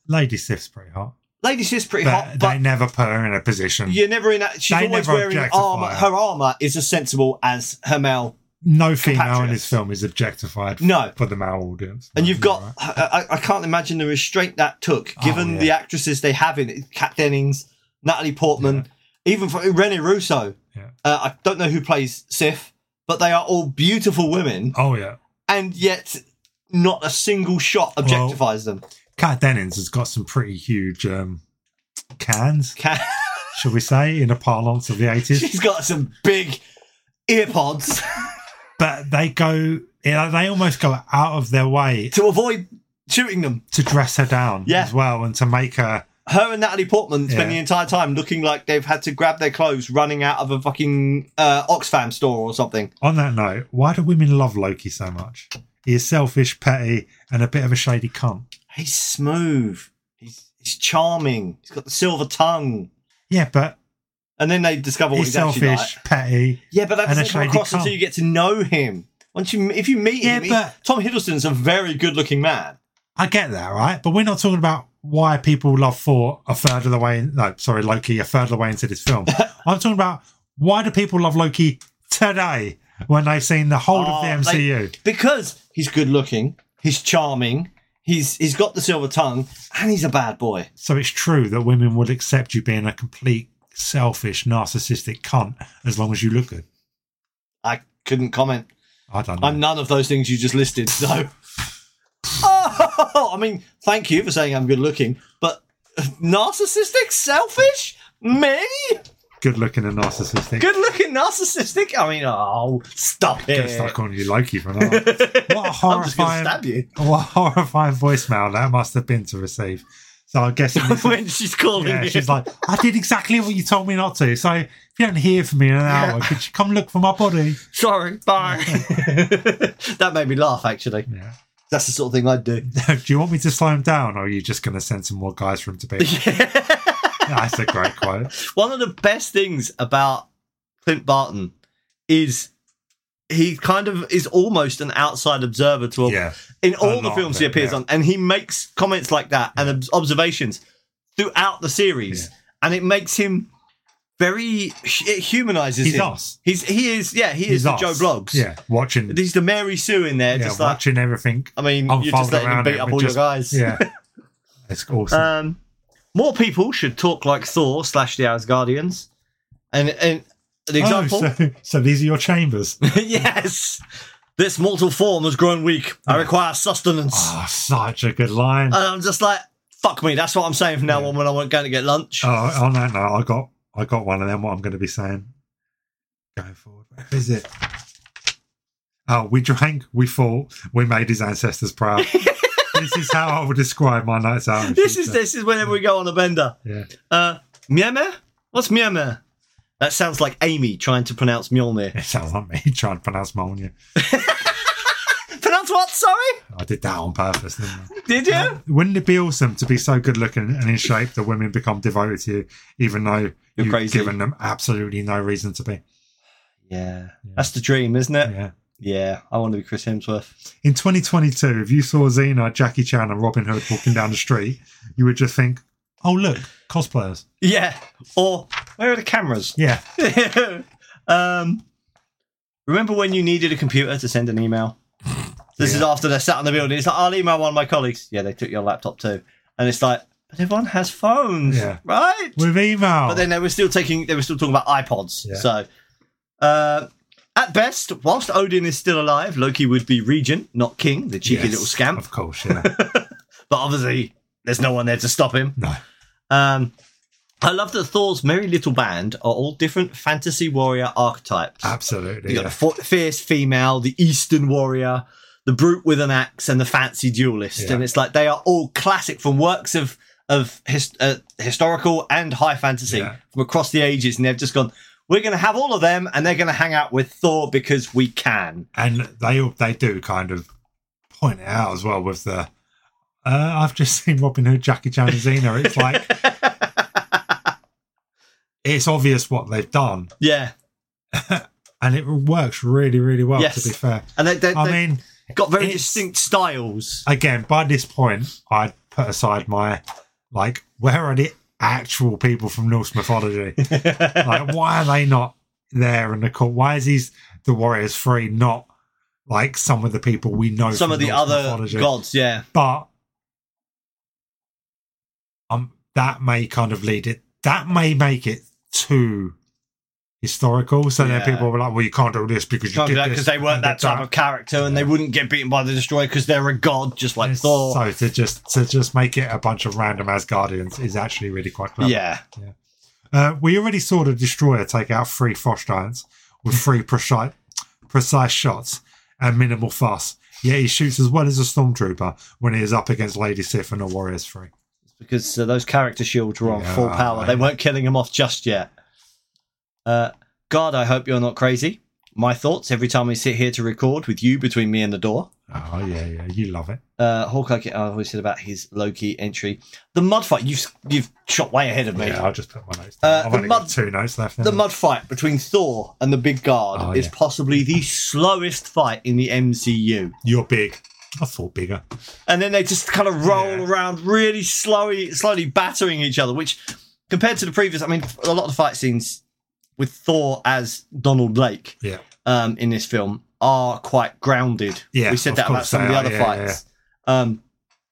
B: Lady Sif's pretty hot.
A: Lady Sif's pretty
B: But
A: hot,
B: they
A: but
B: never put her in a position.
A: you're never in. that. She's
B: they
A: always
B: never
A: wearing
B: objectify
A: armor.
B: her.
A: Her armor is as sensible as her male.
B: No female in
A: Compatriots.
B: this film is objectified f-
A: No,
B: for the male audience.
A: and
B: No,
A: you've
B: you're
A: got.
B: right.
A: I, I I can't imagine the restraint that took,
B: Oh,
A: given
B: yeah.
A: the actresses they have in it: Kat Dennings, Natalie Portman, even for Rene Russo.
B: Yeah.
A: Uh, I don't know who plays Sif, but they are all beautiful women.
B: Oh, yeah.
A: and yet not a single shot objectifies them.
B: Kat Dennings has got some pretty huge um, cans,
A: Can-
B: shall we say, in the parlance of the 80s.
A: She's got some big earpods
B: but they go, you know, they almost go out of their way
A: to avoid shooting them.
B: to dress her down
A: Yeah.
B: as well and to make her
A: Her and Natalie Portman spend
B: Yeah.
A: the entire time looking like they've had to grab their clothes running out of a fucking uh, Oxfam store or something.
B: on that note why do women love loki so much he is selfish petty and a bit of a shady cunt
A: He's smooth. He's, he's charming. He's got the silver tongue.
B: yeah but
A: And then they discover what he's,
B: he's
A: actually like.
B: selfish petty
A: Yeah, but that
B: and a
A: doesn't come
B: shady
A: across
B: cunt.
A: until you get to know him. Once you, if you meet
B: Yeah,
A: him, he-
B: but-
A: Tom Hiddleston's a very good-looking man.
B: i get that right but we're not talking about why people love thor a third of the way no sorry loki a third of the way into this film i'm talking about why do people love loki today when they've seen the whole
A: Oh,
B: of the
A: they-
B: mcu
A: because he's good-looking, he's charming, he's he's got the silver tongue, and he's a bad boy.
B: So it's true that women would accept you being a complete selfish, narcissistic cunt as long as you look good.
A: I couldn't comment.
B: I don't know.
A: I'm none of those things you just listed. So, oh, I mean, thank you for saying I'm good-looking, but narcissistic, selfish, me,
B: good looking and narcissistic.
A: good-looking, narcissistic. I mean, oh, stop
B: I'm gonna
A: it.
B: start calling you Loki for that. What a
A: I'm just gonna
B: horrifying-
A: stab you.
B: what a horrifying voicemail that must have been to receive. So I'm guessing this is-
A: when she's calling
B: yeah,
A: you.
B: she's like, I did exactly what you told me not to. So if you don't hear from me in an hour, could you come look for my body?
A: Sorry, bye. that made me laugh, actually.
B: Yeah.
A: That's the sort of thing I'd do.
B: do you want me to slow him down or are you just going to send some more guys for him to be? That's a great quote.
A: One of the best things about Clint Barton is he kind of is almost an outside observer to all,
B: Yeah.
A: in all the
B: lot
A: films
B: of
A: he
B: it,
A: appears
B: yeah.
A: on, and he makes comments like that and obs- observations throughout the series, and it makes him very. It humanizes
B: He's
A: him.
B: us.
A: He's he is yeah he is
B: He's
A: the
B: us.
A: Joe Blogs.
B: Yeah. Watching.
A: he's the Mary Sue in there,
B: yeah,
A: just like
B: watching everything
A: I mean,
B: I'm
A: you're just
B: folding
A: letting him
B: around
A: beat
B: it
A: up
B: with
A: all
B: just-
A: your guys.
B: Yeah. It's awesome.
A: Um, more people should talk like Thor slash the Asgardians. And, and the example,
B: Oh, so, so these are your chambers.
A: yes, this mortal form has grown weak. I require sustenance.
B: oh, such a good line.
A: And I'm just like, fuck me. That's what I'm saying from now
B: Yeah.
A: on when I'm going to get lunch.
B: oh, on that note, I got I got one of them. What I'm going to be saying going forward. Where is it? Oh, we drank, we fought, we made his ancestors proud. this is how I would describe my nights out. in
A: this is
B: future.
A: this is whenever we go on a bender.
B: Yeah.
A: Uh, Mjolnir? What's Mjolnir? That sounds like Amy trying to pronounce Mjolnir.
B: It sounds like me trying to pronounce my name.
A: pronounce what? Sorry,
B: I did that on purpose, didn't I?
A: did you?
B: Wouldn't it be awesome to be so good looking and in shape that women become devoted to you, even though
A: You're
B: have
A: crazy.
B: given them absolutely no reason to be?
A: Yeah, that's the dream, isn't it?
B: Yeah.
A: yeah I want to be Chris Hemsworth.
B: In 2022, if you saw Xena, Jackie Chan, and Robin Hood walking down the street, you would just think, oh, look, cosplayers.
A: Yeah. Or where are the cameras?
B: Yeah.
A: um, remember when you needed a computer to send an email? This is
B: Yeah.
A: after they're sat in the building. It's like I'll email one of my colleagues. Yeah, they took your laptop too, and it's like, but everyone has phones,
B: Yeah.
A: right?
B: With email.
A: But then they were still taking. They were still talking about iPods.
B: Yeah.
A: So, uh, at best, whilst Odin is still alive, Loki would be regent, not king. The cheeky
B: Yes,
A: little scamp.
B: Of course, yeah.
A: But obviously, there's no one there to stop him.
B: no.
A: Um, I love that Thor's merry little band are all different fantasy warrior archetypes.
B: Absolutely.
A: you got
B: yeah.
A: the f- fierce female, the eastern warrior, the brute with an axe, and the fancy duelist.
B: Yeah.
A: And it's like they are all classic from works of of his, uh, historical and high fantasy
B: Yeah.
A: from across the ages, and they've just gone. We're going to have all of them, and they're going to hang out with Thor because we can.
B: And they they do kind of point it out as well with the, uh, I've just seen Robin Hood, Jackie Chan, and Xena. It's like, it's obvious what they've done.
A: Yeah,
B: And it works really, really well,
A: Yes.
B: to be fair.
A: and they, they,
B: I
A: they've
B: mean,
A: got very
B: it's-
A: distinct styles.
B: again, by this point, I'd put aside my like, where are the actual people from Norse mythology? like, why are they not there in the court? Why is these the Warriors Three not like some of the people we know?
A: Some
B: from
A: of the
B: Norse
A: other
B: mythology?
A: gods, yeah.
B: but um, that may kind of lead it. That may make it too historical. So
A: Yeah.
B: then people were like, "Well, you can't do this because you
A: can't do
B: did
A: that
B: this
A: because they weren't
B: and
A: that
B: did
A: type of character and they wouldn't get beaten by the destroyer because they're a god just like
B: It's-
A: thor
B: So to just to just make it a bunch of random Asgardians is actually really quite clever.
A: yeah
B: Uh, we already saw the destroyer take out three frost giants with three precise precise shots and minimal fuss. Yeah, he shoots as well as a stormtrooper when he is up against Lady Sith and the Warriors Three.
A: because uh, those character shields were on
B: Yeah,
A: full power.
B: I-
A: They weren't killing him off just yet. Uh, God, I hope you're not crazy. My thoughts every time we sit here to record with you between me and the door.
B: Oh yeah, yeah, you love it.
A: Uh, Hawkeye, I always said about his Loki entry. The mud fight, you've, you've shot way ahead of me.
B: Yeah, I'll just put my notes.
A: Uh,
B: Down. I've
A: the
B: only
A: mud-
B: got two notes left.
A: The
B: now.
A: mud fight between Thor and the big guard
B: Oh,
A: is
B: yeah.
A: possibly the slowest fight in the MCU.
B: You're big. I thought bigger.
A: and then they just kind of roll
B: Yeah.
A: around really slowly, slowly battering each other. Which, compared to the previous, I mean, a lot of the fight scenes with Thor as Donald Blake
B: Yeah.
A: um, in this film are quite grounded.
B: Yeah,
A: we said
B: of
A: that about
B: course
A: some of
B: they
A: the
B: are.
A: other
B: Yeah,
A: fights. Um,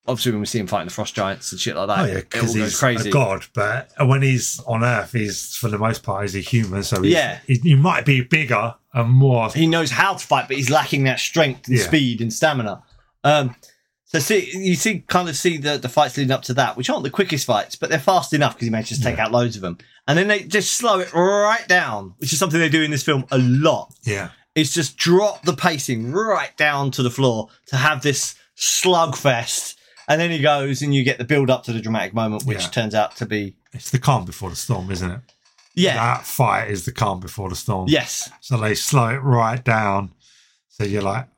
A: obviously, when we see him fighting the frost giants and shit like that,
B: Oh yeah,
A: it all goes
B: because he's
A: crazy.
B: a god. But when he's on Earth, he's for the most part he's a human. So he's,
A: Yeah.
B: he, he might be bigger and more.
A: he knows how to fight, but he's lacking that strength and
B: Yeah.
A: speed and stamina. Um, so see, you see, kind of see the, the fights leading up to that, which aren't the quickest fights, but they're fast enough because he manages to take out loads of them, and then they just slow it right down, which is something they do in this film a lot.
B: Yeah,
A: Is just drop the pacing right down to the floor to have this slugfest, and then he goes and you get the build up to the dramatic moment, which
B: Yeah.
A: turns out to be
B: it's the calm before the storm, isn't it?
A: yeah,
B: That fight is the calm before the storm.
A: yes,
B: So they slow it right down. So you're like,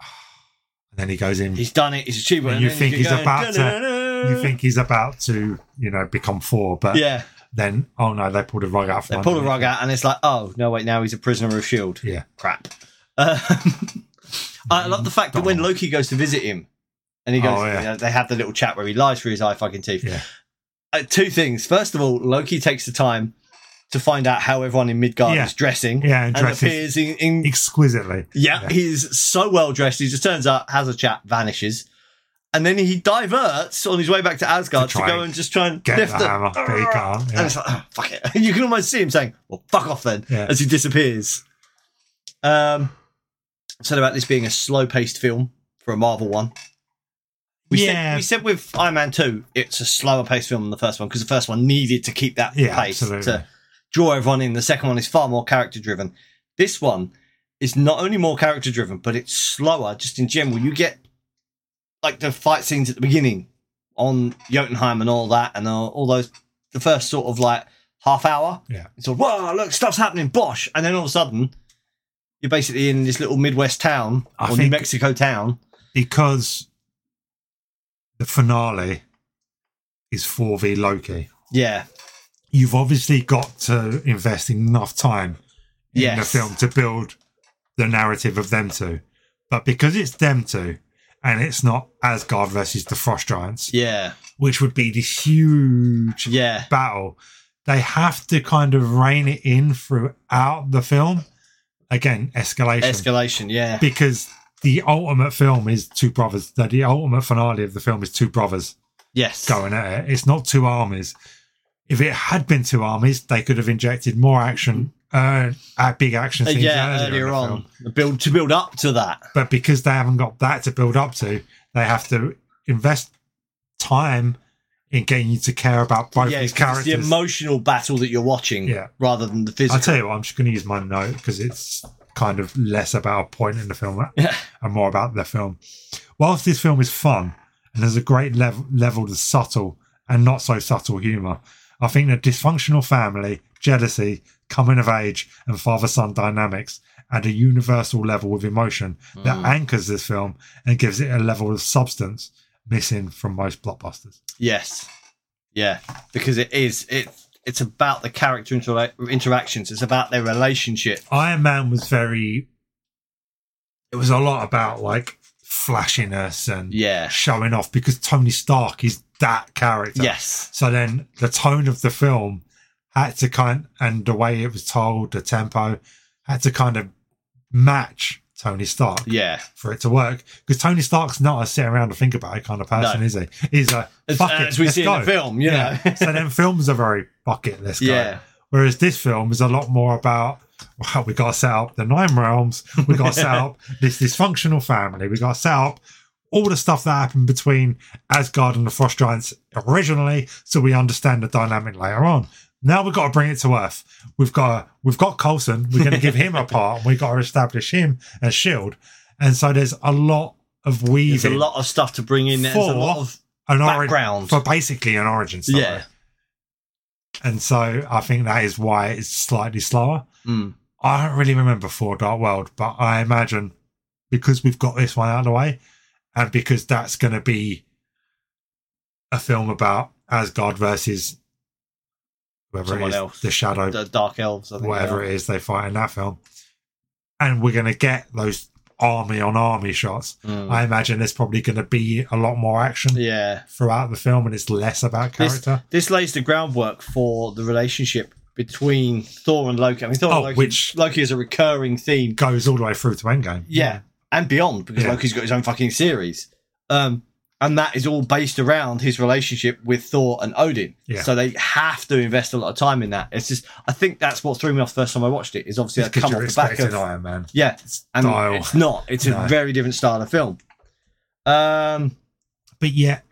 B: and then he goes in.
A: he's done it, he's achieved it.
B: And you
A: then
B: think
A: can
B: he's
A: go,
B: about to-
A: "Da-da-da-da."
B: you think he's about to, you know, become four, but
A: yeah.
B: then oh no, they pulled the rug out. From
A: They pull the
B: under
A: rug
B: him.
A: out, and it's like, oh no, wait, now he's a prisoner of Shield.
B: Yeah.
A: E crap. Um, I love the fact that when Loki goes to visit him, and he goes,
B: Oh, yeah.
A: you know, they have the little chat where he lies through his eye fucking teeth.
B: Yeah.
A: Uh, two things. First of all, Loki takes the time to find out how everyone in Midgard
B: Yeah.
A: is dressing,
B: Yeah, and
A: and
B: dresses
A: appears in. in
B: exquisitely.
A: yeah,
B: Yeah.
A: he's so well dressed. He just turns up, has a chat, vanishes. And then he diverts on his way back to Asgard to,
B: try
A: go
B: and
A: and just try and
B: Get
A: lift
B: the hammer, but he can't.
A: and
B: Yeah.
A: it's like, oh, fuck it. You can almost see him saying, well, fuck off then,
B: Yeah.
A: as he disappears. Um, said about this being a slow paced film for a Marvel one. We, said,
B: Yeah.
A: we said with Iron Man 2, it's a slower paced film than the first one because the first one needed to keep that
B: Yeah,
A: pace
B: absolutely.
A: to draw everyone in. The second one is far more character driven. This one is not only more character driven, but it's slower just in general. You get like the fight scenes at the beginning on Jotunheim and all that, and uh, all, all those the first sort of like half hour.
B: Yeah.
A: It's all whoa, look, stuff's happening, bosh, and then all of a sudden you're basically in this little Midwest town
B: I
A: or New
B: think-
A: Mexico town.
B: because the finale is 4v Loki.
A: Yeah,
B: You've obviously got to invest enough time in
A: Yes.
B: the film to build the narrative of them two. But because it's them two and it's not Asgard versus the Frost Giants,
A: yeah,
B: which would be this huge
A: yeah,
B: battle, they have to kind of rein it in throughout the film. Again, escalation
A: escalation. Yeah,
B: because the ultimate film is two brothers. The, the ultimate finale of the film is two brothers
A: yes,
B: going at it. It's not two armies. If it had been two armies, they could have injected more action, uh, uh, big action
A: Uh,
B: scenes
A: yeah,
B: earlier, in
A: earlier
B: the
A: on
B: film.
A: The build to build up to that.
B: But because they haven't got that to build up to, they have to invest time in getting you to care about both
A: yeah,
B: these
A: 'cause it's the
B: characters.
A: emotional battle that you're watching
B: Yeah.
A: rather than the
B: I'll
A: physical.
B: tell you what, I'm just going to use my note because it's kind of less about a point in the film
A: Yeah.
B: and more about the film. Whilst this film is fun and there's a great level, level of subtle and not so subtle humour, I think the dysfunctional family, jealousy, coming of age, and father son dynamics add a universal level of emotion
A: Mm.
B: that anchors this film and gives it a level of substance missing from most blockbusters.
A: Yes. Yeah, because it is it. It's about the character intera- interactions. It's about their relationship.
B: Iron Man was very. It was a lot about like flashiness and
A: Yeah.
B: showing off because Tony Stark is that character.
A: Yes.
B: So then the tone of the film had to kind and the way it was told, the tempo had to kind of match Tony Stark
A: Yeah.
B: for it to work. Because Tony Stark's not a sit around and think about it kind of person,
A: No.
B: is he? He's a
A: As,
B: fuck it,
A: as we
B: let's
A: see
B: go.
A: in the film, you yeah. know.
B: so then films are very bucket list.
A: yeah.
B: Whereas this film is a lot more about well, we got to set up the nine realms, we got to set up this dysfunctional family, we got to set up all the stuff that happened between Asgard and the Frost Giants originally, so we understand the dynamic later on. Now we've got to bring it to Earth. We've got we've got E Coulson. We're going to give him a part. and We've got to establish him as Shield, and so there's a lot of
A: There's a
B: weaving
A: lot of stuff to bring in. There's a
B: Four.
A: lot of
B: an origin
A: background.
B: for basically an origin story.
A: yeah.
B: And so I think that is why it's slightly slower.
A: Mm.
B: I don't really remember Four Dark World, but I imagine because we've got this one out of the way, and because that's going to be a film about Asgard versus whoever
A: Someone
B: it is,
A: else.
B: the Shadow,
A: The Dark Elves, I think.
B: whatever it is they fight in that film, and we're going to get those army on army shots.
A: Mm.
B: I imagine there's probably going to be a lot more action
A: Yeah.
B: throughout the film, and it's less about
A: This-
B: character.
A: This lays the groundwork for the relationship between Thor and Loki. I mean, Thor
B: Oh,
A: and Loki,
B: which-
A: Loki is a recurring theme.
B: Goes all the way through to Endgame.
A: Yeah. And beyond, because
B: Yeah.
A: Loki's got his own fucking series. Um, and that is all based around his relationship with Thor and Odin.
B: Yeah.
A: So they have to invest a lot of time in that. It's just, I think that's what threw me off the first time I watched it. Is obviously I
B: because
A: come off
B: you're
A: the back
B: expecting
A: of
B: Iron Man.
A: yeah, and
B: style.
A: it's not. It's a
B: No.
A: very different style of film. Um,
B: but yet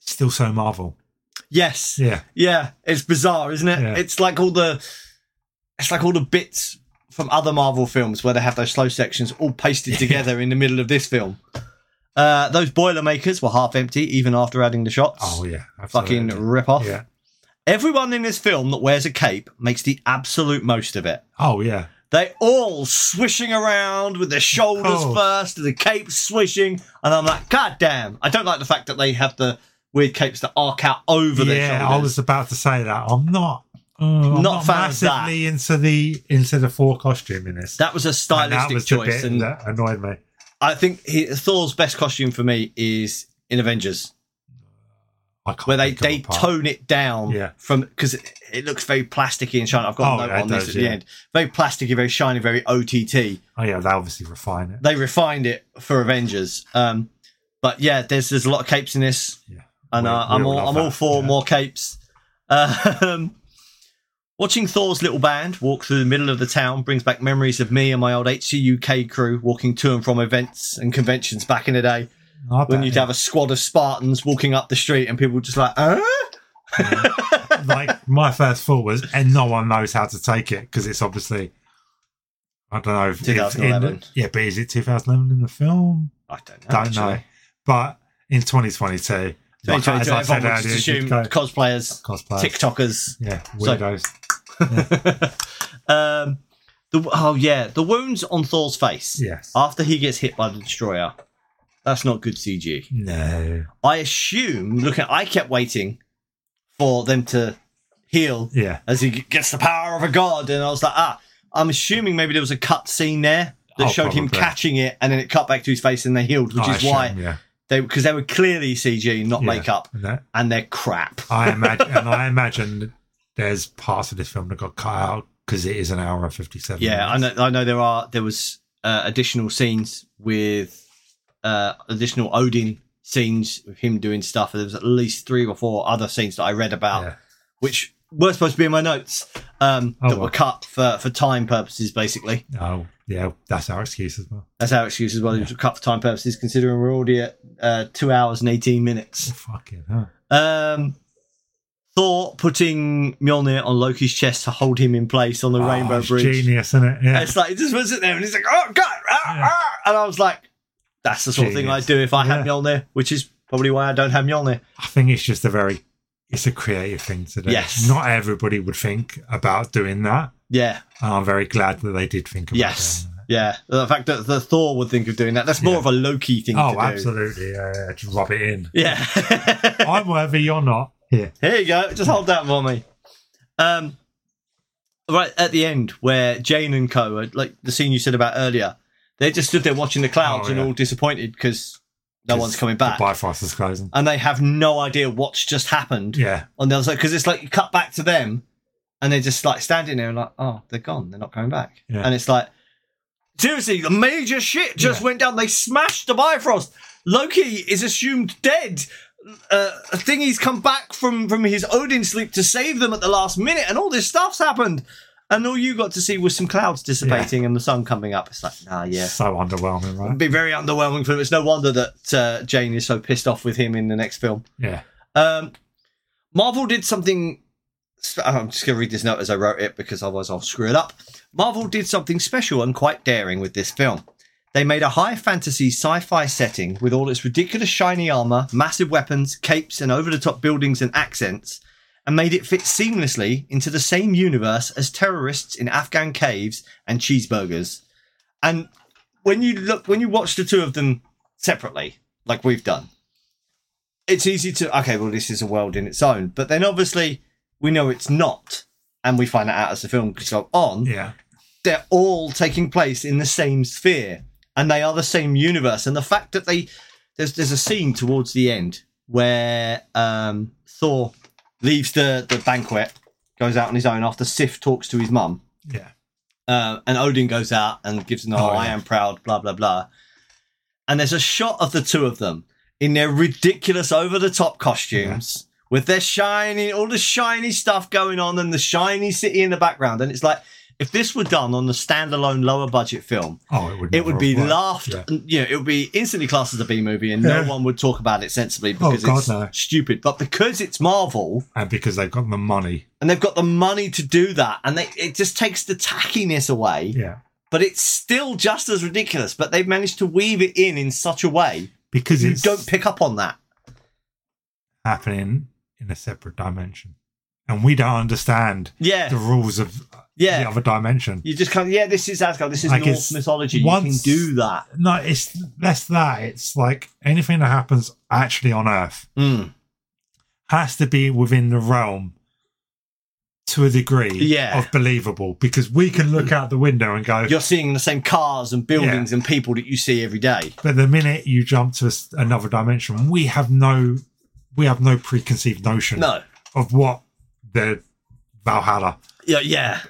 B: still so Marvel.
A: yes,
B: Yeah,
A: Yeah, it's bizarre, isn't it?
B: Yeah.
A: It's like all the it's like all the bits from other Marvel films where they have those slow sections all pasted together in the middle of this film. Uh, those Boilermakers were half empty even after adding the shots.
B: Oh yeah, absolutely.
A: Fucking rip off.
B: yeah.
A: Everyone in this film that wears a cape makes the absolute most of it.
B: Oh yeah,
A: They all swishing around with their shoulders
B: Oh.
A: first, the cape swishing, and I'm like, God damn! I don't like the fact that they have the weird capes that arc out over their
B: yeah.
A: shoulders.
B: I was about to say that. I'm not. Uh, I'm
A: Not
B: not,
A: a fan of that.
B: massively into the into the four costume in this.
A: That was a
B: And
A: stylistic choice,
B: the bit
A: and
B: that annoyed me.
A: I think he, Thor's best costume for me is in Avengers,
B: I can't
A: where they
B: think of a
A: they
B: part.
A: tone it down
B: Yeah.
A: from because it, it looks very plasticky and shiny. I've got
B: Oh,
A: a note
B: it
A: on this
B: does,
A: at the
B: yeah.
A: end. Very plasticky, very shiny, very OTT.
B: Oh yeah, they obviously refine it.
A: They refined it for Avengers, um, but yeah, there's there's a lot of capes in this,
B: Yeah.
A: and
B: We-
A: uh,
B: we
A: I'm
B: all
A: all
B: love
A: I'm all
B: that,
A: for
B: yeah.
A: more capes. Um, Watching Thor's little band walk through the middle of the town brings back memories of me and my old HCUK crew walking to and from events and conventions back in the day.
B: I
A: when
B: bet,
A: you'd have a squad of Spartans walking up the street and people just like, huh?
B: yeah. like my first thought was, and no one knows how to take it because it's obviously. I don't know. If, if in-
A: 2011.
B: yeah, but is it 2011 in the film?
A: I don't know.
B: Don't know. But in 2022, like, as I said
A: everyone would
B: earlier,
A: just
B: you'd
A: assume
B: go-
A: cosplayers,
B: cosplay.
A: TikTokers.
B: Yeah,
A: So-
B: weirdos.
A: um, the, oh, yeah. The wounds on Thor's face
B: yes.
A: after he gets hit by the destroyer. That's not good CG.
B: no.
A: I assume, look at, I kept waiting for them to heal
B: Yeah.
A: as he g- gets the power of a god. And I was like, ah, I'm assuming maybe there was a cut scene there that
B: Oh,
A: showed him
B: probably. Oh,
A: catching it and then it cut back to his face and they healed, which
B: I
A: is why
B: assume, Yeah.
A: they because they were clearly CG, not
B: Yeah.
A: makeup,
B: And that-
A: and they're crap.
B: I imagine, and I imagine there's parts of this film that got cut out because it is an hour and fifty-seven.
A: yeah, I
B: minutes.
A: know. I know there are there was uh, additional scenes with uh, additional Odin scenes with him doing stuff. There was at least three or four other scenes that I read about,
B: Yeah.
A: which were supposed to be in my notes um,
B: Oh,
A: that
B: well.
A: were cut for for time purposes, basically.
B: Oh, yeah. That's our excuse as well.
A: That's our excuse as well.
B: Yeah.
A: It was cut for time purposes, considering we're already at uh, two hours and 18
B: Oh,
A: minutes.
B: Fucking hell.
A: Um, Thor putting Mjolnir on Loki's chest to hold him in place on the
B: Oh,
A: Rainbow
B: it's
A: Bridge.
B: Genius, isn't it?
A: And
B: Yeah.
A: It's like, he just wasn't there. And he's like, oh, God. ah,
B: Yeah.
A: ah," And I was like, that's the sort of thing I
B: Genius.
A: do if I had
B: Yeah.
A: Mjolnir, which is probably why I don't have Mjolnir.
B: I think it's just a very, it's a creative thing to do.
A: Yes.
B: Not everybody would think about doing that.
A: Yeah.
B: And I'm very glad that they did think about
A: Yes.
B: doing that.
A: Yeah. The fact that the Thor would think of doing that, that's more
B: Yeah.
A: of a Loki thing to
B: Oh,
A: do.
B: absolutely. Yeah, yeah, just rub it in.
A: Yeah.
B: I'm worthy, you're not. Yeah.
A: Here you go. Just hold that for me. Um, right at the end where Jane and Co. Are, like the scene you said about earlier, they just stood there watching the clouds
B: Oh,
A: and
B: yeah.
A: all disappointed because no one's coming back,
B: The Bifrost is closing.
A: and they have no idea what's just happened
B: Yeah.
A: on the other side because it's like you cut back to them, and they're just like standing there and like, oh, they're gone. They're not coming back,
B: Yeah.
A: and it's like. Seriously, the major shit just
B: Yeah.
A: went down. They smashed the Bifrost. Loki is assumed dead uh, a thing he's come back from from his Odin sleep to save them at the last minute, and all this stuff's happened. And all you got to see was some clouds dissipating and the sun coming up. It's like, ah, yeah.
B: So underwhelming, right?
A: It'd be very underwhelming for him. It's no wonder that uh, Jane is so pissed off with him in the next film.
B: Yeah.
A: Um, Marvel did something. sp- oh, I'm just going to read this note as I wrote it because otherwise I'll screw it up. Marvel did something special and quite daring with this film. They made a high fantasy sci fi setting with all its ridiculous shiny armor, massive weapons, capes, and over the top buildings and accents, and made it fit seamlessly into the same universe as terrorists in Afghan caves and cheeseburgers. And when you look, when you watch the two of them separately, like we've done, it's easy to, okay, well, this is a world in its own. But then obviously, we know it's not. And we find that out as the film goes on
B: Yeah.
A: they're all taking place in the same sphere and they are the same universe and the fact that they there's there's a scene towards the end where um thor leaves the the banquet goes out on his own after sif talks to his mum
B: Yeah.
A: uh, and odin goes out and gives an oh,
B: Oh,
A: i
B: yeah.
A: am proud blah blah blah and there's a shot of the two of them in their ridiculous over the top costumes with their shiny all the shiny stuff going on and the shiny city in the background and it's like if this were done on a standalone lower budget film
B: Oh, it would.
A: it
B: never
A: would
B: have
A: be
B: worked.
A: laughed
B: Yeah.
A: and you know it would be instantly classed as a b movie and no
B: Yeah.
A: one would talk about it sensibly
B: Oh,
A: because
B: God,
A: it's
B: no.
A: stupid but because it's marvel
B: And because they've got the money.
A: and they've got the money to do that and they, it just takes the tackiness away
B: Yeah.
A: but it's still just as ridiculous but they've managed to weave it in in such a way
B: Because
A: you
B: it's
A: don't pick up on that
B: happening in a separate dimension, and we don't understand
A: yeah
B: the rules of
A: yeah
B: the other dimension.
A: you just kind of yeah this is asgard this is
B: Like,
A: norse
B: it's-
A: mythology
B: once-
A: you can do that
B: No, it's less that. It's like anything that happens actually on Earth
A: Mm.
B: has to be within the realm to a degree
A: Yeah.
B: of believable because we can look out the window and go,
A: you're seeing the same cars and buildings and people that you see every day
B: but the minute you jump to s- another dimension, we have no, we have no preconceived notion
A: no
B: of what the Valhalla
A: yeah yeah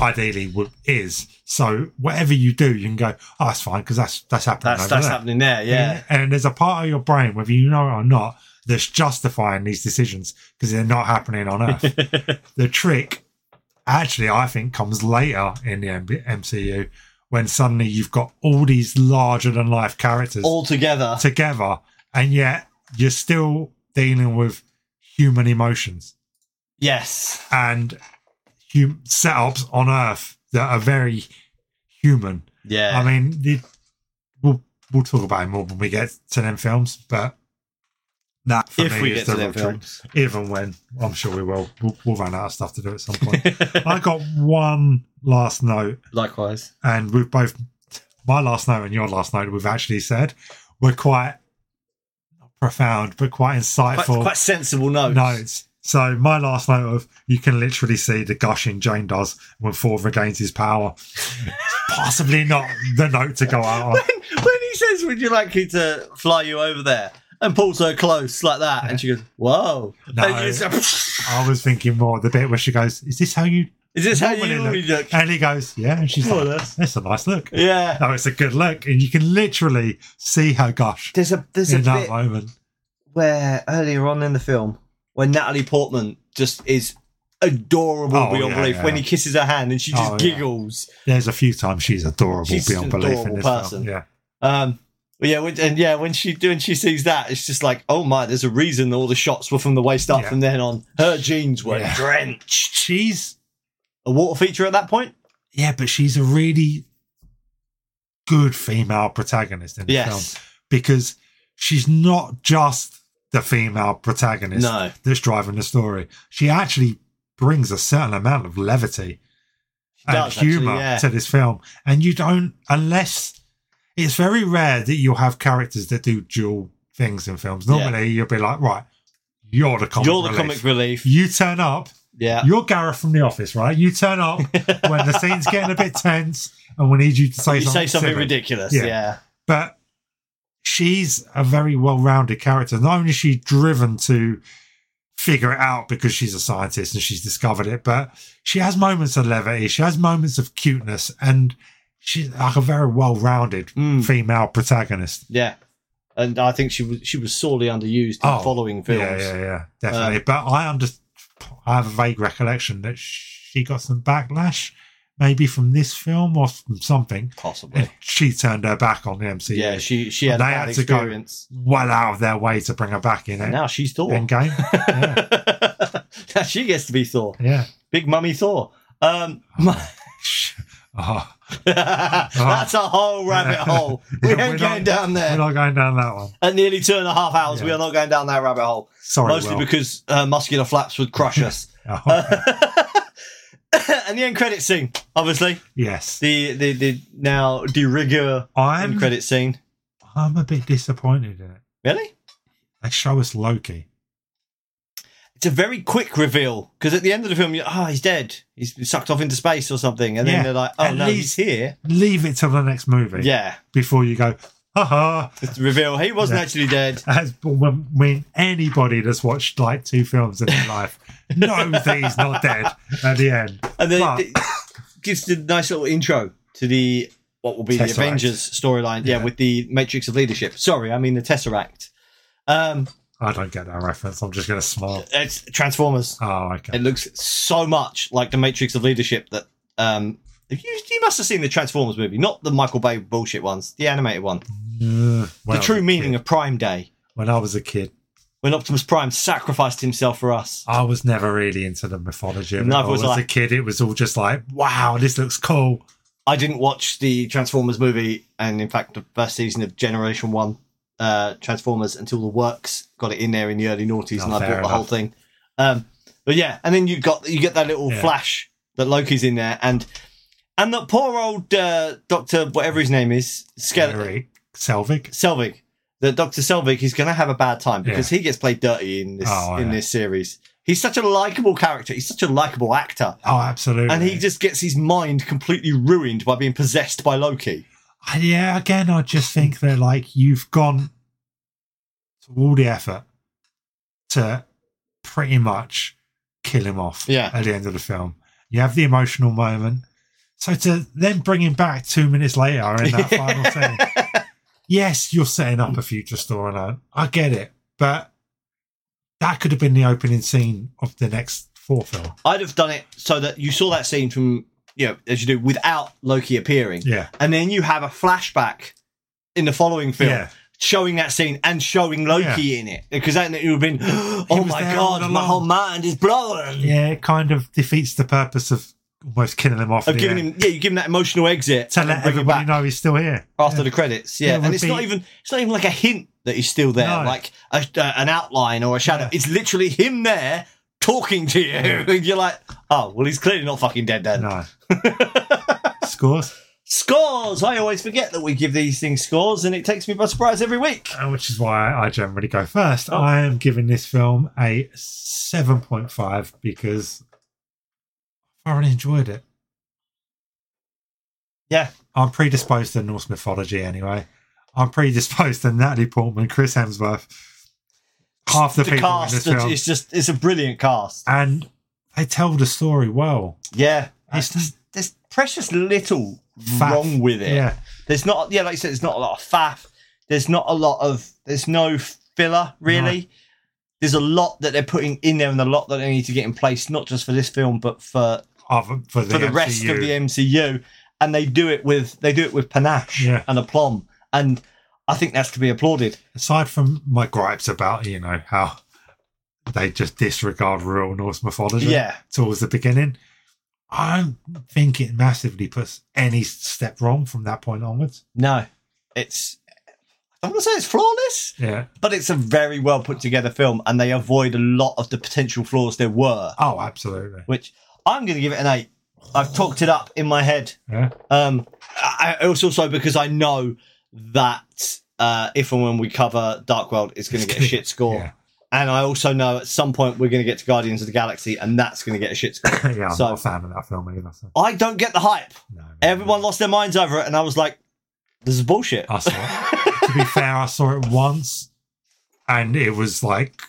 B: ideally would, is. So whatever you do, you can go, oh, that's fine because that's that's happening.
A: That's
B: over
A: that's
B: there.
A: happening there, yeah.
B: And there's a part of your brain, whether you know it or not, that's justifying these decisions because they're not happening on Earth. the trick, actually, I think, comes later in the M- MCU when suddenly you've got all these larger than life characters
A: All together.
B: together, and yet you're still dealing with human emotions
A: Yes.
B: and hum- setups on Earth that are very human.
A: Yeah.
B: I mean, the, we'll we'll talk about it more when we get to them films, but that for
A: if
B: me
A: we
B: is
A: get
B: the
A: to them
B: real trick.
A: films.
B: Even when I'm sure we will, we'll, we'll run out of stuff to do at some point. I got one last note,
A: Likewise.
B: and we've both my last note and your last note. We've actually said we're quite not profound, but quite
A: Quite,
B: insightful
A: quite sensible notes.
B: notes. So my last note of you can literally see the gushing Jane does when Ford regains his power. Possibly not the note to go out on.
A: When he says, Would you like me to fly you over there? And pulls her close like that, and she goes, Whoa.
B: No.
A: And it's a-
B: I was thinking more the bit where she goes, "Is this how you?"
A: is this how you
B: normally
A: normally look?
B: And he goes, "Yeah." And she's
A: More or
B: like,
A: less.
B: "That's a nice look."
A: Yeah.
B: No, it's a good look, and you can literally see her gush
A: There's a there's a
B: in that
A: bit
B: moment.
A: where earlier on in the film when Natalie Portman just is adorable
B: Oh,
A: beyond
B: yeah,
A: belief
B: yeah.
A: when he kisses her hand and she just
B: Oh, yeah.
A: giggles.
B: There's a few times she's adorable
A: She's
B: beyond
A: an
B: belief
A: adorable
B: in this
A: person.
B: film. Yeah,
A: Um, but yeah, when, and yeah, when she when she sees that, it's just like, oh my, there's a reason all the shots were from the waist up
B: Yeah.
A: from then on. Her jeans were
B: Yeah.
A: drenched.
B: she's
A: A water feature at that point.
B: yeah, but she's a really good female protagonist in the film.
A: Yes.
B: because she's not just the female protagonist
A: No.
B: that's driving the story. She actually brings a certain amount of levity and
A: does, actually,
B: humor
A: yeah.
B: to this film. And you don't, unless it's very rare that you'll have characters that do dual things in films.
A: Yeah.
B: Normally, you'll be like, right, you're the comic.
A: You're the
B: relief.
A: comic relief.
B: You turn up.
A: Yeah.
B: You're Gareth from The Office, right? You turn up when the scene's getting a bit tense, and we need you to say
A: You
B: something.
A: say something
B: silly
A: ridiculous. Yeah.
B: Yeah. but she's a very well-rounded character. Not only is she driven to figure it out because she's a scientist and she's discovered it, but she has moments of levity, she has moments of cuteness, and she's like a very well-rounded
A: Mm.
B: female protagonist.
A: Yeah. And I think she was she was sorely underused in
B: Oh,
A: following films. Um,
B: Yeah, yeah, yeah, definitely. but I under, I have a vague recollection that she got some backlash, maybe from this film or from something.
A: Possibly.
B: And she turned her back on the MCU.
A: Yeah. She she had
B: They
A: a
B: had
A: bad
B: to go-
A: experience.
B: well out of their way to bring her back in it.
A: Now she's Thor.
B: End game. Yeah.
A: now she gets to be Thor.
B: yeah.
A: Big mummy Thor. Um, my-
B: Oh,
A: That's a whole rabbit hole. We
B: We're
A: ain't going
B: not-
A: down
B: We're
A: there.
B: not going down that one.
A: At nearly two and a half hours, we
B: Yeah.
A: are not going down that rabbit hole.
B: Sorry,
A: Mostly
B: Will.
A: because uh, muscular flaps would crush us.
B: Oh,
A: Uh, and the end credit scene, obviously.
B: yes,
A: The the, the now de rigueur end
B: I'm.
A: credit scene.
B: I'm a bit disappointed in it.
A: Really?
B: They show us Loki.
A: It's a very quick reveal because at the end of the film, you're, oh, he's dead. He's been sucked off into space or something. And
B: Yeah,
A: then they're like, oh,
B: at
A: no,
B: least-
A: he's here.
B: Leave it till the next movie.
A: Yeah.
B: Before you go, haha.
A: It's a reveal. He wasn't
B: Yeah.
A: actually dead.
B: As when, when anybody that's watched like two films in their life knows that he's not dead at the end.
A: And then
B: But-
A: it it gives the nice little intro to the what will be
B: Tesseract.
A: the Avengers storyline. Yeah.
B: Yeah.
A: with the Matrix of Leadership. Sorry, I mean the Tesseract. Um,
B: I don't get that reference. I'm just going to smile.
A: it's Transformers.
B: Oh,
A: It
B: okay.
A: looks so much like the Matrix of Leadership that um, if you you must have seen the Transformers movie, not the Michael Bay bullshit ones, the animated one.
B: Uh, when I
A: the
B: was
A: true
B: a
A: meaning
B: kid-
A: of Prime Day
B: when I was a kid,
A: when Optimus Prime sacrificed himself for us.
B: I was never really into the mythology. Of it.
A: Neither was
B: I was
A: I.
B: a kid. It was all just like, wow, this looks cool.
A: I didn't watch the Transformers movie, and in fact, the first season of Generation One uh, Transformers until the works got it in there in the early noughties,
B: Oh,
A: and I bought
B: fair
A: the
B: enough.
A: whole thing. Um, but yeah, and then you got you get that little
B: Yeah.
A: flash that Loki's in there, and and that poor old uh, Doctor whatever his name is, Skeletor.
B: Very Selvig.
A: Selvig, that Doctor Selvig, he's going to have a bad time because he gets played dirty in this
B: Oh,
A: in
B: yeah.
A: this series. He's such a likable character. He's such a likable actor,
B: Oh, absolutely.
A: and he just gets his mind completely ruined by being possessed by Loki.
B: I- yeah, again, I just think that like you've gone to all the effort to pretty much kill him off
A: Yeah.
B: at the end of the film. You have the emotional moment. So to then bring him back two minutes later in that final scene. Yes, you're setting up a future storyline. I get it. But that could have been the opening scene of the next four film.
A: I'd have done it so that you saw that scene from you know as you do without Loki appearing,
B: Yeah.
A: and then you have a flashback in the following film.
B: Yeah.
A: Showing that scene and showing Loki in it because then it would have been, oh
B: was
A: my
B: there all
A: god, my
B: along."
A: whole mind is blown.
B: Yeah, it kind of defeats the purpose of almost killing him off.
A: of
B: at the
A: giving
B: end.
A: him yeah, you give him that emotional exit
B: to
A: and
B: let
A: bring him
B: everybody
A: back
B: know he's still here.
A: after
B: Yeah.
A: the credits. Yeah,
B: Yeah,
A: and it's
B: would
A: not
B: be-
A: even it's not even like a hint that he's still there,
B: No.
A: like a, uh, an outline or a shadow.
B: Yeah.
A: It's literally him there talking to you,
B: Yeah.
A: and you're like, oh well, he's clearly not fucking dead then.
B: No. Scores,
A: Scores! I always forget that we give these things scores, and it takes me by surprise every week.
B: uh, which is why I generally go first.
A: Oh.
B: I am giving this film a 7.5 because I thoroughly enjoyed it.
A: Yeah.
B: I'm predisposed to Norse mythology anyway. I'm predisposed to Natalie Portman, Chris Hemsworth, half the,
A: The
B: people in
A: cast,
B: this film.
A: it's just it's a brilliant cast.
B: And they tell the story well.
A: Yeah, it's
B: That's-
A: just there's precious little
B: Faff.
A: wrong with it.
B: Yeah.
A: There's not, yeah, like you said, there's not a lot of faff. There's not a lot of, there's no filler really. There's a lot that they're putting in there and a lot that they need to get in place, not just for this film, but for
B: Of, for the,
A: for the rest of
B: MCU.
A: the MCU. And they do it with they do it with panache
B: Yeah.
A: and aplomb, and I think that's to be applauded.
B: aside from my gripes about you know how they just disregard real Norse mythology
A: Yeah,
B: towards the beginning, I don't think it massively puts any step wrong from that point onwards.
A: no, it's I don't want to say it's flawless,
B: Yeah.
A: but it's a very well put together film, and they avoid a lot of the potential flaws there were.
B: Oh, absolutely.
A: Which I'm going to give it an eight. I've talked it up in my head
B: Yeah.
A: Um, I, I- it's also because I know that uh, if and when we cover Dark World, it's going to
B: It's
A: get a
B: gonna-
A: shit score.
B: Yeah.
A: And I also know at some point we're going to get to Guardians of the Galaxy, and that's going to get a shit score.
B: yeah. I'm
A: So-
B: not a fan of that film either. So.
A: I don't get the hype.
B: No, no,
A: Everyone
B: no.
A: lost their minds over it, and I was like, "This is bullshit."
B: I saw it. to be fair, I saw it once, and it was like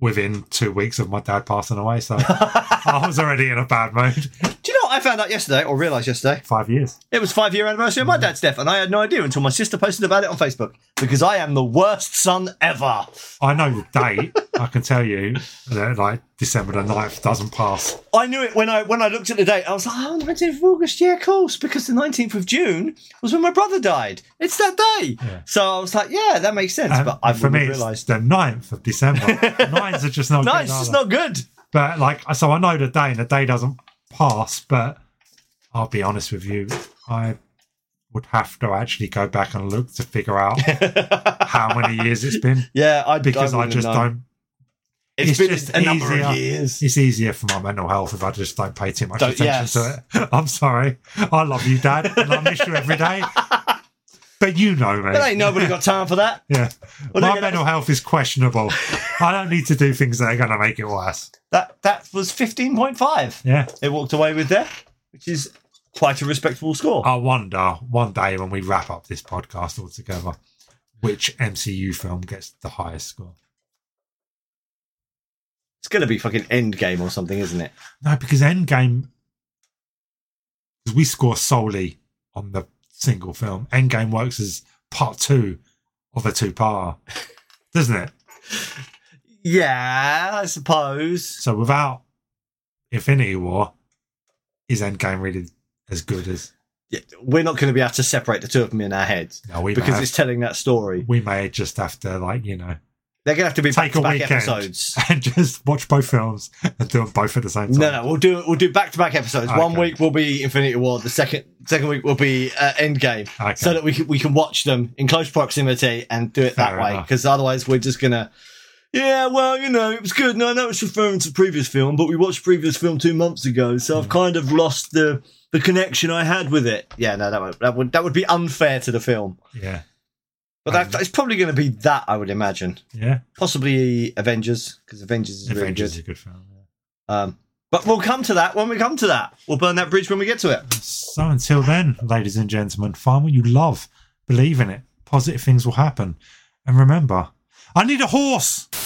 B: within two weeks of my dad passing away. So I was already in a bad mood.
A: Do you know what I found out yesterday, or realised yesterday?
B: Five years.
A: It was five year anniversary of my dad's death, and I had no idea until my sister posted about it on Facebook because I am the worst son ever.
B: I know the date. I can tell you that like December the 9th doesn't pass.
A: I knew it when I when I looked at the date. I was like, oh, 19th of August, yeah, of course, because the 19th of June was when my brother died. It's that day.
B: Yeah.
A: So I was like, yeah, that makes sense.
B: And
A: but I
B: Uh, for
A: wouldn't
B: me,
A: have
B: it's
A: realised.
B: the 9th of December. Nines are just not.
A: No,
B: good,
A: it's
B: are
A: just
B: they?
A: not good.
B: But like, so I know the day, and the day doesn't pass. But I'll be honest with you, I would have to actually go back and look to figure out how many years it's been
A: yeah, I
B: because I
A: wouldn't
B: just
A: know.
B: don't.
A: It's
B: it's
A: been
B: just
A: a number
B: easier.
A: of years.
B: It's easier for my mental health if I just don't pay too much
A: Don't-
B: attention
A: yes.
B: to it. I'm sorry. I love you, Dad, and I miss you every day. But you know me.
A: But ain't nobody got time for that.
B: Yeah.
A: Well,
B: My
A: look at
B: mental health is questionable. I don't need to do things that are going to make it worse.
A: That that was fifteen point five.
B: Yeah.
A: It walked away with there, which is quite a respectable score.
B: I wonder one day when we wrap up this podcast altogether, which MCU film gets the highest score.
A: It's gonna be fucking Endgame or something, isn't it?
B: No, because Endgame, because we score solely on the single film. Endgame works as part two of a two-parter, doesn't it?
A: Yeah, I suppose.
B: So without Infinity War, is Endgame really as good as?
A: Yeah, we're not going to be able to separate the two of them in our heads
B: No, we may
A: because
B: have-
A: it's telling that story.
B: we may just have to like you know
A: They're going to have to be
B: Take a
A: back-to-back
B: weekend.
A: episodes.
B: and just watch both films and do them both at the same time.
A: No, no, we'll do we'll do back-to-back episodes. One
B: Okay.
A: week will be Infinity War. The second second week will be uh, Endgame.
B: Okay.
A: so that we can, we can watch them in close proximity and do it
B: Fair
A: that way
B: enough.
A: because otherwise we're just gonna yeah well you know it was good and i know it's referring to the previous film but we watched the previous film two months ago so
B: Hmm.
A: i've kind of lost the the connection i had with it yeah no that would that would, that would be unfair to the film
B: yeah,
A: but that,
B: Um,
A: that's probably going to be that i would imagine
B: yeah.
A: possibly avengers because avengers is
B: Avengers
A: really
B: is a good film. yeah.
A: good um but we'll come to that when we come to that we'll burn that bridge when we get to it
B: So until then, ladies and gentlemen, find what you love, believe in it, positive things will happen, and remember, I need a horse.